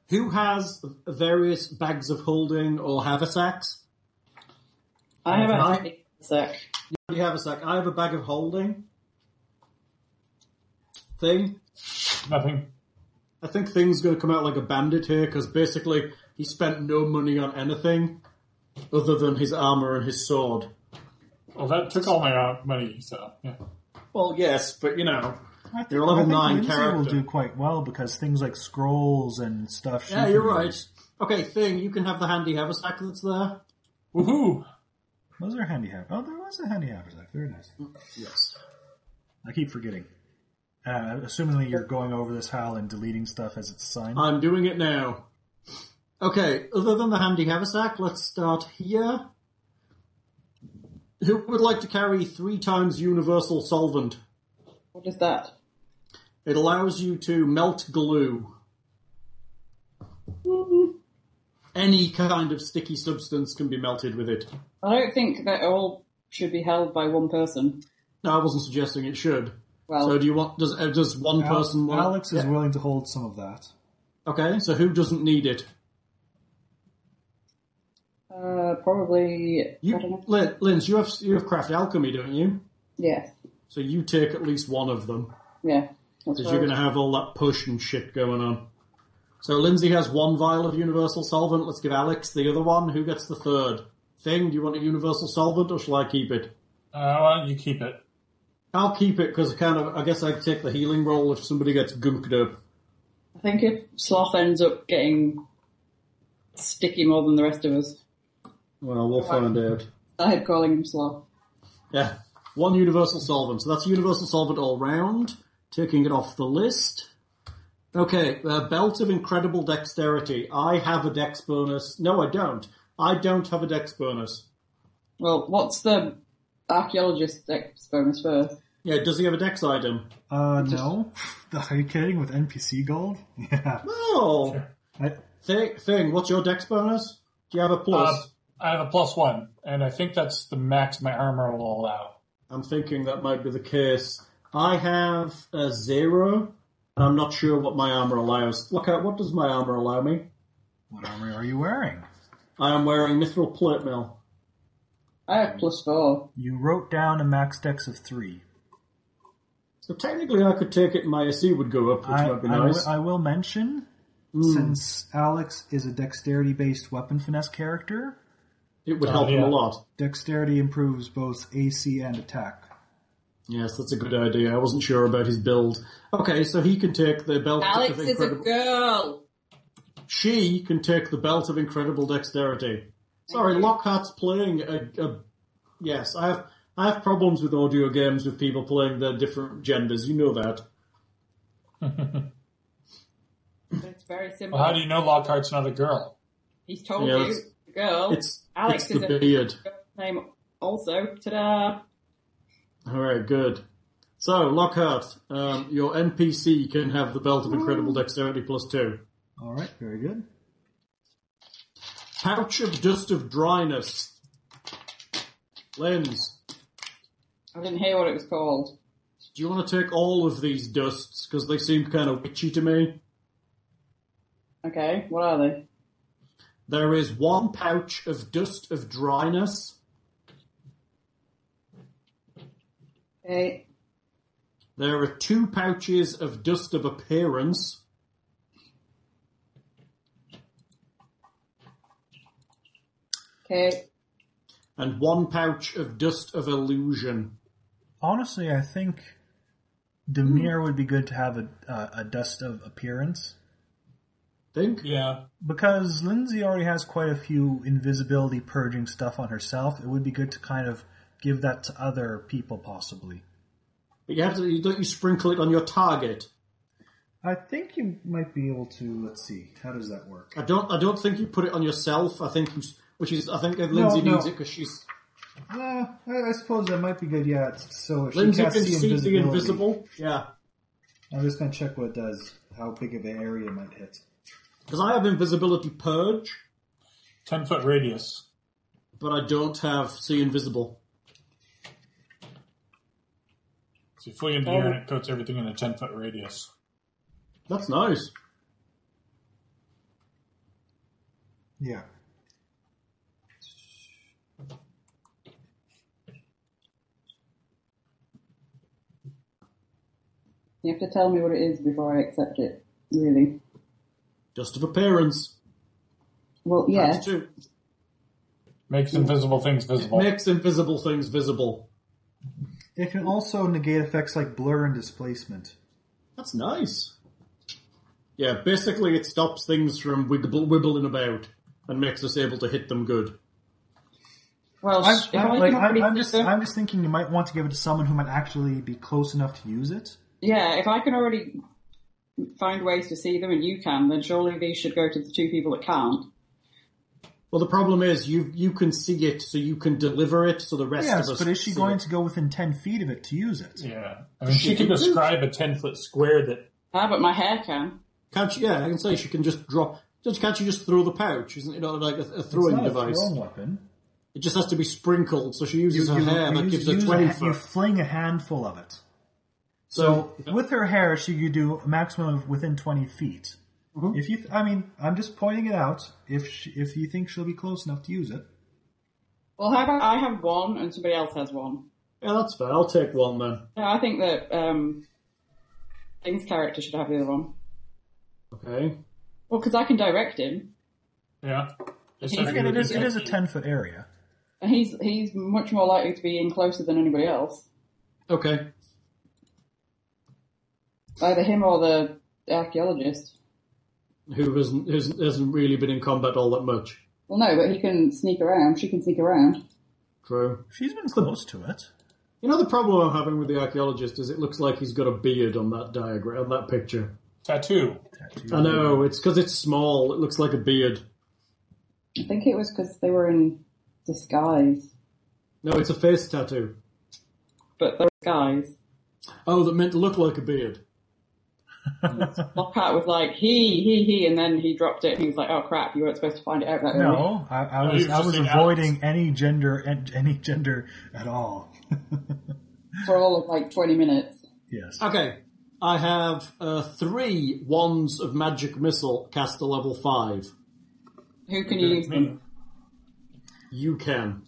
B: who has various bags of holding or haversacks.
C: I have
B: Right.
C: actually a sec.
B: You have a sack. I have a bag of holding thing.
F: Nothing.
B: I think things going to come out like a bandit here because basically he spent no money on anything other than his armor and his sword.
F: Well, that took all my uh, money, so yeah.
B: Well, yes, but you know,
D: I think,
B: You're a level
D: I think
B: nine
D: Lindsay will
B: character.
D: do quite well because things like scrolls and stuff. she
B: Yeah, you're
D: can
B: right.
D: use.
B: Okay, thing, you can have the handy haversack that's there.
F: Woohoo!
D: Was there a handy hammer? Oh, there was a handy hammer. Zach. Very nice.
B: Yes.
D: I keep forgetting. Uh, assumingly, you're going over this Hal and deleting stuff as it's signed.
B: I'm doing it now. Okay, other than the handy haversack, let's start here. Who would like to carry three times universal solvent?
C: What is that?
B: It allows you to melt glue. Any kind of sticky substance can be melted with it.
C: I don't think that all should be held by one person.
B: No, I wasn't suggesting it should.
C: Well,
B: so do you want? Does uh, does one
D: Al-
B: person? want-
D: Alex is
B: Yeah.
D: willing to hold some of that.
B: Okay, so who doesn't need it?
C: uh, probably. I don't
B: You,
C: know.
B: Lin, Linz, you have you have craft alchemy, don't you?
C: Yeah.
B: So you take at least one of them
C: Yeah. That's
B: because
C: what I
B: you're
C: was-
B: going to have all that push and shit going on. So Lindsay has one vial of universal solvent. Let's give Alex the other one. Who gets the third thing? Do you want a universal solvent or shall I keep it?
F: Uh, why don't you keep it?
B: I'll keep it because kind of I guess I'd take the healing roll if somebody gets gooked up.
C: I think if Sloth ends up getting sticky more than the rest of us,
B: Well, we'll find out.
C: I had calling him Sloth.
B: Yeah, one universal solvent. So that's universal solvent all round. Taking it off the list. Okay, uh, belt of incredible dexterity. I have a dex bonus. No, I don't. I don't have a dex bonus.
C: Well, what's the archaeologist dex bonus first?
B: Yeah, does he have a dex item?
D: Uh, no. Are you kidding? With NPC gold? Yeah.
B: No.
D: I,
B: Thing, thing, what's your dex bonus? Do you have a plus?
F: Uh, I have a plus one, and I think that's the max my armor will allow.
B: I'm thinking that might be the case. I have a zero. And I'm not sure what my armor allows. Look out, what does my armor allow me?
D: what armor are you wearing?
B: I am wearing mithril plate mail.
C: I have plus four.
D: You wrote down a max dex of three.
B: So technically, I could take it and my AC would go up, which
D: I,
B: might be
D: I wi-
B: nice. Hmm, Mm.
D: I will mention, since Alex is a dexterity based weapon finesse character,
B: it would
F: Oh,
B: help him
F: yeah.
B: a lot.
D: dexterity improves both AC and attack.
B: Yes, that's a good idea. I wasn't sure about his build. Okay, so he can take the belt
C: Alex
B: of
C: is a
B: incredible.
C: girl!
B: she can take the belt of incredible dexterity. Sorry, Lockhart's playing a, a. Yes, I have. I have problems with audio games with people playing their different genders. You know that.
C: It's very simple.
F: Well, how do you know Lockhart's not a girl?
C: He's told
B: Yeah,
C: you,
B: it's-
C: the girl.
B: It's
C: Oh, Alex
B: it's
C: is
B: the
C: a
B: beard.
C: name also. Ta-da!
B: All right, good. So, Lockhart, um, your NPC can have the belt of incredible dexterity plus two.
D: All right, very good.
B: Pouch of dust of dryness. Lens,
C: I didn't hear what it was called.
B: do you want to take all of these dusts? Because they seem kind of witchy to me.
C: Okay, what are they?
B: There is one pouch of dust of dryness.
C: Okay,
B: There are two pouches of dust of appearance.
C: okay.
B: And one pouch of dust of illusion.
D: Honestly, I think Demir would be good to have a, uh, a dust of appearance
B: Think?
F: Yeah.
D: because Lindsay already has quite a few invisibility purging stuff on herself. It would be good to kind of give that to other people, possibly.
B: But you have to, you, don't you sprinkle it on your target?
D: I think you might be able to. Let's see. How does that work?
B: I don't, I don't think you put it on yourself. I think you, s- which is, I think Lindsay
D: no.
B: needs it because she's,
D: Uh, I, I suppose that might be good. Yeah. it's- So if
B: Lindsay
D: she
B: can
D: casts
B: see the
D: invisibility-
B: invisible. Yeah.
D: I'm just gonna check what it does. How big of an area it might hit.
B: Because I have invisibility purge,
F: Ten foot radius.
B: but I don't have see invisible.
F: So you flee into the air and it coats everything in a ten foot radius.
B: That's nice.
D: Yeah.
C: You have to tell me what it is before I accept it, really.
B: Dust of appearance.
C: Well, yeah.
B: That's two.
F: Makes invisible things visible.
B: Makes invisible things visible.
D: It can also negate effects like blur and displacement.
B: That's nice. Yeah, basically it stops things from wiggle, wibbling about and makes us able to hit them good.
C: Well,
D: I'm,
C: if
D: I'm-
C: I
D: like,
C: can
D: I'm,
C: already
D: I'm
C: see
D: just,
C: them-
D: I'm just thinking you might want to give it to someone who might actually be close enough to use it.
C: yeah, if I can already find ways to see them and you can, then surely these should go to the two people that can't.
B: Well, the problem is you you can see it, so you can deliver it, so the rest
D: Yes,
B: of us.
D: but is she
B: see
D: going
B: it.
D: to go within ten feet of it to use it?
F: Yeah. I mean, she can describe a ten foot square that
C: Ah, but my hair can.
B: Can't she, yeah, I can say she can just drop. Just can't you just throw the pouch? Isn't it not like a, a throwing
D: It's not a
B: device?
D: throwing weapon.
B: It just has to be sprinkled, so she uses her hair that
D: use-
B: gives her
D: use a
B: twenty
D: ha- you
B: foot.
D: fling a handful of it.
B: So
D: With her hair, she could do a maximum of within twenty feet. If you, th- I mean, I'm just pointing it out. If she, if you think she'll be close enough to use it,
C: Well, how about I have one and somebody else has one?
B: yeah, that's fair. I'll take one then.
C: No, I think that um, Thing's character should have the other one.
B: Okay.
C: Well, because I can direct him,
F: yeah. It's
C: Again,
D: again,
F: everything
D: it
F: that
D: is
F: you
D: it is a
F: touch.
D: ten foot area.
C: and he's he's much more likely to be in closer than anybody else.
B: Okay.
C: Either him or the archaeologist.
B: Who hasn't who's, hasn't really been in combat all that much?
C: Well, no, but he can sneak around. She can sneak around.
B: True.
D: She's been close to it.
B: You know the problem I'm having with the archaeologist is it looks like he's got a beard on that diagram, on that picture.
F: tattoo.
B: I know it's because it's small. It looks like a beard.
C: I think it was because they were in disguise.
B: No, it's a face tattoo.
C: But those guys,
B: Oh, that meant to look like a beard.
C: Lockhart was like, he, he, he, and then he dropped it and he was like, oh crap, you weren't supposed to find it out that early.
D: No, I,
B: Oh,
D: I was
F: you
D: I
F: just
D: was
F: say
D: avoiding any gender and any gender at all.
C: For all of like 20 minutes.
D: yes.
B: Okay, I have uh, three wands of magic missile cast to level five.
C: Who can use them?
B: You can.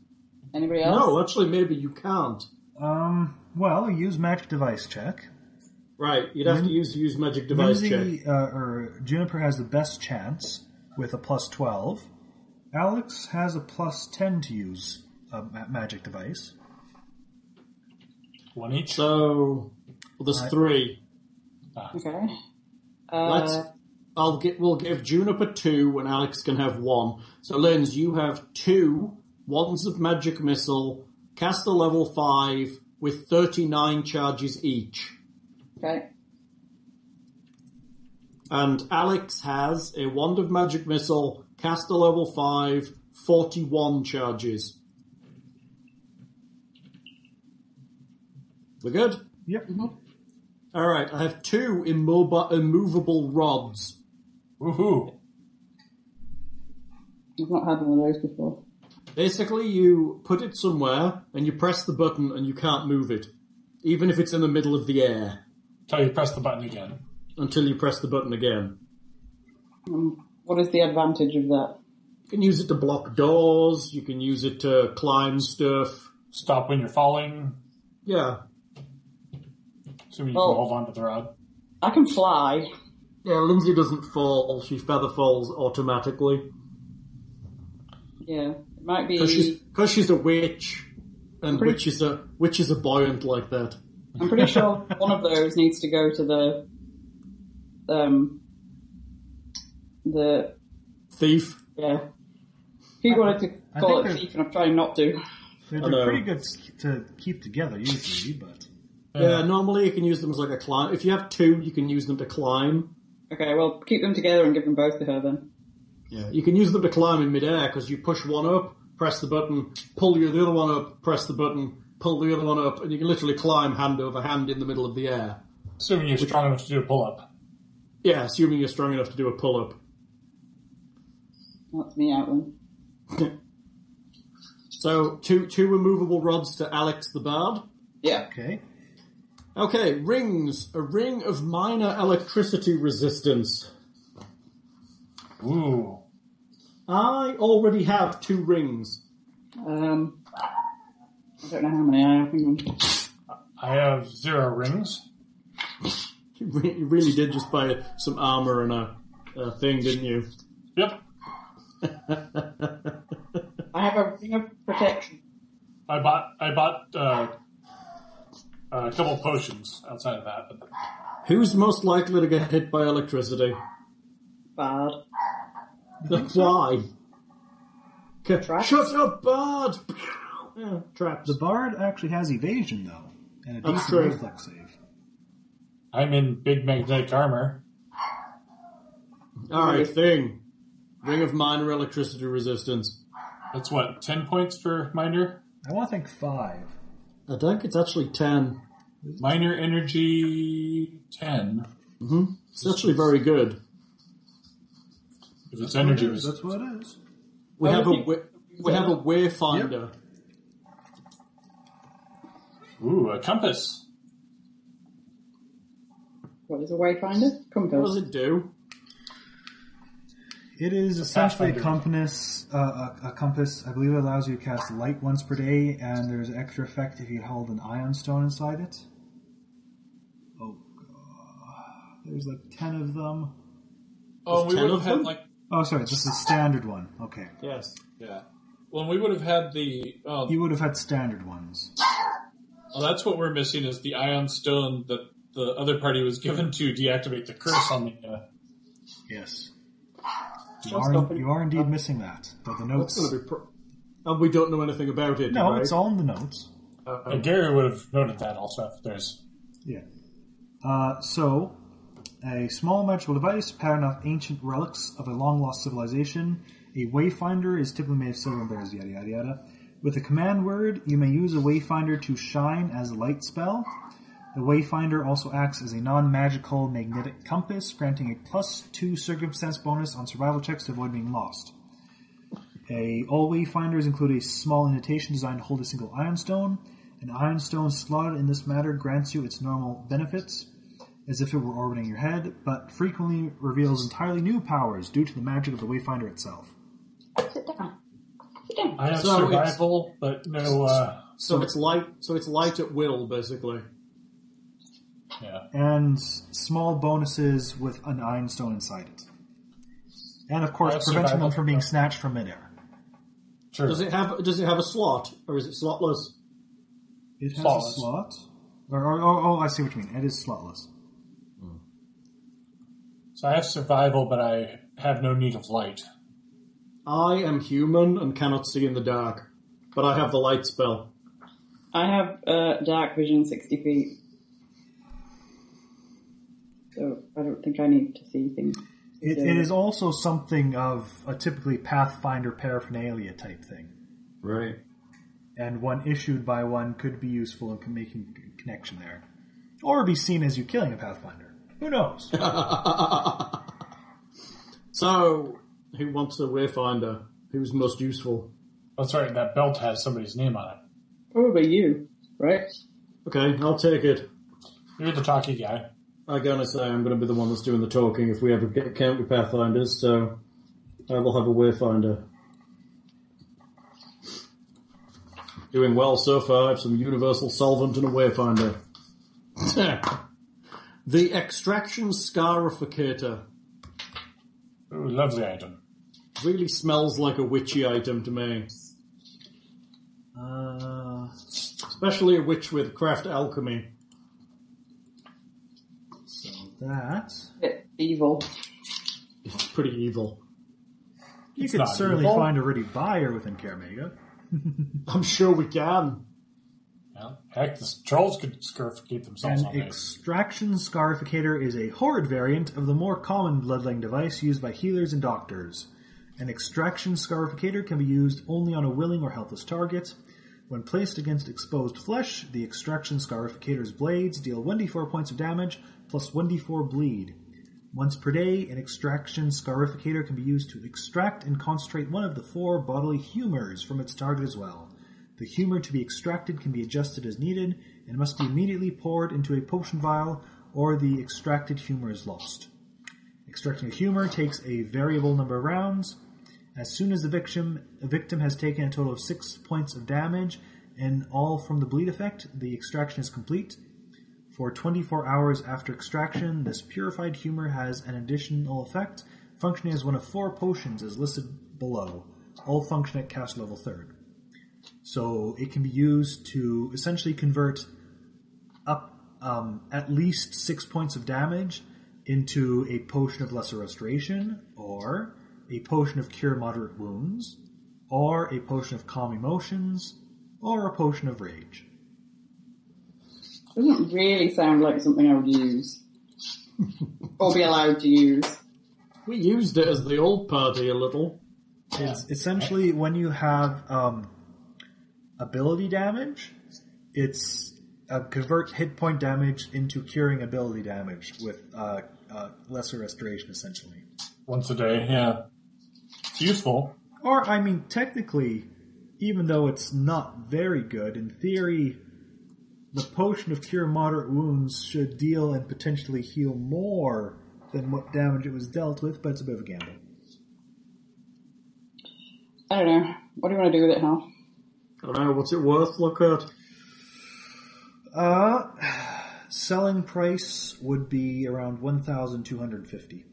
C: Anybody else?
B: No, actually, maybe you can't.
D: Um. Well, use magic device check.
B: Right, you'd have to use use magic device check.
D: Lindsay, uh, or Juniper has the best chance with a plus twelve. Alex has a plus ten to use a ma- magic device.
F: One each.
B: So well, there's three.
C: Okay. Uh,
B: Let's. I'll get. We'll give Juniper two, and Alex can have one. So, Linz, you have two wands of magic missile, cast a level five with thirty-nine charges each,
C: Okay.
B: and Alex has a wand of magic missile, cast a level five, forty-one charges. We're good.
D: Yep.
B: All right, I have two immobi- immovable rods.
F: Woohoo!
C: I've not had one of those before.
B: Basically, you put it somewhere and you press the button and you can't move it, even if it's in the middle of the air,
F: Till you press the button again.
B: until you press the button again.
C: Um, What is the advantage of that?
B: You can use it to block doors, you can use it to climb stuff.
F: Stop when you're falling.
B: Yeah.
F: Assuming you
C: Oh.
F: can hold on to the rod.
C: I can fly.
B: Yeah, Lindsay doesn't fall, she feather falls automatically.
C: Yeah, it might be.
B: Because she's, 'cause she's a witch, and
C: Pretty-
B: witches are witches are buoyant like that.
C: I'm pretty sure one of those needs to go to the um the
B: Thief.
C: yeah. He wanted
D: I
C: to call
D: think
C: it
D: they're-
C: thief, and I'm trying not to.
D: They're,
B: Hello.
D: they're pretty good to keep together usually, but
B: Yeah, normally you can use them as like a climb. If you have two, you can use them to climb.
C: Okay, well, keep them together and give them both to her then.
B: Yeah, you can use them to climb in midair because you push one up, press the button, pull your, the other one up, press the button, pull the other one up, and you can literally climb hand over hand in the middle of the air.
F: Assuming you're strong enough to do a pull up.
B: Yeah, assuming you're strong enough to do a pull up.
C: That's me out then.
B: So two two removable rods to Alex the Bard.
C: Yeah.
D: okay.
B: Okay, rings. A ring of minor electricity resistance.
F: Ooh.
B: I already have two rings.
C: Um, I don't know how many I have. Hang on.
F: I have zero rings.
B: You, re- you really did just buy some armor and a, a thing, didn't you?
F: Yep.
C: I have a ring of protection.
F: I bought I bought uh, a couple potions outside of that. But
B: Who's most likely to get hit by electricity?
C: Bad.
B: Why? K-
C: Traps?
B: Shut up, bard! yeah, traps.
D: The bard actually has evasion though, and a
B: That's
D: decent
B: true.
D: reflex save.
F: I'm in big magnetic armor.
B: Alright, thing. Ring of minor electricity resistance.
F: That's what ten points for minor.
D: I want to think five.
B: I think it's actually 10.
F: Minor energy ten.
B: It's actually very good.
F: If it's energy
D: That's
F: resistance.
D: what it is.
B: We
C: I
B: have a
C: think-
B: wi- we have a wayfinder.
F: Ooh, a compass.
C: What is a wayfinder?
B: What does
C: Compass.
B: it do?
D: It is essentially a
F: Pathfinder.
D: compass. Uh, a, a compass, I believe, it allows you to cast light once per day, and there's an extra effect if you hold an ion stone inside it. Oh, God. there's like ten of them.
F: Oh,
B: There's
F: we
B: 10
F: would
B: of
F: have
B: them?
F: had like
D: Oh, sorry, this is the standard one. Okay,
B: Yes.
F: yeah. Well, we would have had the. Um,
D: you would have had standard ones.
F: well, that's what we're missing is the ion stone that the other party was given to deactivate the curse on the. Uh,
D: Yes, you
C: I'll
D: are,
C: stop it.
D: you are indeed missing that. But the
B: That's
D: notes.
B: going to be. Pro- and we don't know anything about it.
D: No,
B: right?
D: it's all in the notes.
F: and Gary would have noted that also. If there's
D: Yeah. Uh, so, a small magical device patterned off ancient relics of a long lost civilization. A wayfinder is typically made of silver and bears, yada yada yada. With a command word, you may use a wayfinder to shine as a light spell. The wayfinder also acts as a non magical magnetic compass, granting a plus two circumstance bonus on survival checks to avoid being lost. A, all wayfinders include a small indentation designed to hold a single iron stone. An iron stone slotted in this matter grants you its normal benefits, as if it were orbiting your head, but frequently reveals entirely new powers due to the magic of the wayfinder itself.
C: Sit down. Sit down.
F: I have
B: So it's-
F: survival, but no. Uh,
B: So it's light. So it's light at will, basically.
F: yeah.
D: And small bonuses with an iron stone inside it. And of course,
F: Alright,
D: preventing
F: survival.
D: them from being snatched from midair.
F: Sure.
B: Does it have? Does it have a slot, or is it slotless?
D: It has
F: Slotless.
D: a slot. Or, or, or- oh, I see what you mean. It is slotless.
F: So I have survival, but I have no need of light.
B: I am human and cannot see in the dark, but I have the light spell.
C: I have uh, dark vision 60 feet. So I don't think I need to see things.
D: It, it is also something of a typically Pathfinder paraphernalia type thing.
B: Right.
D: and one issued by one could be useful in con- making a connection there. or be seen as you killing a Pathfinder. Who knows? Uh,
B: So, who wants a Wayfinder? Who's most useful?
F: That's right. Oh, That belt has somebody's name on it.
C: Probably you, right?
B: Okay, I'll take it.
F: You're the talkie guy.
B: I'm gonna say I'm gonna be the one that's doing the talking if we ever get count with Pathfinders, so I will have a Wayfinder. Doing well so far, I have some universal solvent and a Wayfinder. the Extraction Scarificator
F: Ooh, lovely item.
B: really smells like a witchy item to me. Uh, especially a witch with craft alchemy.
D: So that
C: Bit evil.
B: It's pretty evil.
D: you
F: It's
D: could
F: not
D: certainly
F: evil.
D: find a ready buyer within Caramega.
B: I'm sure we can.
F: Yeah. Heck, the trolls could scarificate themselves
D: An
F: on this.
D: extraction scarificator is a horrid variant of the more common bloodletting device used by healers and doctors. An extraction scarificator can be used only on a willing or helpless target. When placed against exposed flesh, the extraction scarificator's blades deal 1d4 points of damage plus 1d4 bleed. Once per day, an extraction scarificator can be used to extract and concentrate one of the four bodily humors from its target as well. The humor to be extracted can be adjusted as needed and must be immediately poured into a potion vial or the extracted humor is lost. Extracting a humor takes a variable number of rounds. As soon as the victim, the victim has taken a total of six points of damage and all from the bleed effect, the extraction is complete. For 24 hours after extraction, this purified humor has an additional effect, functioning as one of four potions as listed below. All function at cast level third. So it can be used to essentially convert up um, at least six points of damage into a potion of lesser restoration, or a potion of cure moderate wounds, or a potion of calm emotions, or a potion of rage.
C: Doesn't really sound like something I would use. or be allowed to use.
B: We used it as the old party a little.
D: It's essentially when you have um, ability damage, it's uh, convert hit point damage into curing ability damage with uh, uh, lesser restoration, essentially.
F: Once a day, yeah. It's useful.
D: Or, I mean, technically, even though it's not very good, in theory, the potion of cure moderate wounds should deal and potentially heal more than what damage it was dealt with, but it's a bit of a gamble.
C: I don't know. What do you want to do with it, Hal?
B: I don't know, what's it worth? Look at.
D: Uh, selling price would be around 1,250.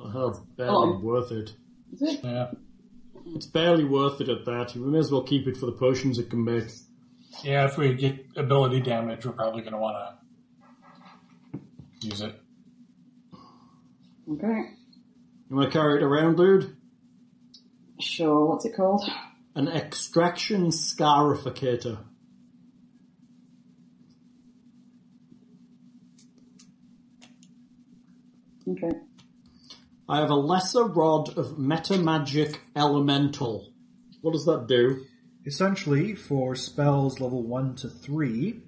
B: Oh, barely
C: Oh.
B: worth it.
C: Is it?
F: Yeah.
B: It's barely worth it at that. We may as well keep it for the potions it can make.
F: Yeah, if we get ability damage, we're probably going to want to use it.
C: Okay.
B: You want to carry it around, dude?
C: Sure, what's it called?
B: An extraction scarificator.
C: Okay.
B: I have a lesser rod of metamagic elemental. What does that do?
D: Essentially, for spells level 1 to 3,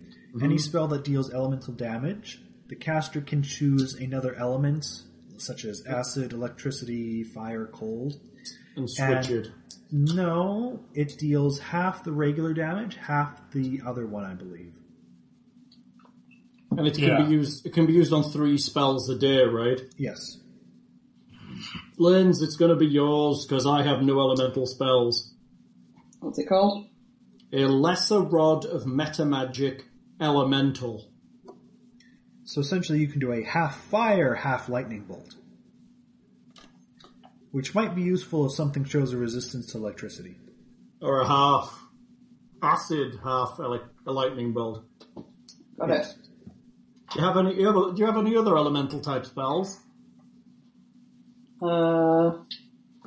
D: any spell that deals elemental damage, the caster can choose another element, such as acid, electricity, fire, cold.
B: And switch
D: And-
B: it.
D: No, it deals half the regular damage, half the other one, I believe.
B: And it can
F: Yeah.
B: be used. It can be used on three spells a day, right?
D: Yes.
B: Lens, it's going to be yours because I have no elemental spells.
C: What's it called?
B: A lesser rod of metamagic elemental.
D: So essentially, you can do a half fire, half lightning bolt, which might be useful if something shows a resistance to electricity.
B: or a half acid, half ele- a lightning bolt.
C: Got
D: Yes.
C: it.
B: Do you have any? you have- Do you have any other elemental type spells?
C: Uh,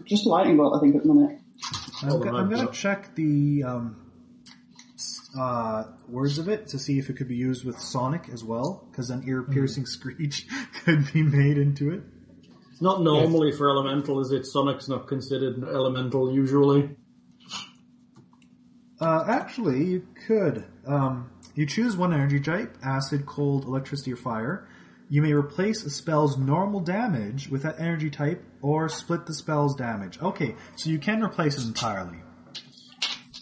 C: just lightning bolt, I think, at the minute.
D: I'm, go-
B: right,
D: I'm going
B: yeah.
D: to check the um, s- uh, words of it to see if it could be used with Sonic as well, because an ear-piercing screech could be made into it.
B: It's not normally for elemental, is it? Sonic's not considered an elemental usually.
D: Uh, actually, you could. Um, You choose one energy type acid, cold, electricity, or fire. You may replace a spell's normal damage with that energy type or split the spell's damage. Okay, so you can replace it entirely.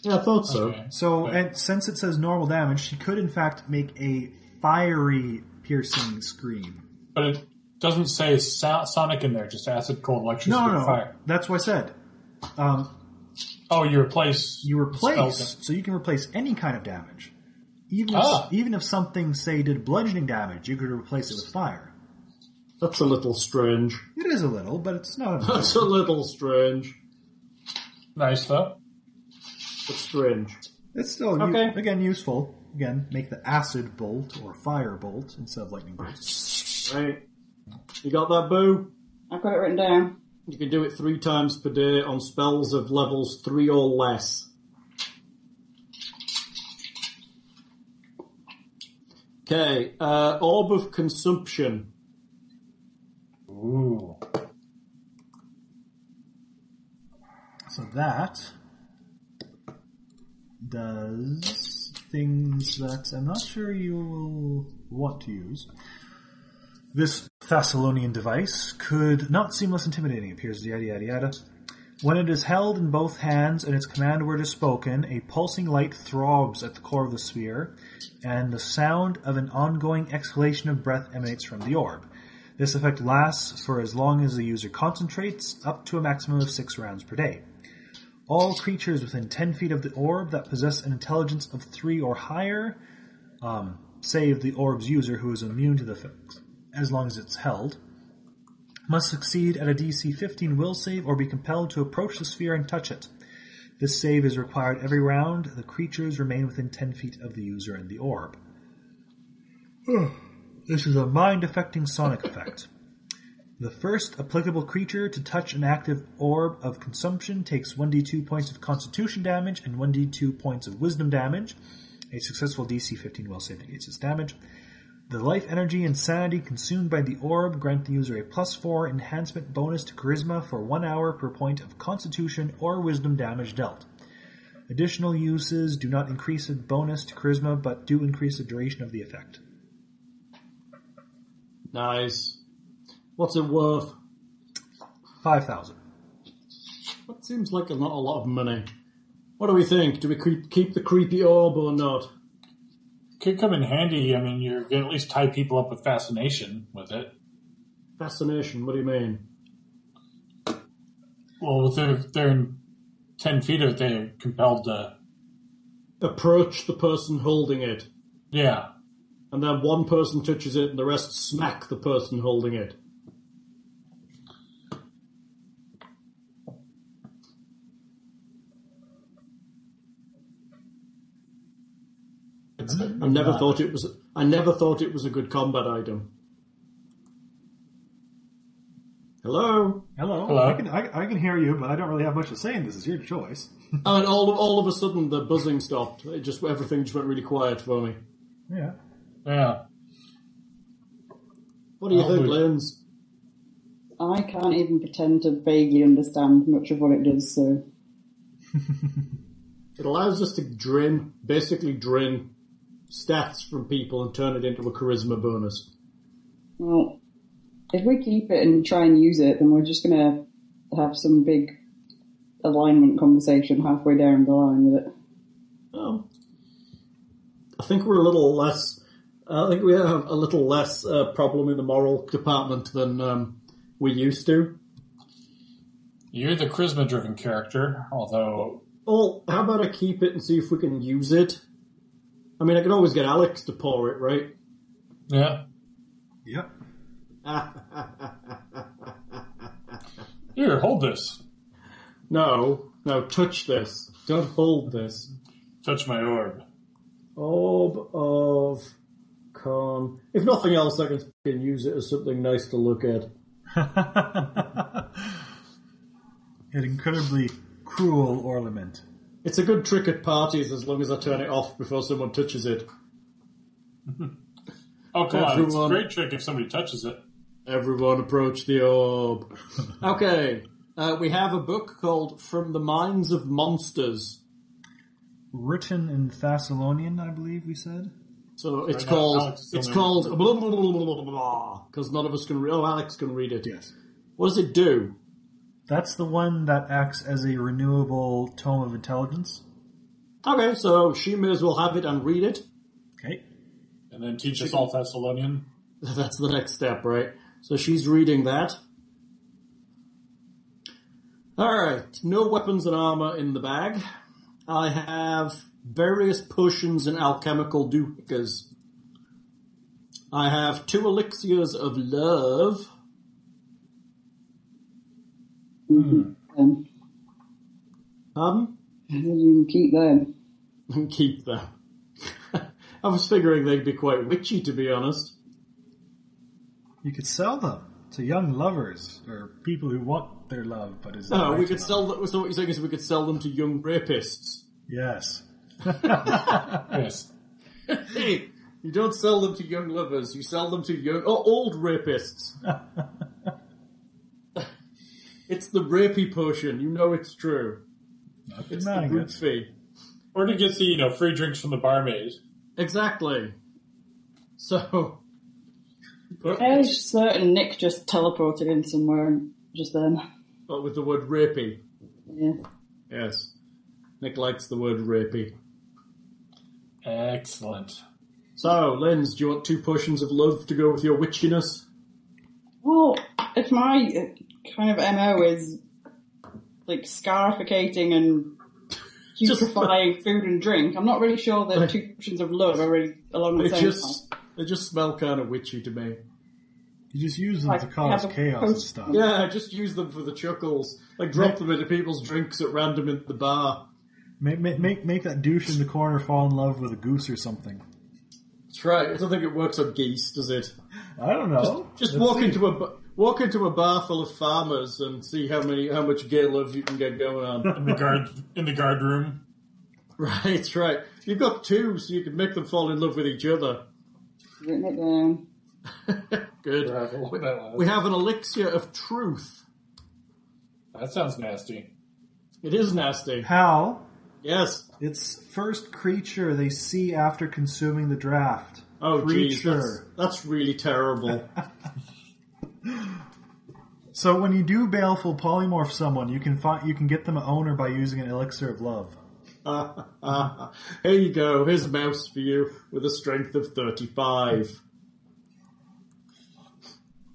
B: Yeah, I thought so.
F: Okay.
D: Oh, So,
F: Okay.
D: and since it says normal damage, she could in fact make a fiery piercing scream.
F: But it doesn't say so- Sonic in there, just acid, cold, electricity,
D: No, no, no.
F: fire.
D: That's what I said. Um,
F: Oh, you replace.
D: you
F: spells.
D: replace, so you can replace any kind of damage. Even if,
F: Ah.
D: even if something, say, did bludgeoning damage, you could replace it with fire.
B: That's a little strange.
D: It is a little, but it's not. a-
B: That's a little strange.
F: Nice, though.
B: But strange.
D: It's still u-
B: Okay.
D: again useful. Again, make the acid bolt or fire bolt instead of lightning bolt.
B: Right. You got that, Boo?
C: I've got it written down.
B: You can do it three times per day on spells of levels three or less. Okay, uh, Orb of Consumption.
F: Ooh.
D: So that does things that I'm not sure you will want to use. This Thessalonian device could not seem less intimidating. Appears yada yada yada. When it is held in both hands and its command word is spoken, a pulsing light throbs at the core of the sphere, and the sound of an ongoing exhalation of breath emanates from the orb. This effect lasts for as long as the user concentrates, up to a maximum of six rounds per day. All creatures within 10 feet of the orb that possess an intelligence of 3 or higher, um, save the orb's user who is immune to the effect, as long as it's held, must succeed at a DC 15 will save or be compelled to approach the sphere and touch it. This save is required every round. The creatures remain within 10 feet of the user and the orb. this is a mind affecting sonic effect. The first applicable creature to touch an active orb of consumption takes 1d2 points of constitution damage and 1d2 points of wisdom damage. A successful DC 15 will save negates its damage. The life energy and sanity consumed by the orb grant the user a plus 4 enhancement bonus to charisma for 1 hour per point of constitution or wisdom damage dealt. Additional uses do not increase the bonus to charisma but do increase the duration of the effect.
B: Nice. What's it worth?
D: 5000.
B: That seems like a not a lot of money. What do we think? Do we keep, keep the creepy orb or not?
F: Could come in handy. I mean, you're going to at least tie people up with fascination with it.
B: Fascination, what do you mean?
F: Well, if they're, if they're in 10 feet of it, they're compelled to.
B: Approach the person holding it,
F: Yeah.
B: and then one person touches it and the rest smack the person holding it.
F: It's the,
B: I never thought it was. I never thought it was a good combat item. Hello,
D: Hello.
F: Hello.
D: I can I, I can hear you, but I don't really have much to say. And this is your choice.
B: and all all of a sudden the buzzing stopped. It just everything just went really quiet for me.
D: Yeah.
F: yeah.
B: What do you
F: Oh,
B: think,
F: we-
B: Lens?
C: I can't even pretend to vaguely understand much of what it does, so
B: It allows us to drain, basically drain stats from people and turn it into a charisma bonus.
C: well if we keep it and try and use it, then we're just gonna have some big alignment conversation halfway down the line with it.
B: Oh. I think we're a little less. I think we have a little less uh, problem in the moral department than um, we used to.
F: You're the charisma driven character, although.
B: Well, how about I keep it and see if we can use it? I mean, I can always get Alex to pour it, right?
F: Yeah.
D: Yep.
F: Here, hold this.
B: No, no, touch this. Don't hold this.
F: Touch my orb.
B: Orb of con. If nothing else, I can fucking use it as something nice to look at.
D: An incredibly cruel ornament.
B: It's a good trick at parties as long as I turn it off before someone touches it.
F: Oh, come on. It's a
B: Everyone-
F: great trick if somebody touches it.
B: Everyone approach the orb. okay, uh, we have a book called From the Minds of Monsters.
D: Written in Thessalonian, I believe we said.
B: So it's
F: now,
B: called
F: Alex is the
B: it's
F: only
B: called blah blah blah blah blah blah because none of us can. Re- oh, Alex can read it.
D: Yes.
B: What does it do?
D: That's the one that acts as a renewable tome of intelligence.
B: Okay, so she may as well have it and read it.
D: Okay.
F: and then teach us all Thessalonian.
B: That's the next step, right? So she's reading that. Alright, no weapons and armor in the bag. I have various potions and alchemical doohickeys. I have two elixirs of love. Hmm.
C: Um,
B: Um,
C: you can keep them.
B: and keep them. I was figuring they'd be quite witchy, to be honest.
D: You could sell them to young lovers or people who want their love but is
B: No, Oh, we could sell them. So what you're saying is we could sell them to young rapists.
D: Yes.
F: Yes.
B: Hey, you don't sell them to young lovers. You sell them to young, oh, old rapists. it's the rapey potion. You know it's true. It's the
D: denying
B: root
D: it.
B: fee.
F: Or to get the, you know, free drinks from the barmaid.
B: Exactly. So,
C: I was certain Nick just teleported in somewhere just then.
B: but with the word rapey.
C: Yeah.
B: Yes. Nick likes the word rapey.
F: Excellent.
B: So, Linz, do you want two potions of love to go with your witchiness?
C: Well, if my uh, kind of MO is like scarificating and
B: Just-
C: putrefying food and drink, I'm not really sure that two options of love are really along the
B: They
C: same
B: just, they just smell kind of witchy to me.
D: You just use them
C: Like,
D: to cause
C: have a
D: chaos and
C: post-
D: stuff.
B: Yeah, just use them for the chuckles. Like drop them into people's drinks at random in the bar.
D: Make, make, make, make that douche in the corner fall in love with a goose or something.
B: That's right. I don't think it works on geese, does it?
D: I don't know.
B: Just walk into a bu- walk into a bar full of farmers and see how many how much gay love you can get going on.
F: In the guard in the guard room.
B: right, that's right. You've got two, so you can make them fall in love with each other.
C: Point. Written it down.
B: Good. We have an elixir of truth.
F: That sounds nasty.
B: It is nasty.
D: Hal,
B: Yes.
D: it's first creature they see after consuming the draft.
B: Oh, geez, that's,
D: Creature.
B: that's really terrible.
D: So when you do baleful polymorph someone, you can find you can get them an owner by using an elixir of love.
B: Here you go. Here's a mouse for you with a strength of 35.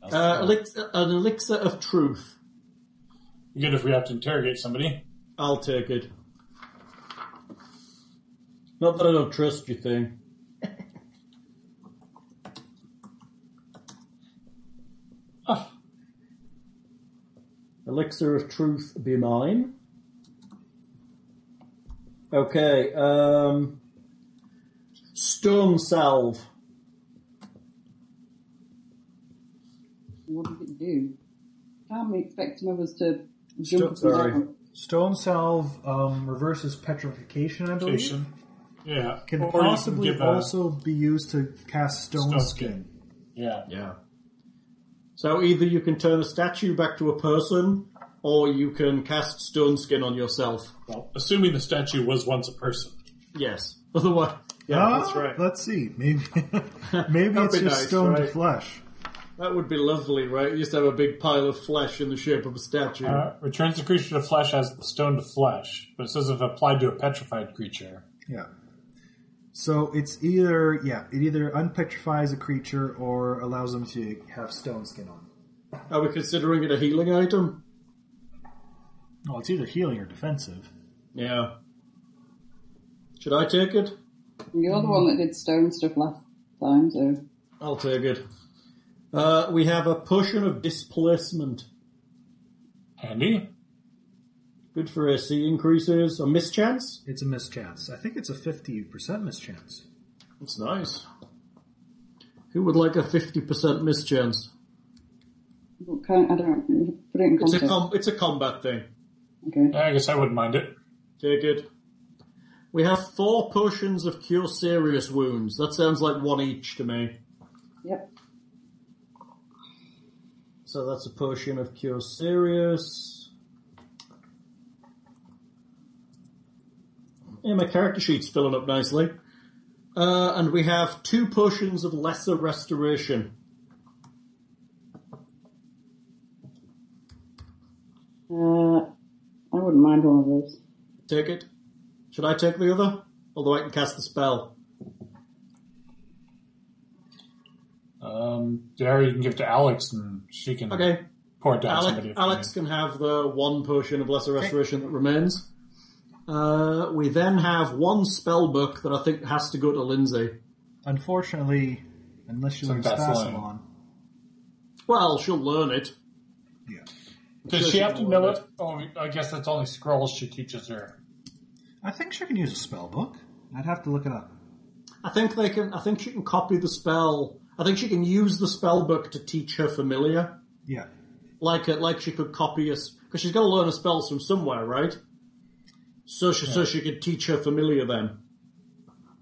B: Uh, elix- an elixir of truth.
F: Good if we have to interrogate somebody.
B: I'll take it. Not that I don't trust you, thing. Ah. Elixir of truth be mine. Okay, um. Stone salve.
C: What does it do? Can't we expect some of us to
B: Stop,
C: jump up
B: sorry.
C: and down?
D: Stone salve um, reverses petrification, I believe.
F: Station. Yeah.
D: Can
F: Or you
D: possibly
F: give a-
D: also be used to cast stone,
F: Stone
D: skin.
F: skin. Yeah.
B: Yeah. So either you can turn a statue back to a person, or you can cast stone skin on yourself.
F: Well, assuming the statue was once a person.
B: Yes. Otherwise, yeah,
D: Ah,
B: that's right.
D: Let's see. Maybe maybe
B: That'd
D: it's
B: be
D: just
B: nice,
D: stone to
B: right?
D: flesh.
B: That would be lovely, right? You used to have a big pile of flesh in the shape of a statue.
F: Uh, returns the creature to flesh as the stone to flesh, but it says if applied to a petrified creature.
D: Yeah. So it's either yeah, it either unpetrifies a creature or allows them to have stone skin on.
B: Are we considering it a healing item?
D: Well, it's either healing or defensive.
B: Yeah. Should I take it?
C: You're the one that did stone stuff last time, so
B: I'll take it. Uh, we have a potion of displacement.
F: Handy.
B: Good for AC increases. A mischance?
D: It's a mischance. I think it's a fifty percent mischance.
B: That's nice. Who would like a 50% mischance?
C: what kind- I don't put it in
B: It's a,
C: context.
B: com- it's a combat thing.
C: okay.
F: Yeah, I guess I wouldn't mind it.
B: Take it. We have four potions of cure serious wounds. That sounds like one each to me.
C: Yep.
B: So that's a potion of cure serious. Yeah, my character sheet's filling up nicely. Uh, and we have two potions of lesser restoration.
C: Uh, I wouldn't mind one of those.
B: Take it. Should I take the other? Although I can cast the spell.
F: Um, Dara, you can give it to Alex, and she can
B: Okay.
F: pour it down
B: Alex,
F: somebody. if
B: Alex
F: you
B: can have the one potion of lesser restoration that remains. Uh, we then have one spell book that I think has to go to Lindsay.
D: Unfortunately, unless you
F: Some
D: learn
F: Vaseline.
D: Spasilon,
B: Well, she'll learn it.
D: yeah.
F: need. Does she have to know it? Oh, I guess that's only scrolls she teaches her.
D: I think she can use a spell book. I'd have to look it up.
B: I think they can. I think she can copy the spell. I think she can use the spell book to teach her familiar.
D: Yeah.
B: like a, like she could copy us because she's got to learn her spells from somewhere, right? So she so she could teach her familiar then.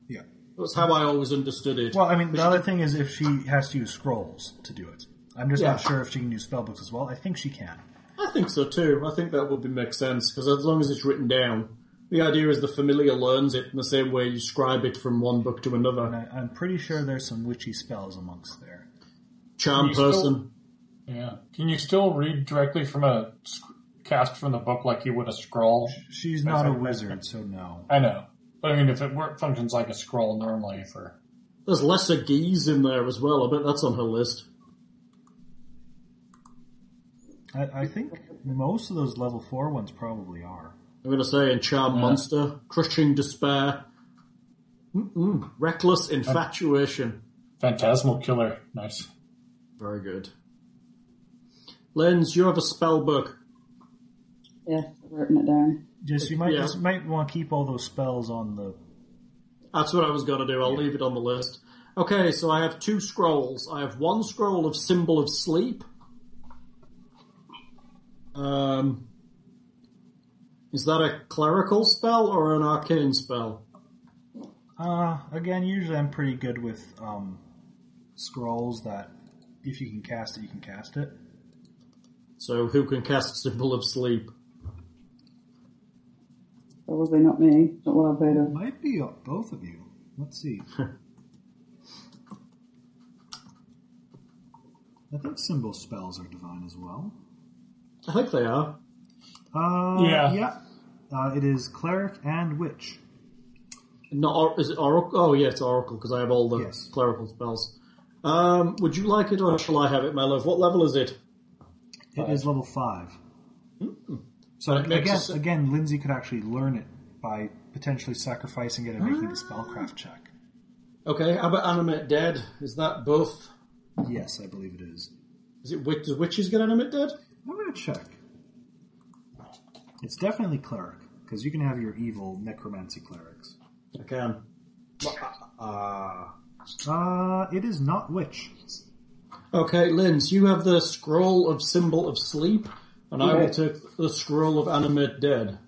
D: Yeah.
B: That's how I always understood it.
D: Well, I mean, the other thing is if she has to use scrolls to do it. I'm just
B: Yeah.
D: not sure if she can use spell books as well. I think she can.
B: I think so too. I think that would be, make sense because as long as it's written down, the idea is the familiar learns it in the same way you scribe it from one book to
D: And
B: another.
D: I, I'm pretty sure there's some witchy spells amongst there.
B: Charm
F: You still-
B: person.
F: Yeah. Can you still read directly from a sc- cast from the book like you would a scroll?
D: She's not a wizard, so no.
F: I know, but I mean, if it were, functions like a scroll normally for
B: There's lesser geese in there as well. I bet that's on her list.
D: I, I think most of those level four ones probably are.
B: I'm going to say in charm monster, crushing despair, Mm-mm. reckless infatuation.
F: phantasmal killer, nice.
B: Very good. Lens, you have a spell book.
C: Yeah, I've written it down.
D: Just you might
B: Yeah.
D: just might want to keep all those spells on the.
B: That's what I was going to do. I'll leave it on the list. Okay, so I have two scrolls. I have one scroll of Symbol of Sleep. Um, is that a clerical spell or an arcane spell?
D: Uh, again, usually I'm pretty good with um, scrolls that if you can cast it, you can cast it.
B: So who can cast Symbol of Sleep?
C: Probably not me. Not what I've heard of.
D: Might be uh, both of you. Let's see. I think symbol spells are divine as well.
B: I think they are.
D: Uh,
F: Yeah.
D: Uh, it is cleric and witch.
B: Not or, is it oracle? Oh yeah, it's oracle because I have all the
D: Yes.
B: clerical spells. Um, would you like it or shall I have it, my love? What level is it?
D: It is level five.
B: Hmm.
D: So
B: That makes
D: again,
B: us-
D: again, Lindsay could actually learn it by potentially sacrificing it and making it a
B: Ah.
D: spellcraft check.
B: Okay, how about animate dead? Is that both?
D: Yes, I believe it is.
B: Is it witch? Does witches get animate dead?
D: I'm gonna check. It's definitely cleric because you can have your evil necromancy clerics.
B: I can.
D: Uh, it is not witch.
B: Okay, Linz, you have the scroll of symbol of sleep, and I will
C: Right.
B: take the scroll of animate dead.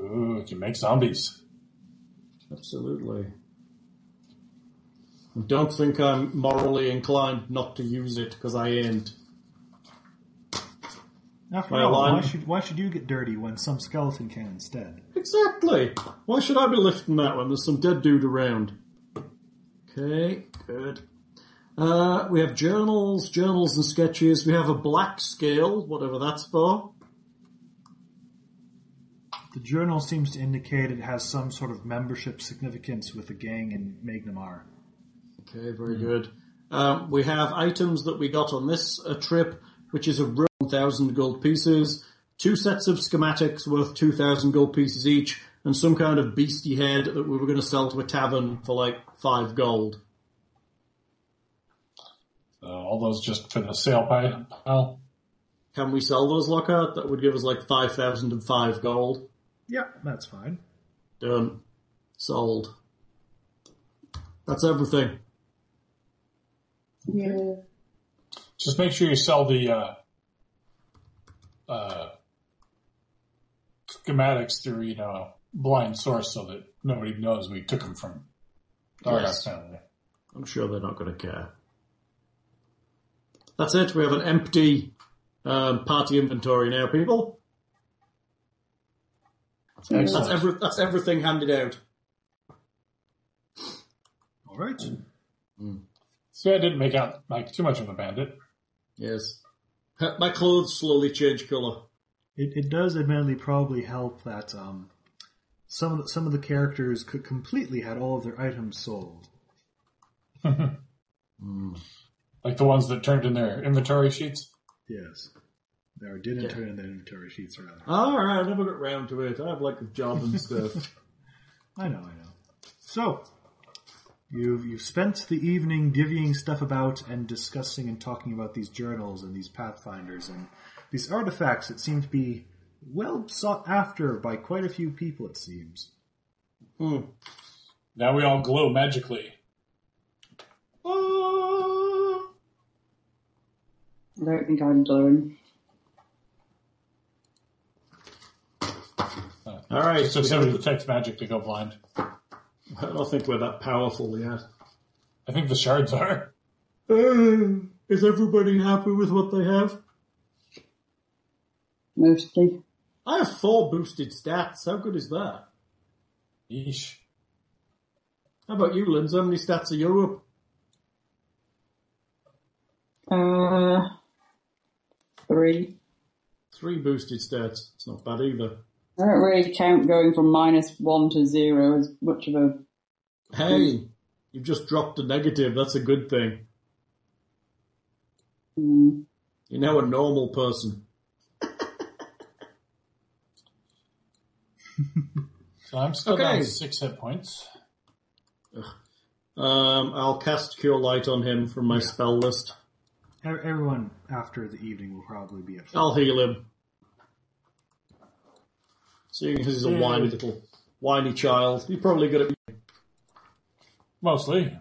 F: Ooh, it can make zombies.
B: Absolutely. I Don't think I'm morally inclined not to use it because I ain't.
D: After
B: Well,
D: all, why
B: I'm-
D: should why should you get dirty when some skeleton can instead?
B: Exactly. Why should I be lifting that when there's some dead dude around? Okay, good. Uh, we have journals, journals and sketches. We have a black scale, whatever that's for.
D: The journal seems to indicate it has some sort of membership significance with the gang in Magnamar.
B: Okay, very good. Um, we have items that we got on this uh, trip, which is a row of 1,000 gold pieces, two sets of schematics worth 2,000 gold pieces each, and some kind of beastie head that we were going to sell to a tavern for like five gold.
F: So Uh, all those just for the sale pi- pile.
B: Can we sell those, Lockhart? That would give us like 5,005 gold.
D: Yeah, that's fine.
B: Done. Sold. That's everything.
C: Yeah.
F: Just make sure you sell the uh, uh, schematics through, you know, blind source so that nobody knows we took them from.
B: Yes.
F: Our family.
B: I'm sure they're not going to care. That's it. We have an empty um, party inventory now, people. That's, every, that's everything handed out.
D: All right.
F: See, I didn't make out like too much of a bandit.
B: Yes. Uh, My clothes slowly change colour.
D: It, it does admittedly probably help that um, some of the, some of the characters could completely had all of their items sold.
F: Like the ones that turned in their inventory sheets.
D: Yes, or didn't turn in their inventory sheets rather.
B: Oh, all right, I never got round to it. I have like a job and stuff.
D: I know, I know. So you've you've spent the evening divvying stuff about and discussing and talking about these journals and these pathfinders and these artifacts that seem to be well sought after by quite a few people. It seems.
B: Hmm.
F: Now we all glow magically.
B: Ah. oh,
C: I don't think I'm glowing.
B: all right,
F: So somebody detects magic to go blind.
B: I don't think we're that powerful yet.
F: I think the shards are.
B: Uh, is everybody happy with what they have?
C: Mostly.
B: I have four boosted stats. How good is that?
F: Yeesh.
B: How about you, Linz? How many stats are you up?
C: Uh, three.
B: Three boosted stats. It's not bad either.
C: I don't really count going from minus one to zero as much of a.
B: Hey, you've just dropped a negative. That's a good thing.
C: Mm,
B: You're now a normal person.
F: So I'm still
B: Okay.
F: down six hit points.
B: Um, I'll cast Cure Light on him from my spell list.
D: E- Everyone after the evening will probably be at.
B: I'll heal him. Seeing as he's a whiny little whiny child, he's probably good at.
F: Mostly.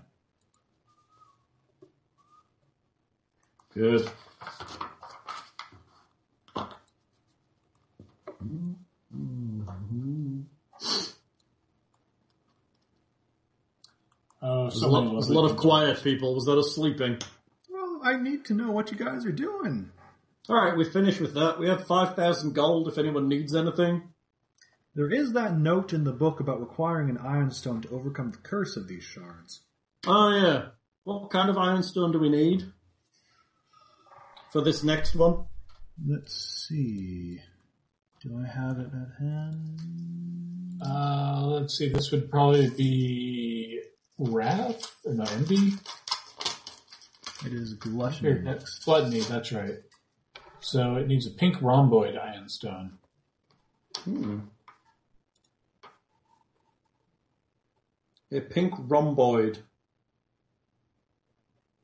B: Good.
F: Oh, so
B: There's a lot,
F: many
B: there's a
F: lovely
B: lot of quiet people. Was that us sleeping?
D: Well, I need to know what you guys are doing.
B: All right, we finished with that. We have five thousand gold. If anyone needs anything,
D: There is that note in the book about requiring an ironstone to overcome the curse of these shards.
B: oh yeah. What kind of ironstone do we need for this next one?
D: Let's see. Do I have it at hand?
F: Uh, let's see. This would probably be Wrath or no, Envy.
D: It is
F: Here,
D: gluttony.
F: that's Gluttony. That's right. So it needs a pink rhomboid iron stone.
B: A pink rhomboid.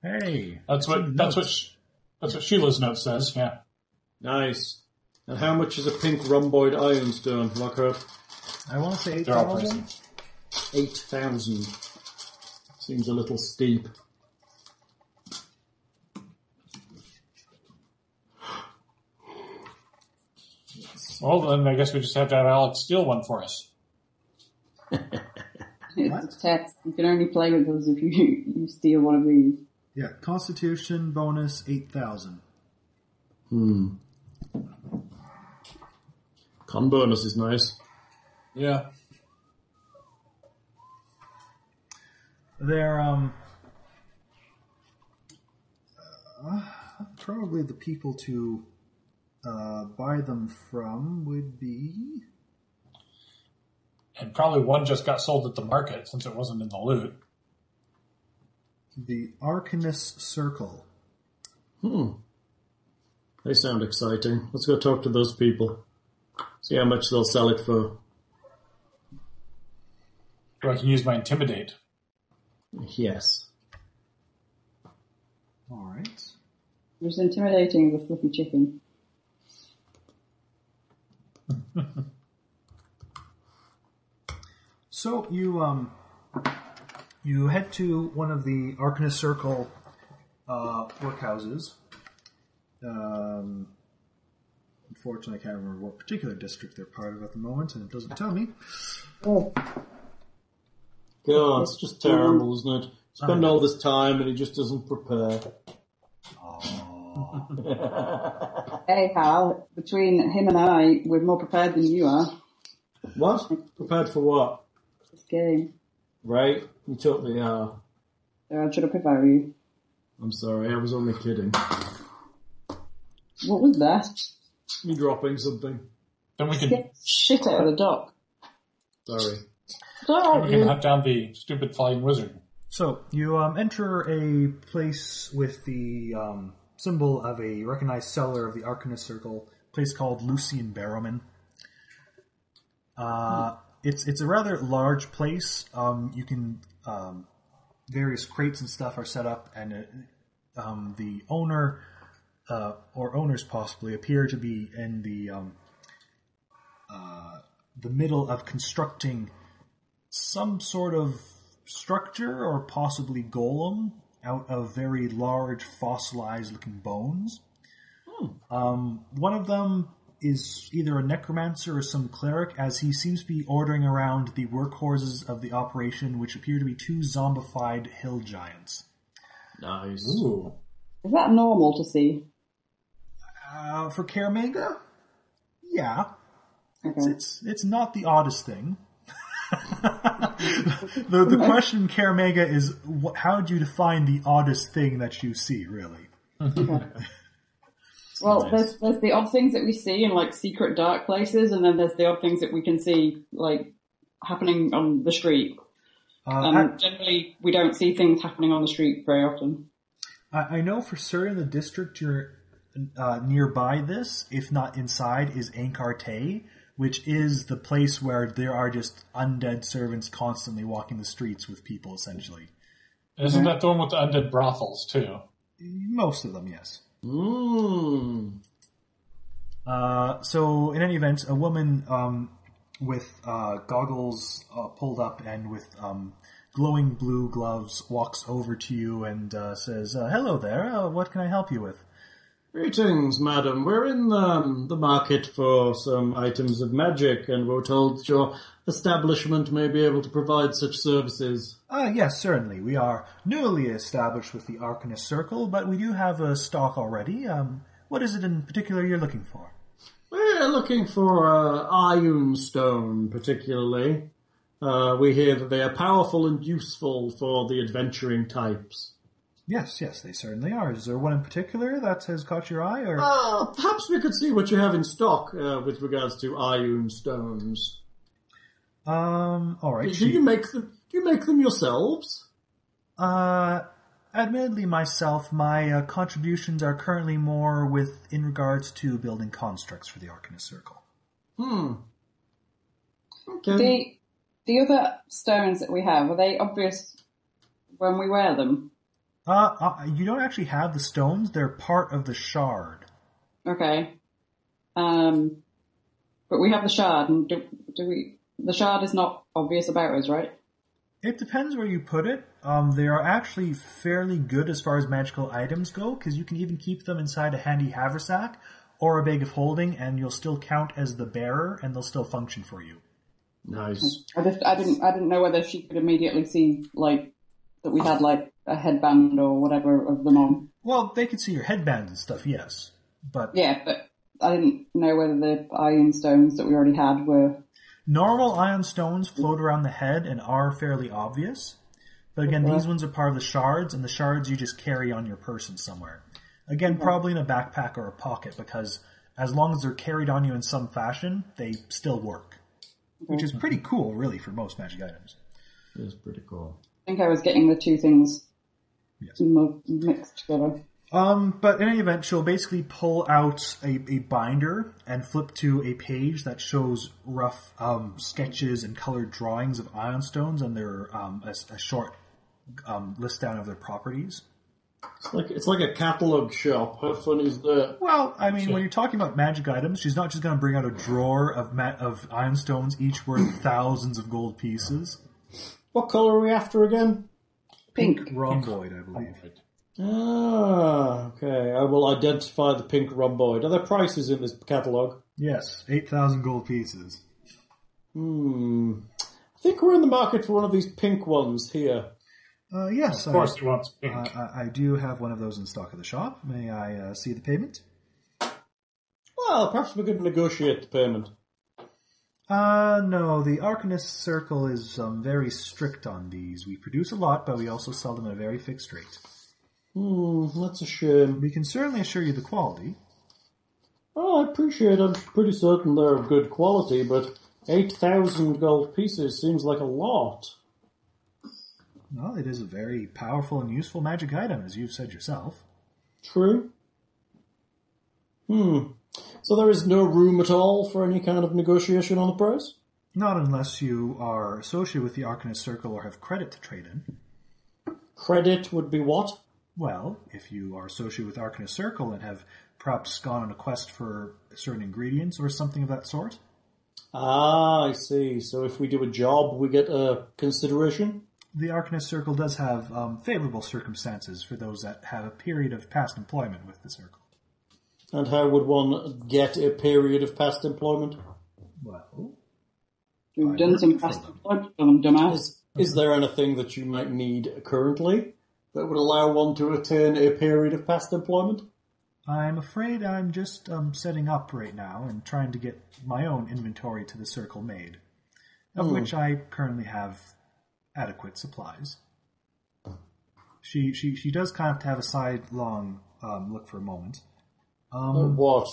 D: Hey,
F: That's
D: in the
F: what. That's what.
D: notes.
F: Sh- that's what Sheila's note says. Yeah.
B: Nice. And how much is a pink rhomboid ironstone, Lockhart?
D: I want to say eight
F: They're all pricey.
D: thousand.
B: Eight thousand. Seems a little steep.
F: Well, then I guess we just have to have Alex steal one for us.
D: What?
C: it's a test. You can only play with those if you, you steal one of these.
D: Yeah, Constitution bonus eight thousand.
B: Con bonus is nice.
F: Yeah.
D: They're um uh, probably the people to uh, buy them from would be
F: And probably one just got sold at the market since it wasn't in the loot.
D: the Arcanist Circle.
B: Hmm. They sound exciting. Let's go talk to those people. See how much they'll sell it for.
F: Or I can use my intimidate.
B: Yes.
D: All right.
C: Just intimidating the fluffy chicken.
D: So you um you head to one of the Arcanist Circle uh, workhouses. Um, unfortunately, I can't remember what particular district they're part of at the moment, and it doesn't tell me.
C: Oh,
B: God, it's just terrible, isn't it? Spend all this time and he just doesn't prepare.
C: hey, Hal, between him and I, we're more prepared than you are.
B: What? Prepared for what?
C: This game.
B: Right? You totally are.
C: So I'd shut up if I were you.
B: uh, I'm sorry, I was only kidding.
C: What was that?
B: You dropping something?
F: Then we can
C: Get shit out of the dock.
B: Sorry.
C: It's all
F: we
C: right,
F: can
C: you.
F: hunt down the stupid flying wizard.
D: So you um, enter a place with the um, symbol of a recognized seller of the Arcanist Circle, a place called Lucian Barrowman. Uh, It's it's a rather large place. Um, you can um, various crates and stuff are set up, and uh, um, the owner uh, or owners possibly appear to be in the um, uh, the middle of constructing some sort of structure or possibly golem out of very large fossilized looking bones. Um, one of them is either a necromancer or some cleric, as he seems to be ordering around the workhorses of the operation, which appear to be two zombified hill giants.
B: Nice.
F: Ooh.
C: Is that normal to see?
D: Uh, for Karamega? Yeah.
C: Okay.
D: It's it's not the oddest thing. the, the question, Karamega, is wh- how do you define the oddest thing that you see, really?
C: Well, there's there's the odd things that we see in like secret dark places, and then there's the odd things that we can see like happening on the street.
D: Uh,
C: And generally, we don't see things happening on the street very often.
D: I, I know for certain the district you're uh, nearby this, if not inside, is Ankarte, which is the place where there are just undead servants constantly walking the streets with people, essentially.
F: Isn't that the one with the undead brothels too?
D: Most of them, yes.
B: Mmm.
D: Uh, so, in any event, a woman um, with uh, goggles uh, pulled up and with um, glowing blue gloves walks over to you and uh, says, uh, "Hello there. Uh, what can I help you with?"
B: Greetings, madam. We're in um, the market for some items of magic, and we're told that your establishment may be able to provide such services.
D: Ah, yes, certainly. We are newly established with the Arcanist Circle, but we do have a stock already. Um, what is it in particular you're looking for?
B: We're looking for uh, iron stone, particularly. Uh, we hear that they are powerful and useful for the adventuring types.
D: Yes, yes, they certainly are. Is there one in particular that has caught your eye, or
B: Uh, perhaps we could see what you have in stock uh, with regards to iron stones.
D: um? All right.
B: Uh, Do you make them? Do you make them yourselves?
D: Uh, admittedly, myself, my uh, contributions are currently more with in regards to building constructs for the Arcanist Circle.
B: Hmm. Okay.
C: The the other stones that we have are they obvious when we wear them?
D: Uh, uh, you don't actually have the stones; they're part of the shard.
C: Okay. Um, but we have the shard, and do, do we? The shard is not obvious about us, right?
D: It depends where you put it. Um, they are actually fairly good as far as magical items go, because you can even keep them inside a handy haversack or a bag of holding, and you'll still count as the bearer, and they'll still function for you.
B: Nice.
C: I just I didn't I didn't know whether she could immediately see like that we had like a headband or whatever of them on.
D: Well, they can see your headbands and stuff, yes, but
C: Yeah, but I didn't know whether the iron stones that we already had were
D: Normal ion stones float around the head and are fairly obvious. But again, these ones are part of the shards, and the shards you just carry on your person somewhere. Again, probably in a backpack or a pocket, because as long as they're carried on you in some fashion, they still work. Which is pretty cool, really, for most magic items.
B: That's pretty cool.
C: I think I was getting the two things
D: Yes.
C: mu- mixed together.
D: Um, but in any event, she'll basically pull out a, a binder and flip to a page that shows rough um, sketches and colored drawings of ion stones and their um, a, a short um, list down of their properties.
B: It's like it's like a catalog shop. How fun is that?
D: Well, I mean, when you're talking about magic items, she's not just going to bring out a drawer of ma- of ion stones, each worth thousands of gold pieces.
B: What color are we after again?
C: Pink.
D: Rhomboid, I believe.
B: Ah, okay. I will identify the pink rhomboid. Are there prices in this catalog?
D: Yes, eight thousand gold pieces.
B: Hmm. I think we're in the market for one of these pink ones here.
D: Uh, yes,
F: Of course, he wants pink.
D: I, I, I do have one of those in stock at the shop. May I uh, see the payment?
B: Well, perhaps we could negotiate the payment.
D: Uh, no, the Arcanist Circle is um, very strict on these. We produce a lot, but we also sell them at a very fixed rate.
B: Hmm, that's a shame.
D: We can certainly assure you the quality.
B: Oh, I appreciate I'm pretty certain they're of good quality, but 8,000 gold pieces seems like a lot.
D: Well, it is a very powerful and useful magic item, as you've said yourself.
B: True. Hmm. So there is no room at all for any kind of negotiation on the price?
D: Not unless you are associated with the Arcanist Circle or have credit to trade in.
B: Credit would be what?
D: Well, if you are associated with Arcanist Circle and have perhaps gone on a quest for certain ingredients or something of that sort,
B: Ah, I see. So if we do a job, we get a consideration?
D: the Arcanist Circle does have um, favorable circumstances for those that have a period of past employment with the Circle.
B: And how would one get a period of past employment?
D: Well,
C: We've done some past employment for them, dumbass.
B: Is, is there anything that you might need currently that would allow one to attain a period of past employment?
D: I'm afraid I'm just um, setting up right now and trying to get my own inventory to the circle made, of which I currently have adequate supplies. She she she does kind of have a sidelong um, look for a moment.
B: Or
D: Um,
B: what?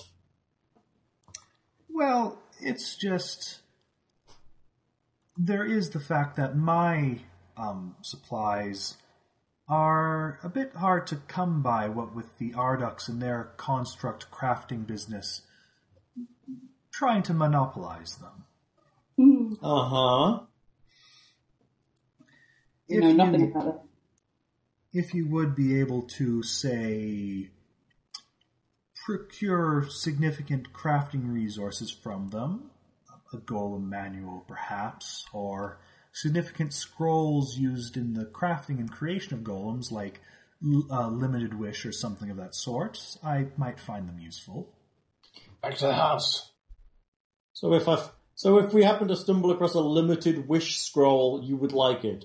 D: well, it's just there is the fact that my um, supplies are a bit hard to come by. What with the Ardux and their construct crafting business trying to monopolize them.
B: Uh huh.
C: You know,
D: If
C: nothing
D: you-
C: about that.
D: if you would be able to say procure significant crafting resources from them a golem manual perhaps or significant scrolls used in the crafting and creation of golems like l- uh, limited wish or something of that sort i might find them useful
F: Back to the house.
B: So if I, so if we happen to stumble across a limited wish scroll, you would like it.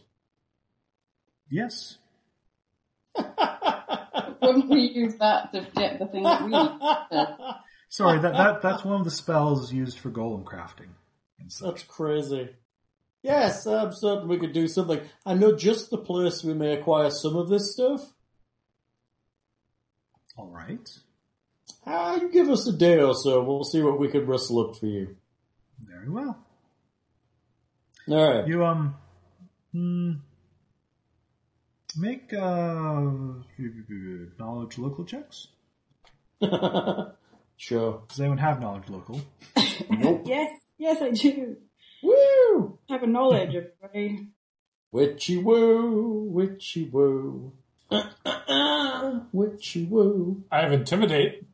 D: yes
C: Wouldn't we use that to get the thing that we need? Uh,
D: sorry that, that that's one of the spells used for golem crafting and such.
B: That's crazy. Yes, I'm certain we could do something. I know just the place we may acquire some of this stuff.
D: all right
B: Ah, you give us a day or so, we'll see what we can rustle up for you.
D: very well
B: All right.
D: You um, hmm, make uh knowledge local checks.
B: sure.
D: Does anyone have knowledge local?
C: yes, yes, I do.
B: Woo!
C: I have a knowledge of very
B: Witchy woo, witchy woo. witchy woo.
F: I have intimidate.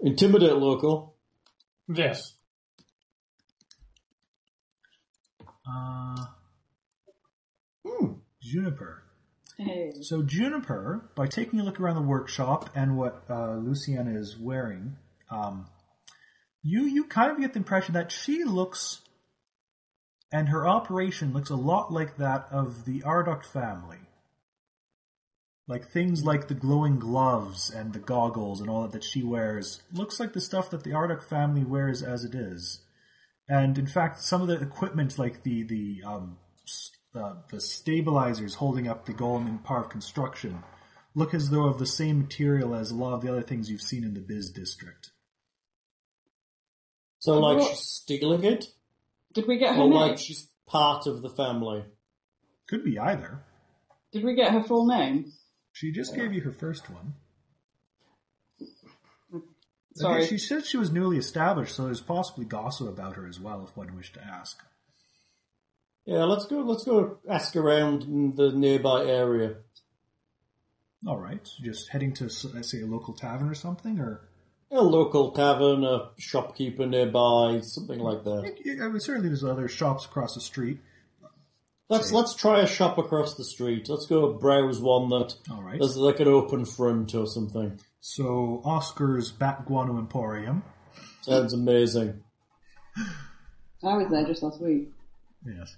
B: Intimidate local.
F: Yes.
D: Uh,
B: Hmm.
D: Juniper.
C: hey,
D: So Juniper, by taking a look around the workshop and what uh, Luciana is wearing, um, you you kind of get the impression that she looks, and her operation looks a lot like that of the Arduct family. Like things like the glowing gloves and the goggles and all that that she wears looks like the stuff that the Arduct family wears as it is, and in fact, some of the equipment like the the um, uh, the stabilizers holding up the golem in par of construction look as though of the same material as a lot of the other things you've seen in the biz district.
B: So, like,
C: Well-
B: she's stealing it?
C: did we get her
B: Or,
C: name?
B: like, she's part of the family?
D: Could be either.
C: Did we get her full name?
D: She just gave you her first one. I think
C: Sorry.
D: She said she was newly established, so there's possibly gossip about her as well, if one wished to ask.
B: Yeah, let's go, let's go ask around in the nearby area.
D: All right, so just heading to, let's say, a local tavern or something, or
B: A local tavern, a shopkeeper nearby, something like
D: I
B: that.
D: think- I mean, certainly there's other shops across the street.
B: Let's, let's try a shop across the street. Let's go browse one that
D: All right.
B: there's like an open front or something.
D: So Oscar's Bat Guano Emporium.
B: Sounds amazing.
C: I was there just last week.
D: Yes.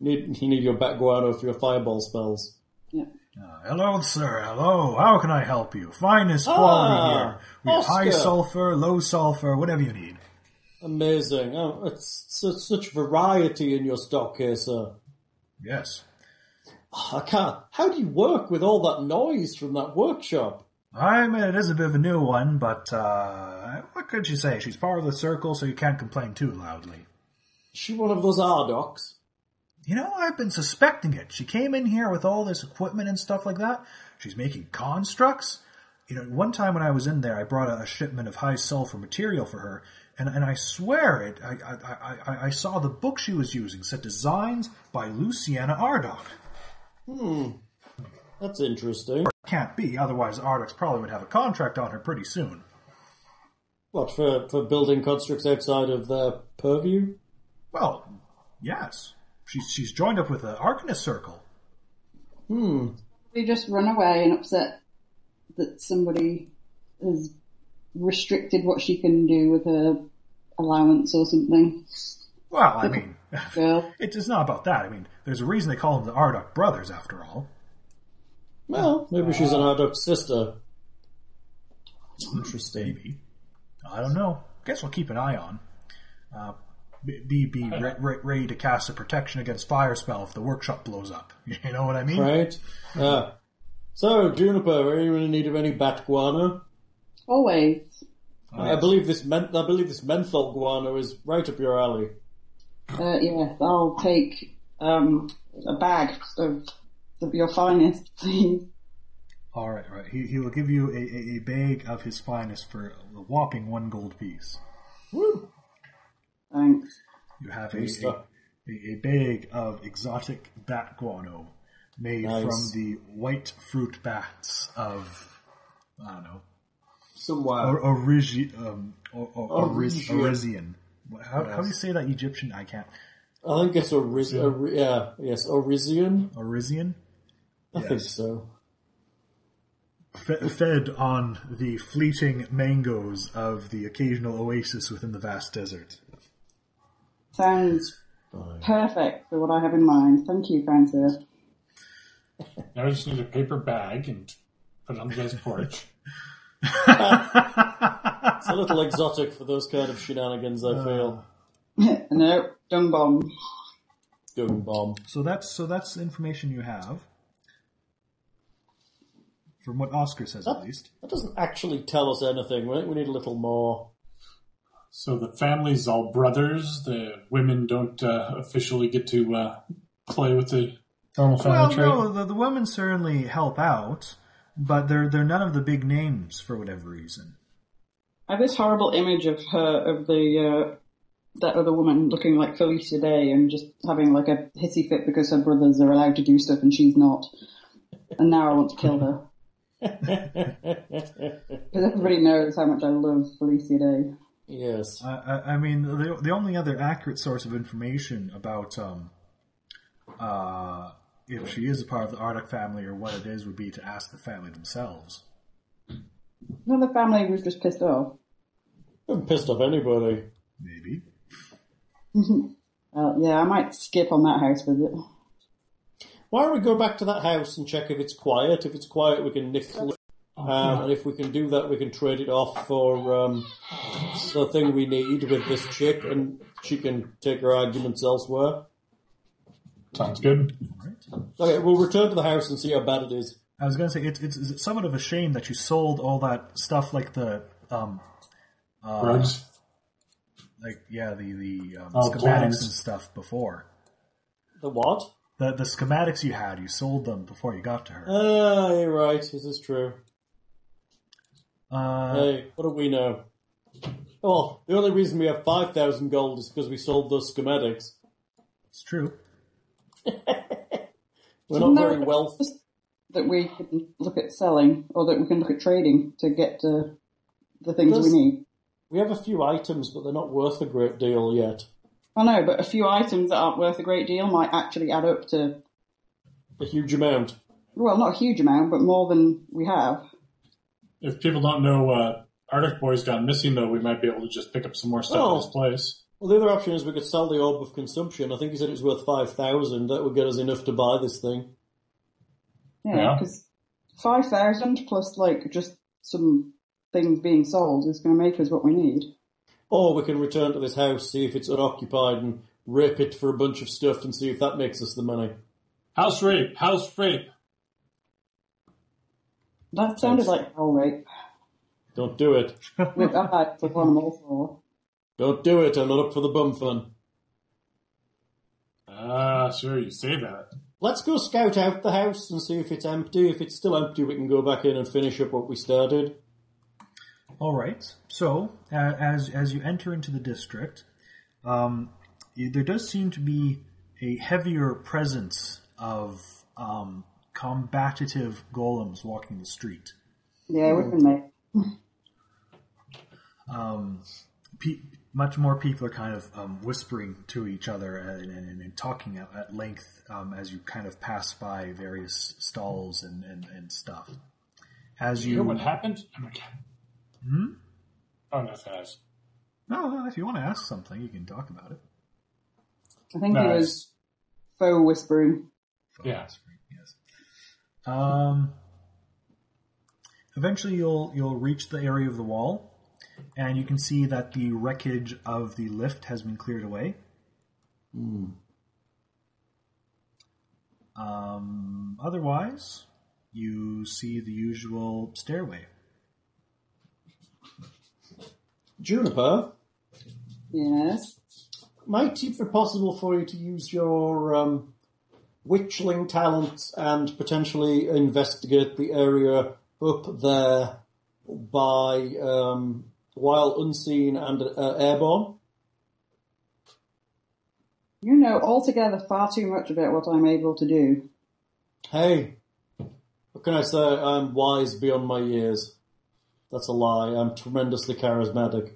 B: Need, you need your back guano for your fireball spells.
C: Yeah.
D: Uh, hello, sir. Hello. How can I help you? Finest
B: Ah,
D: quality here. We have high
B: Oscar.
D: sulfur, low sulfur, whatever you need.
B: Amazing. Oh, it's such, such variety in your stock here, sir.
D: Yes.
B: I can't. How do you work with all that noise from that workshop?
D: I mean, it is a bit of a new one, but uh, what could you say? She's part of the circle, so you can't complain too loudly.
B: Is she one of those Ardocs?
D: You know, I've been suspecting it. She came in here with all this equipment and stuff like that. She's making constructs. You know, one time when I was in there, I brought a, a shipment of high sulfur material for her, and, and I swear it, I, I, I, I- I saw the book she was using said Designs by Luciana Ardoc.
B: That's interesting.
D: Can't be, otherwise Ardox probably would have a contract on her pretty soon.
B: What, for, for building constructs outside of their purview?
D: Well, yes. She's, she's joined up with the Arcanist Circle.
C: We just run away and upset that somebody has restricted what she can do with her allowance or something.
D: Well, I mean,
C: Girl,
D: it is not about that. I mean, there's a reason they call them the Ardoc brothers, after all.
B: Well, maybe she's an Ardoc sister. Interesting.
D: Maybe. I don't know. Guess we'll keep an eye on. Uh, be be, be re- re- ready to cast a protection against fire spell if the workshop blows up. You know what I mean?
B: Right? Uh, so, Juniper, are you in need of any bat guano?
C: always.
B: I believe this men- I believe this menthol guano is right up your alley.
C: Uh, yes, I'll take um, a bag of, of your finest, please.
D: All right, right. He, he will give you a, a, a bag of his finest for a whopping one gold piece.
B: Woo!
C: Thanks.
D: You have a,
B: Great
D: a,
B: stuff.
D: a- a bag of exotic bat guano made
B: Nice.
D: from the white fruit bats of, I don't know,
B: Somewhere.
D: or origi, um, or, or, oris,
B: Origin.
D: Orisian. How, how do you say that Egyptian? I can't.
B: I think it's Oriz- Ori- yeah, yes, Orisian.
D: Orisian?
B: I think
D: Yes.
B: so.
D: Fe- fed on the fleeting mangoes of the occasional oasis within the vast desert.
C: Sounds perfect for what I have in mind. Thank you, kind sir.
F: Now I just need a paper bag and put it on the guy's porch.
B: It's a little exotic for those kind of shenanigans, I feel.
C: no, dung bomb.
B: Doom bomb.
D: So that's so that's the information you have. From what Oscar says, at least.
B: That doesn't actually tell us anything, right? We need a little more.
F: So the family's all brothers. The women don't uh, officially get to uh, play with the normal family
D: Well,
F: trade.
D: no, the, the women certainly help out, but they're they're none of the big names for whatever reason.
C: I have this horrible image of her, of the uh, that other woman looking like Felicia Day and just having like a hissy fit because her brothers are allowed to do stuff and she's not. And now I want to kill her because everybody knows how much I love Felicia Day.
B: yes.
D: I, I, I mean, the, the only other accurate source of information about um, uh, if she is a part of the Ardoc family or what it is would be to ask the family themselves.
C: Another family was just pissed off.
B: I haven't pissed off anybody.
D: Maybe.
C: Uh, yeah, I might skip on that house visit.
B: Why don't we go back to that house and check if it's quiet? If it's quiet, we can nickel it. Um, and if we can do that, we can trade it off for um, the thing we need with this chick, and she can take her arguments elsewhere.
F: Sounds good.
B: Okay, we'll return to the house and see how bad it is.
D: I was going to say, it's, it's, it's somewhat of a shame that you sold all that stuff like the. Um,
F: Rugs.
D: like yeah, the the um,
F: Oh,
D: schematics
F: plans.
D: and stuff before
B: The what?
D: the the schematics you had, you sold them before you got to her.
B: Ah, you're right. This is true.
D: Uh,
B: Hey, what do we know? Well, the only reason we have 5,000 gold is because we sold those schematics.
D: it's true.
B: We're not very wealthy.
C: that we can look at selling or that we can look at trading to get uh, the things
B: Does-
C: we need.
B: We have a few items, but they're not worth a great deal yet.
C: I know, but a few items that aren't worth a great deal might actually add up to,
B: A huge amount.
C: well, not a huge amount, but more than we have.
F: If people don't know, uh, Arctic Boy's gone missing, though, we might be able to just pick up some more stuff
B: Oh.
F: at his place.
B: Well, the other option is we could sell the orb of consumption. I think he said it was worth 5,000. That would get us enough to buy this thing.
C: Yeah,
F: Yeah.
C: because 5,000 plus like just some things being sold is going to make us what we need.
B: or we can return to this house, see if it's unoccupied, and rape it for a bunch of stuff and see if that makes us the money.
F: House rape, house rape.
C: That sounded like hell rape.
B: Don't do it.
C: With that, the one I'm all for.
B: Don't do it. I'm not up for the bum fun.
F: Ah, sure, you say that.
B: Let's go scout out the house and see if it's empty. If it's still empty, we can go back in and finish up what we started.
D: All right. So uh, as as you enter into the district, um, y- there does seem to be a heavier presence of um, combative golems walking the street.
C: Yeah, it would have been me.
D: Um, pe- much more people are kind of um, whispering to each other and, and, and talking at, at length um, as you kind of pass by various stalls and, and, and stuff. As
F: You
D: you,
F: know what happened? Oh my god. Oh, nothing else.
D: no, no, if you want to ask something, you can talk about it.
C: I think it was
F: Nice.
C: faux whispering.
F: Yeah.
D: Yes. Um, eventually, you'll you'll reach the area of the wall, and you can see that the wreckage of the lift has been cleared away. Um, otherwise, you see the usual stairway.
B: Juniper,
C: Yes.
B: might it be possible for you to use your um, witchling talents and potentially investigate the area up there by um, while unseen and uh, airborne?
C: You know altogether far too much about what I'm able to do.
B: Hey, what can I say? I'm wise beyond my years. That's a lie. I'm tremendously charismatic.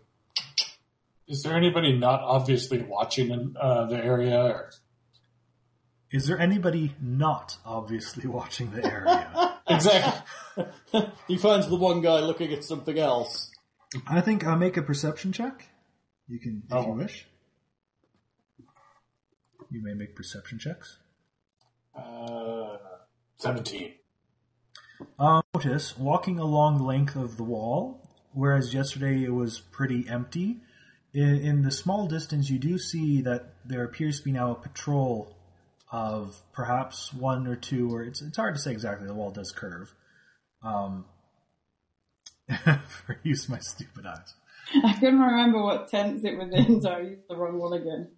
F: Is there anybody not obviously watching in uh, the area? Or...
D: Is there anybody not obviously watching the area?
B: Exactly. he finds the one guy looking at something else.
D: I think I'll make a perception check. You can, if
F: Oh.
D: you wish. You may make perception checks.
F: Uh, 17.
D: Um, notice walking along the length of the wall, whereas yesterday it was pretty empty. In, in the small distance, you do see that there appears to be now a patrol of perhaps one or two, or it's it's hard to say exactly. The wall does curve. Um, for use my stupid eyes.
C: I couldn't remember what tense it was in, so I used the wrong one again.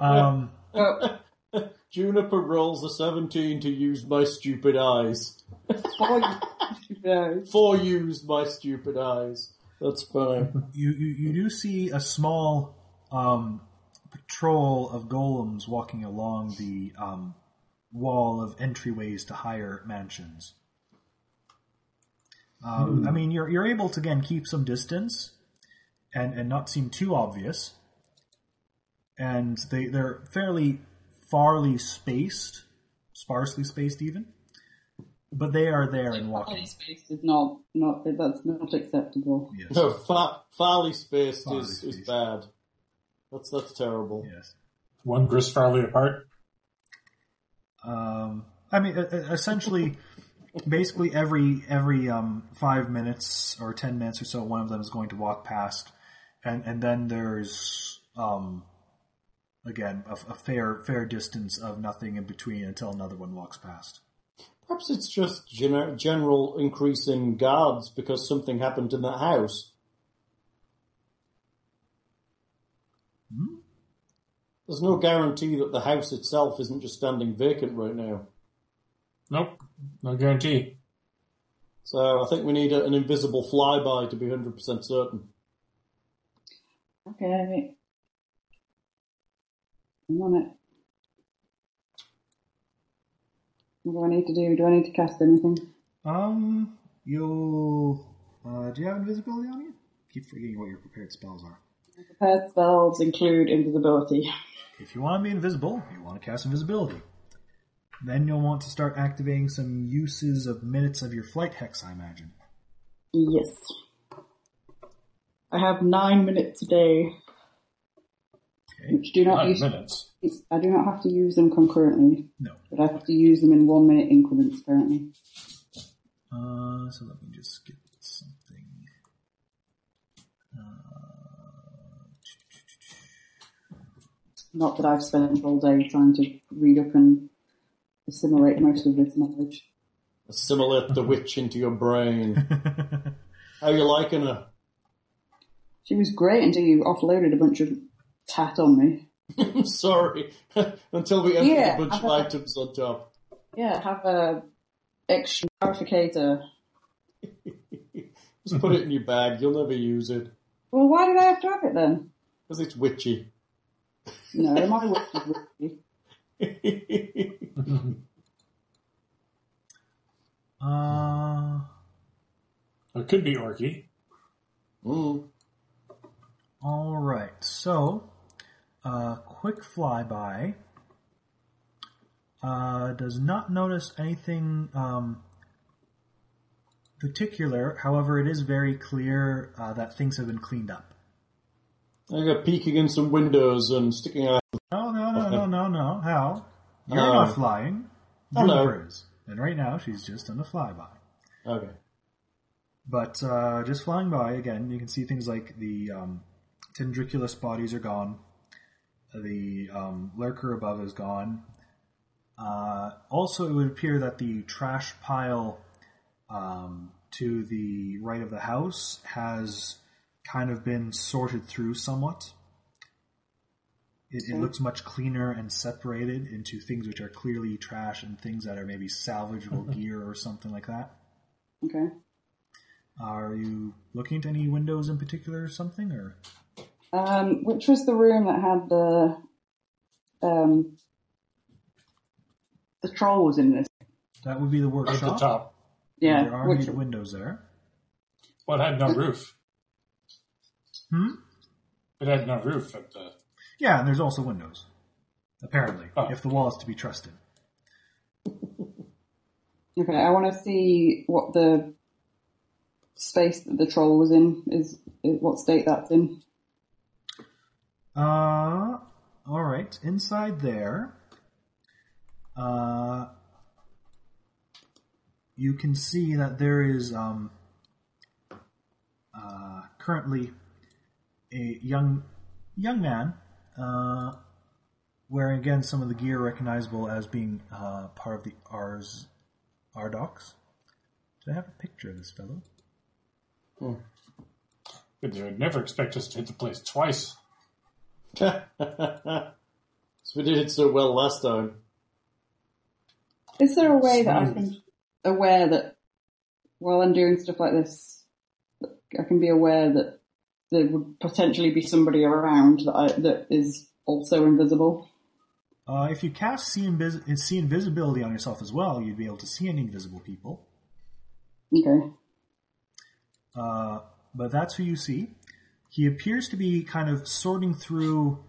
D: Um,
C: But
B: Juniper rolls a 17 to use my stupid eyes.
C: before Oh, you know,
B: Four used my stupid eyes. That's funny.
D: you, you you do see a small um, patrol of golems walking along the um, wall of entryways to higher mansions. Um, I mean, you're you're able to again keep some distance, and and not seem too obvious. And they they're fairly farly spaced, sparsely spaced even, but they are there and walking.
C: body space is not, not, that's not acceptable.
D: Yes.
B: No, fa- Farley spaced
D: Farley
B: is, is
D: spaced.
B: bad. That's that's terrible.
D: Yes.
F: One Gris Farley apart?
D: Um, I mean, e- e- essentially, basically every every um, five minutes or ten minutes or so, one of them is going to walk past, and and then there's um, again a, a fair fair distance of nothing in between until another one walks past.
B: Perhaps it's just gener- general increase in guards because something happened in that house. There's no guarantee that the house itself isn't just standing vacant right now.
F: Nope. No guarantee.
B: So I think we need a, an invisible flyby to be 100% certain.
C: Okay. I'm on it. What do I need to do? Do I need to cast anything?
D: Um, you'll uh, do you have invisibility on you? Keep forgetting what your prepared spells are.
C: Prepared spells include invisibility.
D: If you want to be invisible, you want to cast invisibility. Then you'll want to start activating some uses of minutes of your flight hex, I imagine.
C: Yes. I have nine minutes a day,
D: Okay.
C: which do not
F: Nine
C: use.
F: minutes.
C: I do not have to use them concurrently,
D: No.
C: but I have to use them in one minute increments. Apparently,
D: Uh, so let me just get something. Uh,
C: Not that I've spent all day trying to read up and assimilate most of this knowledge.
B: Assimilate the witch into your brain. How you liking her?
C: She was great until you offloaded a bunch of tat on me.
B: I'm sorry. Until we emptied
C: Yeah,
B: a bunch
C: I
B: of
C: thought-
B: items on top.
C: Yeah, have a extra clarificator.
B: Just put it in your bag. You'll never use it.
C: Well, why did I have to have it then?
B: Because it's witchy.
C: No, my witch is witchy.
D: Uh,
F: It could be Orky.
B: Mm.
D: all right. So, uh, quick flyby. Uh, does not notice anything um, particular. However, it is very clear uh, that things have been cleaned up.
B: I got peeking in some windows and sticking out.
D: No, no, no, no, no, no. Hal, you're
B: Hello.
D: not flying.
B: Hello.
D: Juniper is. And right now, she's just on a flyby.
B: Okay.
D: But uh, just flying by again, you can see things like the um, tendriculus bodies are gone, the um, lurker above is gone. Uh, also, it would appear that the trash pile um, to the right of the house has kind of been sorted through somewhat. It, it looks much cleaner and separated into things which are clearly trash and things that are maybe salvageable gear or something like that.
C: Okay.
D: Are you looking at any windows in particular or something? Or
C: Um, which was the room that had the um, the troll was in this?
D: that would be the
F: At the
D: workshop.
F: top.
C: Yeah,
D: There are
C: which
D: eight windows there.
F: Well, it had no roof.
D: Hmm?
F: It had no roof at the.
D: Yeah, and there's also windows. Apparently,
F: Oh.
D: if the wall is to be trusted.
C: okay. I want to see what the space that the troll was in is, is what state that's in.
D: Uh, all right. Inside there, uh, you can see that there is um, uh, currently a young young man uh, wearing again some of the gear recognizable as being uh, part of the R's Ardox. Did I have a picture of this fellow?
F: They would never expect us to hit the place twice.
B: so we did it so well last time.
C: Is there a way that I can aware that while I'm doing stuff like this, I can be aware that there would potentially be somebody around that I, that is also invisible?
D: Uh, if you cast see, invis- see invisibility on yourself as well, you'd be able to see any invisible people.
C: Okay.
D: Uh, but that's who you see. He appears to be kind of sorting through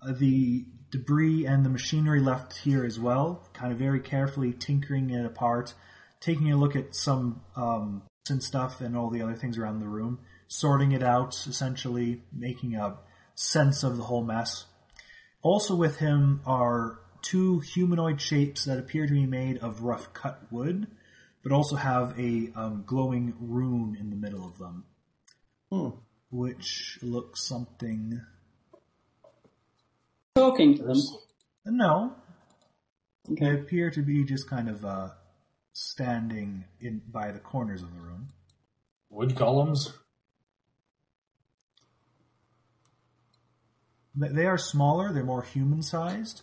D: uh, the debris and the machinery left here as well, kind of very carefully tinkering it apart, taking a look at some um, and stuff and all the other things around the room, sorting it out, essentially making a sense of the whole mess. Also with him are two humanoid shapes that appear to be made of rough cut wood but also have a um, glowing rune in the middle of them,
B: Hmm.
D: which looks something.
C: Talking to them.
D: No, they
C: Okay.
D: appear to be just kind of uh, standing in by the corners of the room.
F: Wood golems.
D: They they are smaller; they're more human-sized.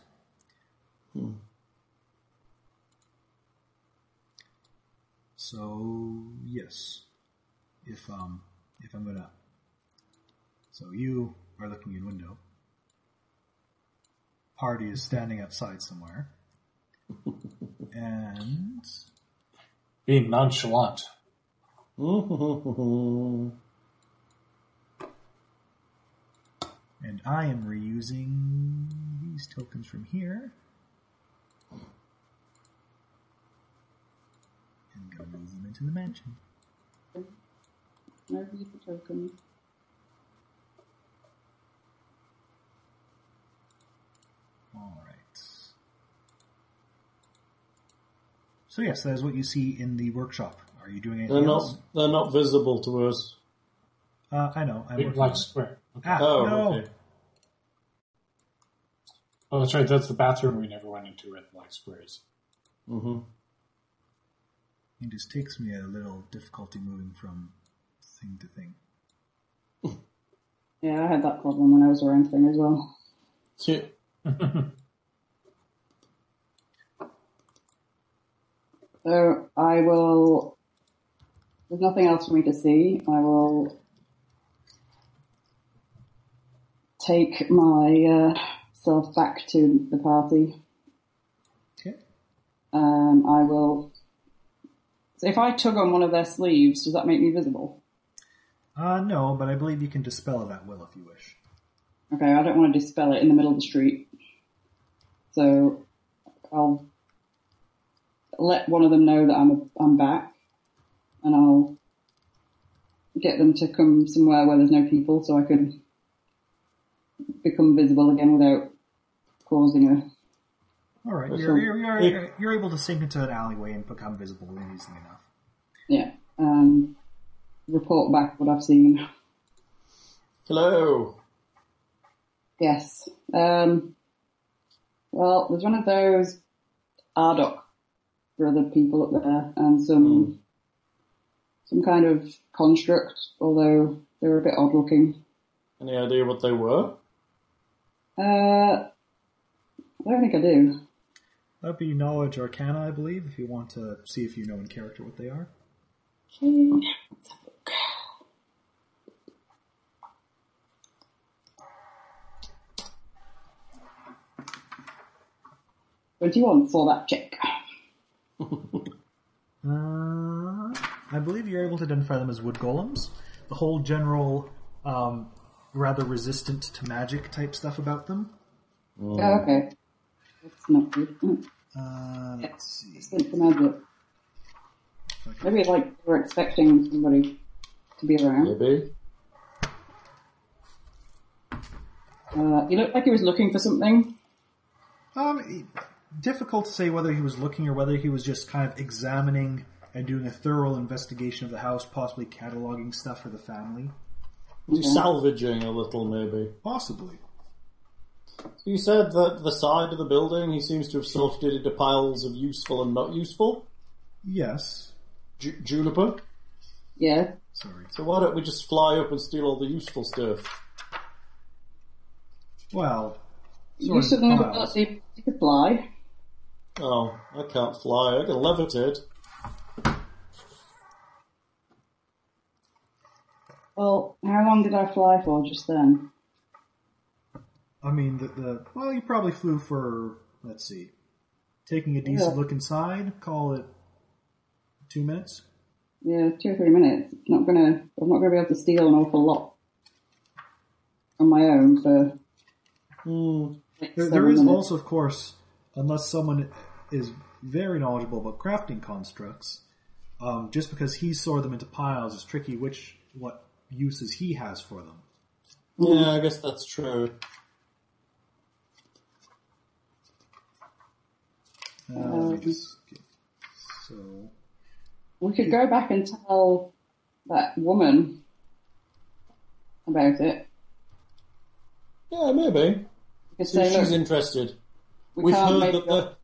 D: So yes, if um, if I'm gonna, so you are looking in window. Party is standing outside somewhere, and
F: Being nonchalant.
D: and I am reusing these tokens from here. And I'm gonna move them into the mansion.
C: No use of token.
D: All right. So yes, that is what you see in the workshop. Are you doing anything
B: They're not.
D: else?
B: They're not visible to us.
D: Uh, I know. I'm
F: Big
D: working on Ah,
F: black
D: it.
F: square.
D: Ah,
B: Oh,
D: no.
B: okay.
F: Oh, that's right. That's the bathroom we never went into at Black Squares.
B: Mm-hmm.
D: It just takes me a little difficulty moving from thing to thing.
C: Yeah, I had that problem when I was around thing as well. So I will. There's nothing else for me to see. I will take my uh, self back to the party.
D: Okay.
C: Um, I will. So if I tug on one of their sleeves, does that make me visible?
D: Uh, no, but I believe you can dispel it at will if you wish.
C: Okay, I don't want to dispel it in the middle of the street. So I'll let one of them know that I'm I'm back, and I'll get them to come somewhere where there's no people, so I can become visible again without causing a.
D: All right,
B: Well,
D: you're,
B: so
D: you're, you're,
B: if-
D: you're, you're able to sink into an alleyway and become visible easily enough.
C: Yeah. Um, report back what I've seen.
B: Hello.
C: Yes. Um, well, there's one of those Ardoc brother people up there and some some kind of construct, although they're a bit odd looking.
B: Any idea what they were?
C: Uh, I don't think I do.
D: That'd be knowledge arcana, I believe, if you want to see if you know in character what they are.
C: Okay. Twenty-one for that check.
D: Uh, I believe you're able to identify them as wood golems. The whole general, um, rather resistant to magic type stuff about them.
C: Oh, okay. That's not good. Mm.
D: Uh,
C: Yeah,
D: let's see.
C: It's not the magic. Maybe like we're expecting somebody to be around.
B: Maybe.
C: Uh, he looked like he was looking for something.
D: Um, difficult to say whether he was looking or whether he was just kind of examining and doing a thorough investigation of the house, possibly cataloging stuff for the family.
B: Salvaging a little, maybe.
D: Possibly.
B: You said that the side of the building he seems to have sorted into piles of useful and not useful.
D: Yes.
B: Ju- juniper.
C: Yeah.
D: Sorry.
B: So why don't we just fly up and steal all the useful stuff?
D: Well,
C: you
D: sort of
C: suddenly
D: piles.
C: got the you could fly.
B: Oh, I can't fly. I can levitate.
C: Well, how long did I fly for just then?
D: I mean, the, the well, you probably flew for let's see, taking a decent
C: Yeah.
D: look inside. Call it two minutes.
C: Yeah, two or three minutes. Not gonna. I'm not gonna be able to steal an awful lot on my own for. like Hmm,
D: There, there
C: seven
D: is
C: minutes.
D: also, of course, unless someone is very knowledgeable about crafting constructs, um, just because he sorted them into piles is tricky. Which what uses he has for them?
B: Yeah, I guess that's true.
D: Uh, let me just get- so
C: We could go back and tell that woman about it.
B: Yeah, maybe.
C: We could
B: See
C: say,
B: if she's
C: look,
B: interested.
C: we
B: We've
C: can't
B: heard
C: make
B: that the,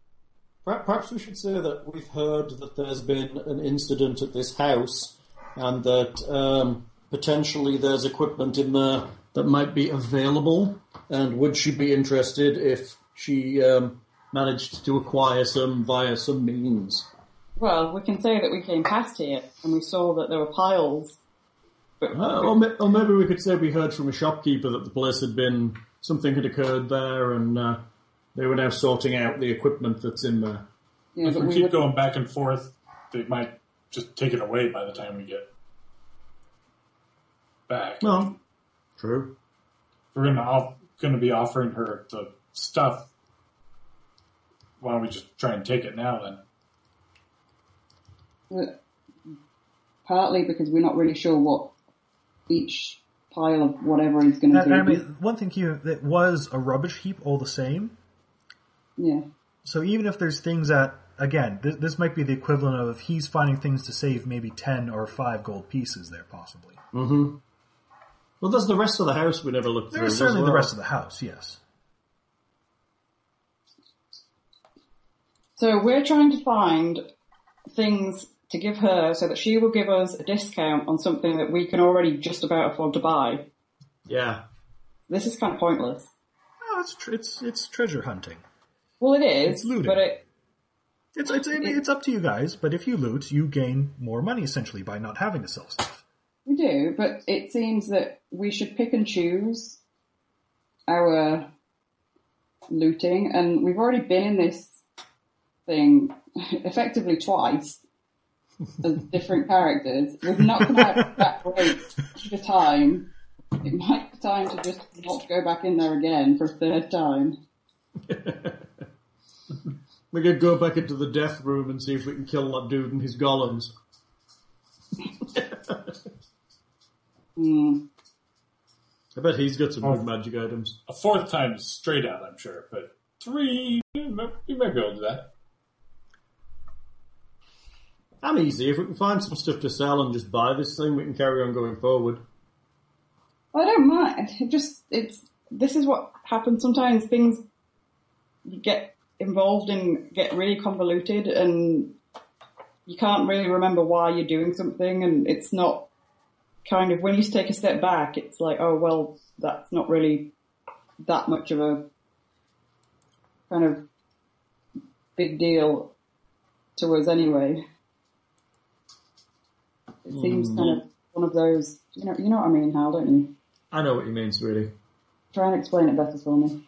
B: per- perhaps we should say that we've heard that there's been an incident at this house, and that um, potentially there's equipment in there that might be available. And would she be interested if she um, managed to acquire some via some means?
C: Well, we can say that we came past here and we saw that there were piles. But
B: Uh, or, ma- or maybe we could say we heard from a shopkeeper that the place had been something had occurred there, and uh, they were now sorting out the equipment that's in there.
C: yeah,
F: If
C: but
F: we
C: we
F: keep
C: would,
F: going back and forth, they might just take it away by the time we get back.
B: No, true.
F: We're gonna off, gonna be offering her the stuff. Why don't we just try and take it now then?
C: partly because we're not really sure what each pile of whatever is going to
D: And-
C: do.
D: and I mean, one thing here that was a rubbish heap all the same.
C: yeah.
D: So even if there's things that, again, this, this might be the equivalent of if he's finding things to save maybe 10 or 5 gold pieces there, possibly.
B: Well, there's the rest of the house we never looked through.
D: There's
B: as
D: certainly the
B: well.
D: rest of the house, yes.
C: So we're trying to find things to give her so that she will give us a discount on something that we can already just about afford to buy.
B: Yeah.
C: This is kind of pointless.
D: Oh, it's, tr- it's it's treasure hunting.
C: Well, it is,
D: It's looting.
C: but it
D: It's it's it's up to you guys, but if you loot, you gain more money essentially by not having to sell stuff.
C: we do. But it seems that we should pick and choose our looting, and we've already been in this thing effectively twice as different characters. We've not come out that great each time. It might be time to just not go back in there again for a third time.
B: We could go back into the death room and see if we can kill that dude and his golems.
C: Hmm.
B: I bet he's got some good magic items.
F: A fourth time straight out, I'm sure, but three, you might you might be able to do that.
B: I'm easy. If we can find some stuff to sell and just buy this thing, we can carry on going forward.
C: I don't mind. It just it's this is what happens sometimes. Things get involved and get really convoluted, and you can't really remember why you're doing something. And it's not kind of when you take a step back, it's like, oh well, that's not really that much of a kind of big deal to us anyway. It seems kind of one of those, you know, you know what I mean, Hal, don't you?
B: I know what you mean, sweetie.
C: Try and explain it better for me.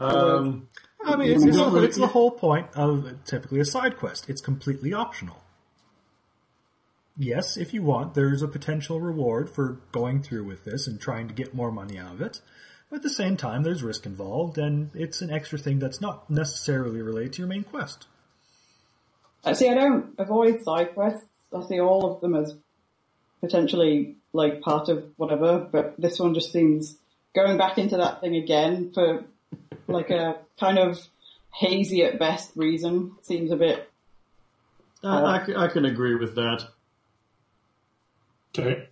B: Um,
D: I mean, it's, it's,
B: don't
D: the,
B: really-
D: it's the whole point of typically a side quest. It's completely optional. Yes, if you want, there's a potential reward for going through with this and trying to get more money out of it. But at the same time, there's risk involved, and it's an extra thing that's not necessarily related to your main quest.
C: Uh, See, I don't avoid side quests. I see all of them as potentially like part of whatever, but this one just seems going back into that thing again for like a kind of hazy at best reason seems a bit.
B: I, I c- I can agree with that.
F: Okay.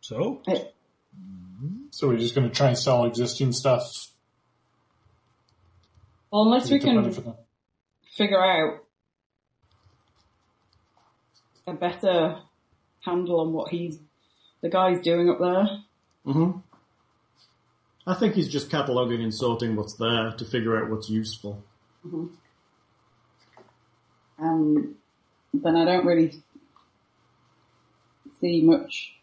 D: So,
F: So we're just going to try and sell existing stuff.
C: Well, unless
F: to
C: we
F: get the money for
C: can
F: them.
C: figure out a better handle on what he's the guy's doing up there.
B: I think he's just cataloguing and sorting what's there to figure out what's useful.
C: um, then I don't really see much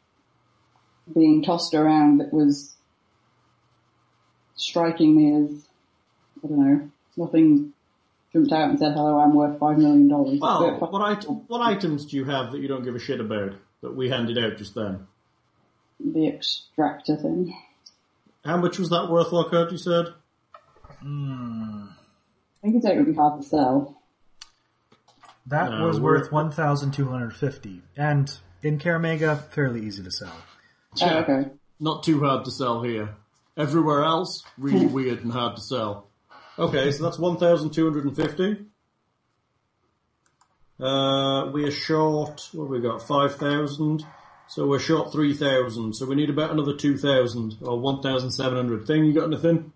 C: being tossed around that was striking me as, I don't know, nothing jumped out and said, hello, I'm worth five million dollars.
B: Well,
C: But-
B: what, it- what items do you have that you don't give a shit about that we handed out just then?
C: the extractor thing.
B: How much was that worth, Lockhart, you said?
C: I think it would be hard to sell.
D: that
B: No,
D: was
B: we're-
D: worth 1250 and in Karamega, fairly easy to sell.
C: Oh, okay.
B: Not too hard to sell here. Everywhere else, really weird and hard to sell. Okay, so that's 1,250. Uh, we are short, what have we got, 5,000? So we're short 3,000, so we need about another 2,000 or 1,700. Thing, you got anything?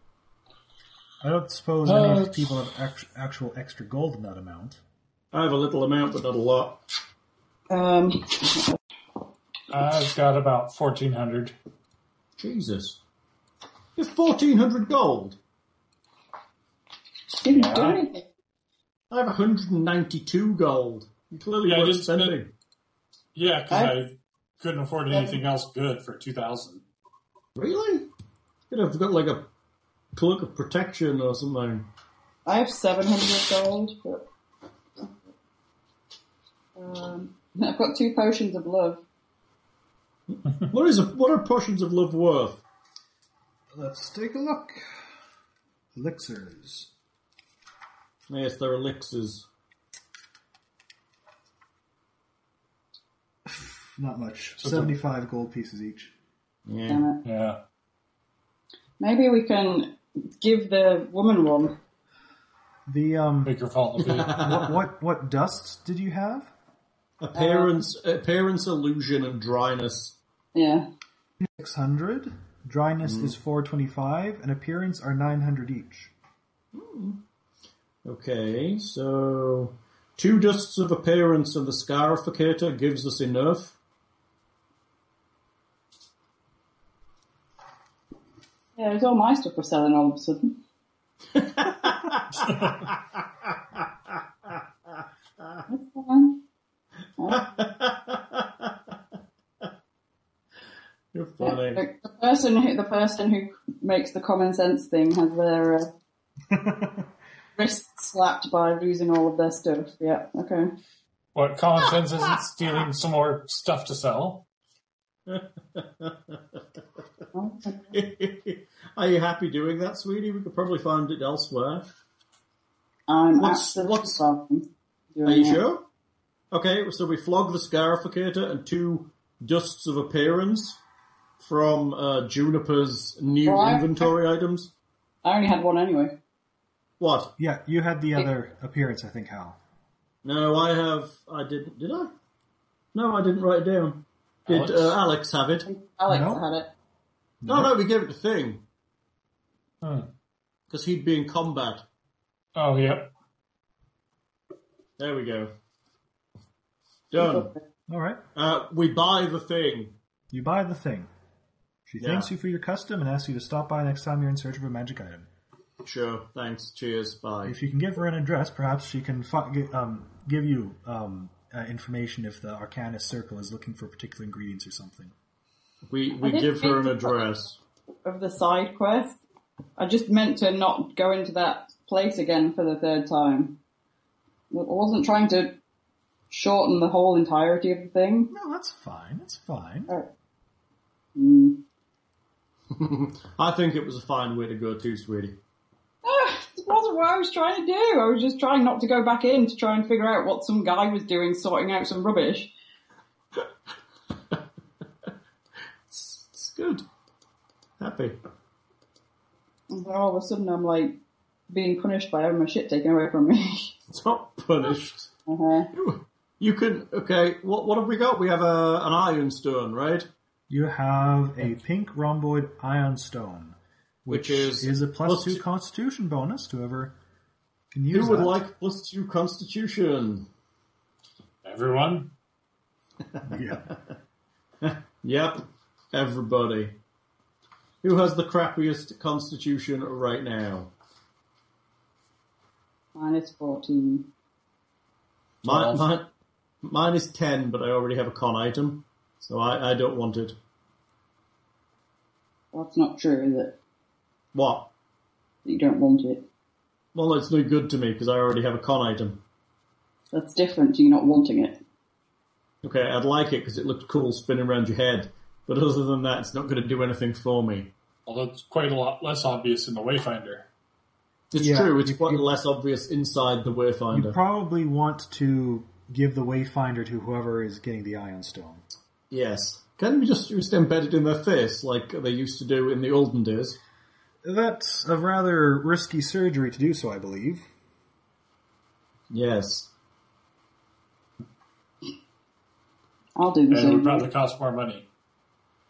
D: I don't suppose any
F: Uh,
D: of people have act- actual extra gold in that amount.
B: I have a little amount, but not a lot.
C: Um,
F: I've got about 1,400.
B: Jesus. You have 1,400 gold?
C: didn't do anything.
B: I have 192 gold. You clearly
F: Yeah, I
B: weren't
F: just uh, spent-
B: spending.
F: Yeah, because
C: That's-
F: I couldn't afford anything else good for 2,000.
B: Really? You'd have got like a cloak of protection or something.
C: I have 700 gold, but... Um, I've got two potions of love.
B: What is a, what are potions of love worth?
D: Let's take a look. Elixirs.
B: Yes, they're elixirs.
D: Not much. 75 gold pieces each.
B: Yeah.
C: Damn it.
F: Yeah.
C: Maybe we can give the woman one.
D: The um
F: Make her fall in the
D: what, what what dust did you have?
B: Appearance, appearance, illusion, and dryness.
C: Yeah.
D: 600. Mm-hmm. Dryness is 425 and appearance are 900 each.
B: Okay, so two dusts of appearance of the scarificator gives us enough.
C: Yeah, it's all my stuff for selling all of a sudden. That's fine.
B: You're
C: Yeah,
B: funny.
C: the, the person who the person who makes the common sense thing has their uh, wrist slapped by losing all of their stuff. Yeah, okay.
F: What common sense isn't stealing some more stuff to sell?
C: Well,
B: Are you happy doing that, sweetie? We could probably find it elsewhere.
C: I'm
B: What's-
C: absolutely
B: what's-
C: welcome. doing
B: Are you
C: it.
B: sure? Okay, so we flog the scarificator and two dusts of appearance from uh, Juniper's new
C: Well, I-
B: inventory items.
C: I only had one anyway.
B: What?
D: Yeah, you had the other appearance, I think, Hal.
B: No, I have. I didn't. Did I? No, I didn't write it down. Did
F: Alex?
B: Uh, Alex have it?
C: Alex
D: No.
C: had it.
B: No, no, we gave it to Thing
F: Hmm.
B: because he'd be in combat.
F: Oh, yep.
B: There we go. Done.
D: All right.
B: Uh, we buy the thing.
D: You buy the thing. She
B: Yeah.
D: thanks you for your custom and asks you to stop by next time you're in search of a magic item.
B: Sure. Thanks. Cheers. Bye.
D: If you can give her an address, perhaps she can fi- gi- um, give you um, uh, information if the Arcanist Circle is looking for particular ingredients or something.
B: We we
C: I didn't
B: give her an
C: think about
B: address.
C: Of the side quest, I just meant to not go into that place again for the third time. I wasn't trying to shorten the whole entirety of the thing.
D: No, that's fine. That's fine.
C: Or- Mm.
B: I think it was a fine way to go too, sweetie.
C: Ah, it wasn't what I was trying to do. I was just trying not to go back in to try and figure out what some guy was doing, sorting out some rubbish.
B: It's good. Happy.
C: And then all of a sudden, I'm like being punished by having my shit taken away from me.
B: It's not punished.
C: uh-huh.
B: You can okay. What what have we got? We have a an iron stone, right?
D: You have a pink rhomboid ion stone,
B: Which is
D: is a
B: plus
D: plus, plus
B: two-
D: two constitution bonus to whoever can use
B: Who would
D: that.
B: like plus two constitution?
F: Everyone?
D: Yeah.
B: Yep, everybody. Who has the crappiest constitution right now?
C: Minus 14.
B: Mine,
F: Twelve.
B: mine, mine is 10, but I already have a con item, so I, I don't want it.
C: That's not true, is it?
B: What?
C: That you don't want it.
B: Well, it's no good to me because I already have a con item.
C: That's different to you not wanting it.
B: Okay, I'd like it because it looked cool spinning around your head, but other than that, it's not going to do anything for me.
F: Although it's quite a lot less obvious in the Wayfinder.
B: It's
D: Yeah,
B: true, it's
D: you-
B: quite
D: you-
B: less obvious inside the
D: You
B: Wayfinder.
D: probably want to give the Wayfinder to whoever is getting the Ion Stone.
B: yes. Can we just, just embed it in their face like they used to do in the olden days?
D: That's a rather risky surgery to do so, I believe.
B: Yes.
C: I'll do the
F: And it would
C: same.
F: probably cost more money.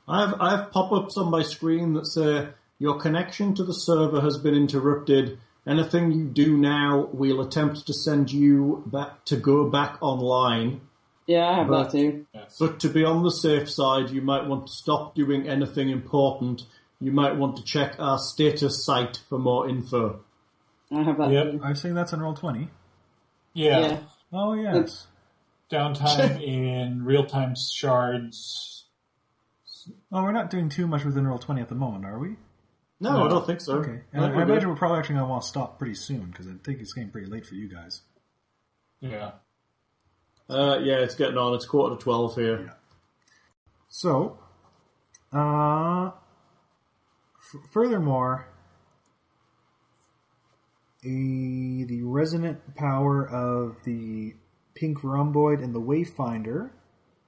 B: I have I have pop-ups on my screen that say your connection to the server has been interrupted. Anything you do now, we'll attempt to send you back to go back online.
C: Yeah, I have
B: But-
C: that too.
F: Yes.
B: But to be on the safe side, you might want to stop doing anything important. You might want to check our status site for more info.
C: I have that
F: Yep.
C: too.
D: I was saying that's on roll twenty.
F: Yeah.
C: Yeah.
D: Oh yes.
C: Oops.
F: Downtime in real time shards.
D: Oh, we're not doing too much within roll twenty at the moment, are we?
B: No, I don't think so.
D: Okay.
B: I think
D: And I, I
B: we're good.
D: imagine we're probably actually gonna want to stop pretty soon because I think it's getting pretty late for you guys.
F: Yeah.
B: Uh, yeah, it's getting on. It's quarter to twelve here.
D: So, uh, f- furthermore, a, the resonant power of the pink rhomboid and the Wayfinder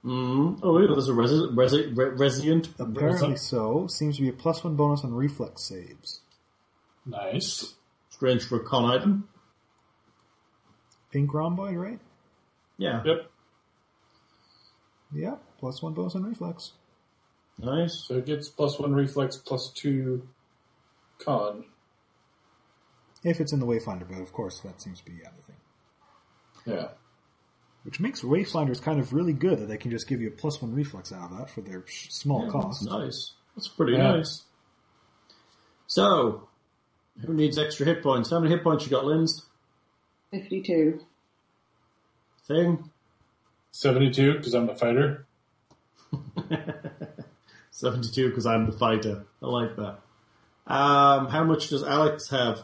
B: Mm. Oh, yeah, there's a resi- resi- re- resident.
D: Apparently so. Seems to be a plus one bonus on reflex saves.
F: Nice.
B: Strange for a con item.
D: Pink rhomboid, right?
B: Yeah.
F: Yep.
D: Yeah, plus one bonus on reflex.
B: Nice.
F: So it gets plus one reflex, plus two con.
D: If it's in the Wayfinder, but of course that seems to be out of thing.
F: Yeah.
D: Which makes Wayfinders kind of really good that they can just give you a plus one reflex out of that for their sh- small
B: Yeah,
D: cost.
B: That's nice. That's pretty
F: Yeah.
B: nice. So, who needs extra hit points? How many hit points you got, Linz?
C: 52.
B: Thing?
F: 72, because I'm the fighter.
B: 72 because I'm the fighter. I like that. Um, how much does Alex have?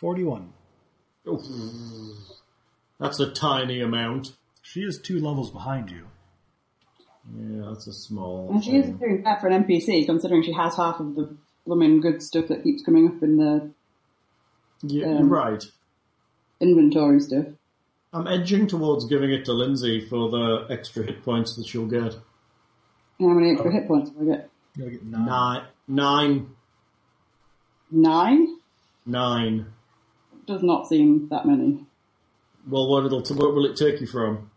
D: 41.
B: Oof. That's a tiny amount.
D: She is two levels behind you.
B: Yeah, that's a small.
C: And she is
B: thing.
C: doing that for an NPC, considering she has half of the blooming good stuff that keeps coming up in the
B: Yeah,
C: um,
B: right.
C: inventory stuff.
B: I'm edging towards giving it to Lindsay for the extra hit points that she'll get.
C: And how many
B: Oh.
C: extra hit points do I get?
D: You'll get nine.
B: Nine, nine,
C: Nine?
B: nine.
C: Does not seem that many.
B: Well, what it'll, what will it take you from?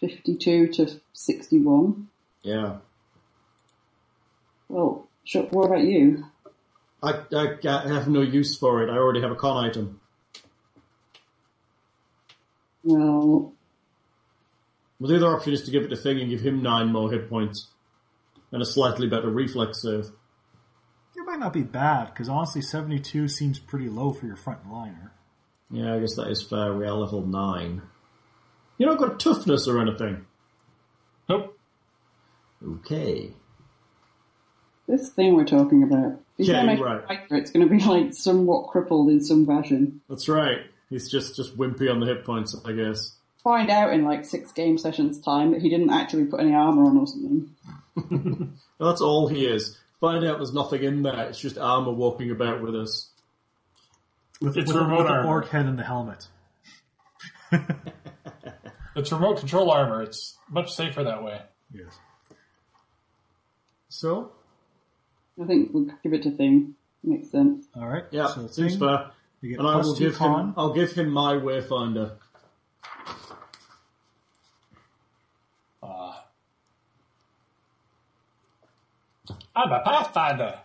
C: 52 to 61.
B: Yeah.
C: Well, sure, what about you?
B: I, I, I have no use for it. I already have a con item.
C: Well,
B: Well, the other option is to give it to Thing and give him nine more hit points and a slightly better reflex save.
D: It might not be bad, because honestly, 72 seems pretty low for your front liner.
B: Yeah, I guess that is fair. We are level nine. You don't got toughness or anything.
F: Nope.
B: Okay.
C: this thing we're talking about. He's
B: Yeah,
C: gonna
B: you're
C: make
B: right.
C: a fighter, It's going to be like somewhat crippled in some fashion.
B: That's right. He's just, just wimpy on the hit points, I guess.
C: Find out in like six game sessions time that he didn't actually put any armor on or something.
B: Well, that's all he is. Find out there's nothing in there. It's just armor walking about with us.
D: With,
F: It's
D: with,
F: remote
D: with the
F: armor.
D: orc head and the helmet.
F: It's remote control armor. It's much safer that way.
D: Yes. So,
C: I think we'll give it to Thing. Makes sense.
D: all right.
B: Yeah,
D: so
B: seems
D: thing,
B: fair.
D: You get
B: And I
D: plus
B: will
D: two
B: give
D: con.
B: him. I'll give him my wayfinder.
F: Uh, I'm a pathfinder.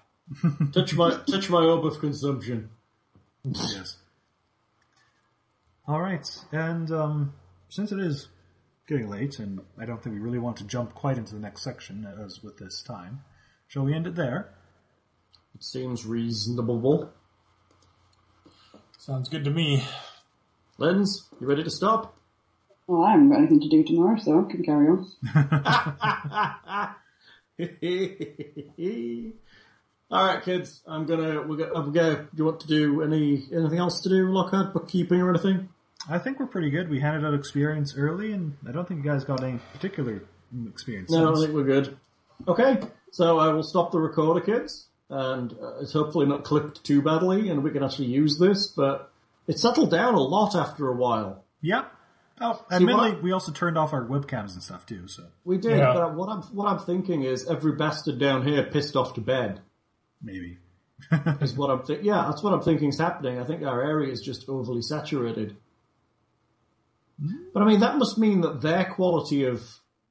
B: Touch my touch my orb of consumption.
D: Yes. All right, and um, since it is getting late, and I don't think we really want to jump quite into the next section as with this time, shall we end it there?
B: It seems reasonable.
F: Sounds good to me.
B: Lens, you ready to stop?
C: Well, I haven't got anything to do tomorrow, so I can carry on.
B: All right, kids. I'm gonna. We're gonna. I'm gonna. You want to do any anything else to do, Lockhart? Bookkeeping or anything?
D: I think we're pretty good. We handed out experience early, and I don't think you guys got any particular mm, experience.
B: No, I
D: since.
B: think we're good. Okay, so I will stop the recorder, kids, and uh, it's hopefully not clipped too badly, and we can actually use this. But it settled down a lot after a while.
D: Yep. Oh,
B: See,
D: admittedly,
B: what-
D: we also turned off our webcams and stuff too. So
B: We did,
F: Yeah.
B: but what I'm what I'm thinking is every bastard down here pissed off to bed.
D: maybe.
B: Is what I'm think. Yeah, that's what I'm thinking is happening. I think our area is just overly saturated. But I mean, that must mean that their quality of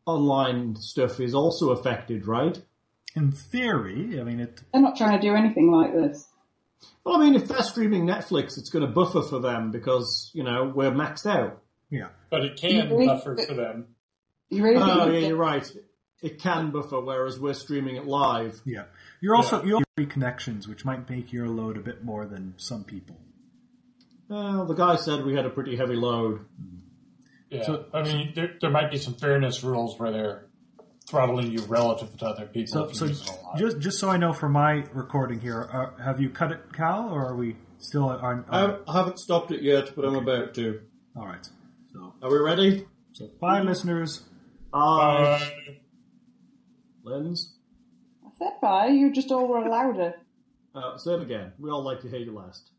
B: online stuff is also affected, right?
D: In theory, I mean, it
C: They're not trying to do anything like this.
B: Well, I mean, if they're streaming Netflix, it's going to buffer for them because you know we're maxed out.
D: yeah.
F: But it can
C: Mhm.
F: buffer for them.
C: You really think
B: Oh,
C: that-
B: yeah, you're right. It can buffer, whereas we're streaming it live.
D: Yeah. You're also you also have connections, which might make your load a bit more than some people.
B: Well, the guy said we had a pretty heavy load.
F: Yeah. I mean, there, there might be some fairness rules where they're throttling you relative to other people.
D: So,
F: if you
D: so
F: use it a lot.
D: just just so I know for my recording here, uh, have you cut it, Cal, or are we still on? on
B: I I haven't stopped it yet, but I'm about to.
D: all right. So,
B: Are we ready?
D: so bye, listeners.
B: Bye.
F: Uh,
B: Ah, Lens.
C: I said bye, you just all were louder.
B: Uh, say it again. We all like to hear you last.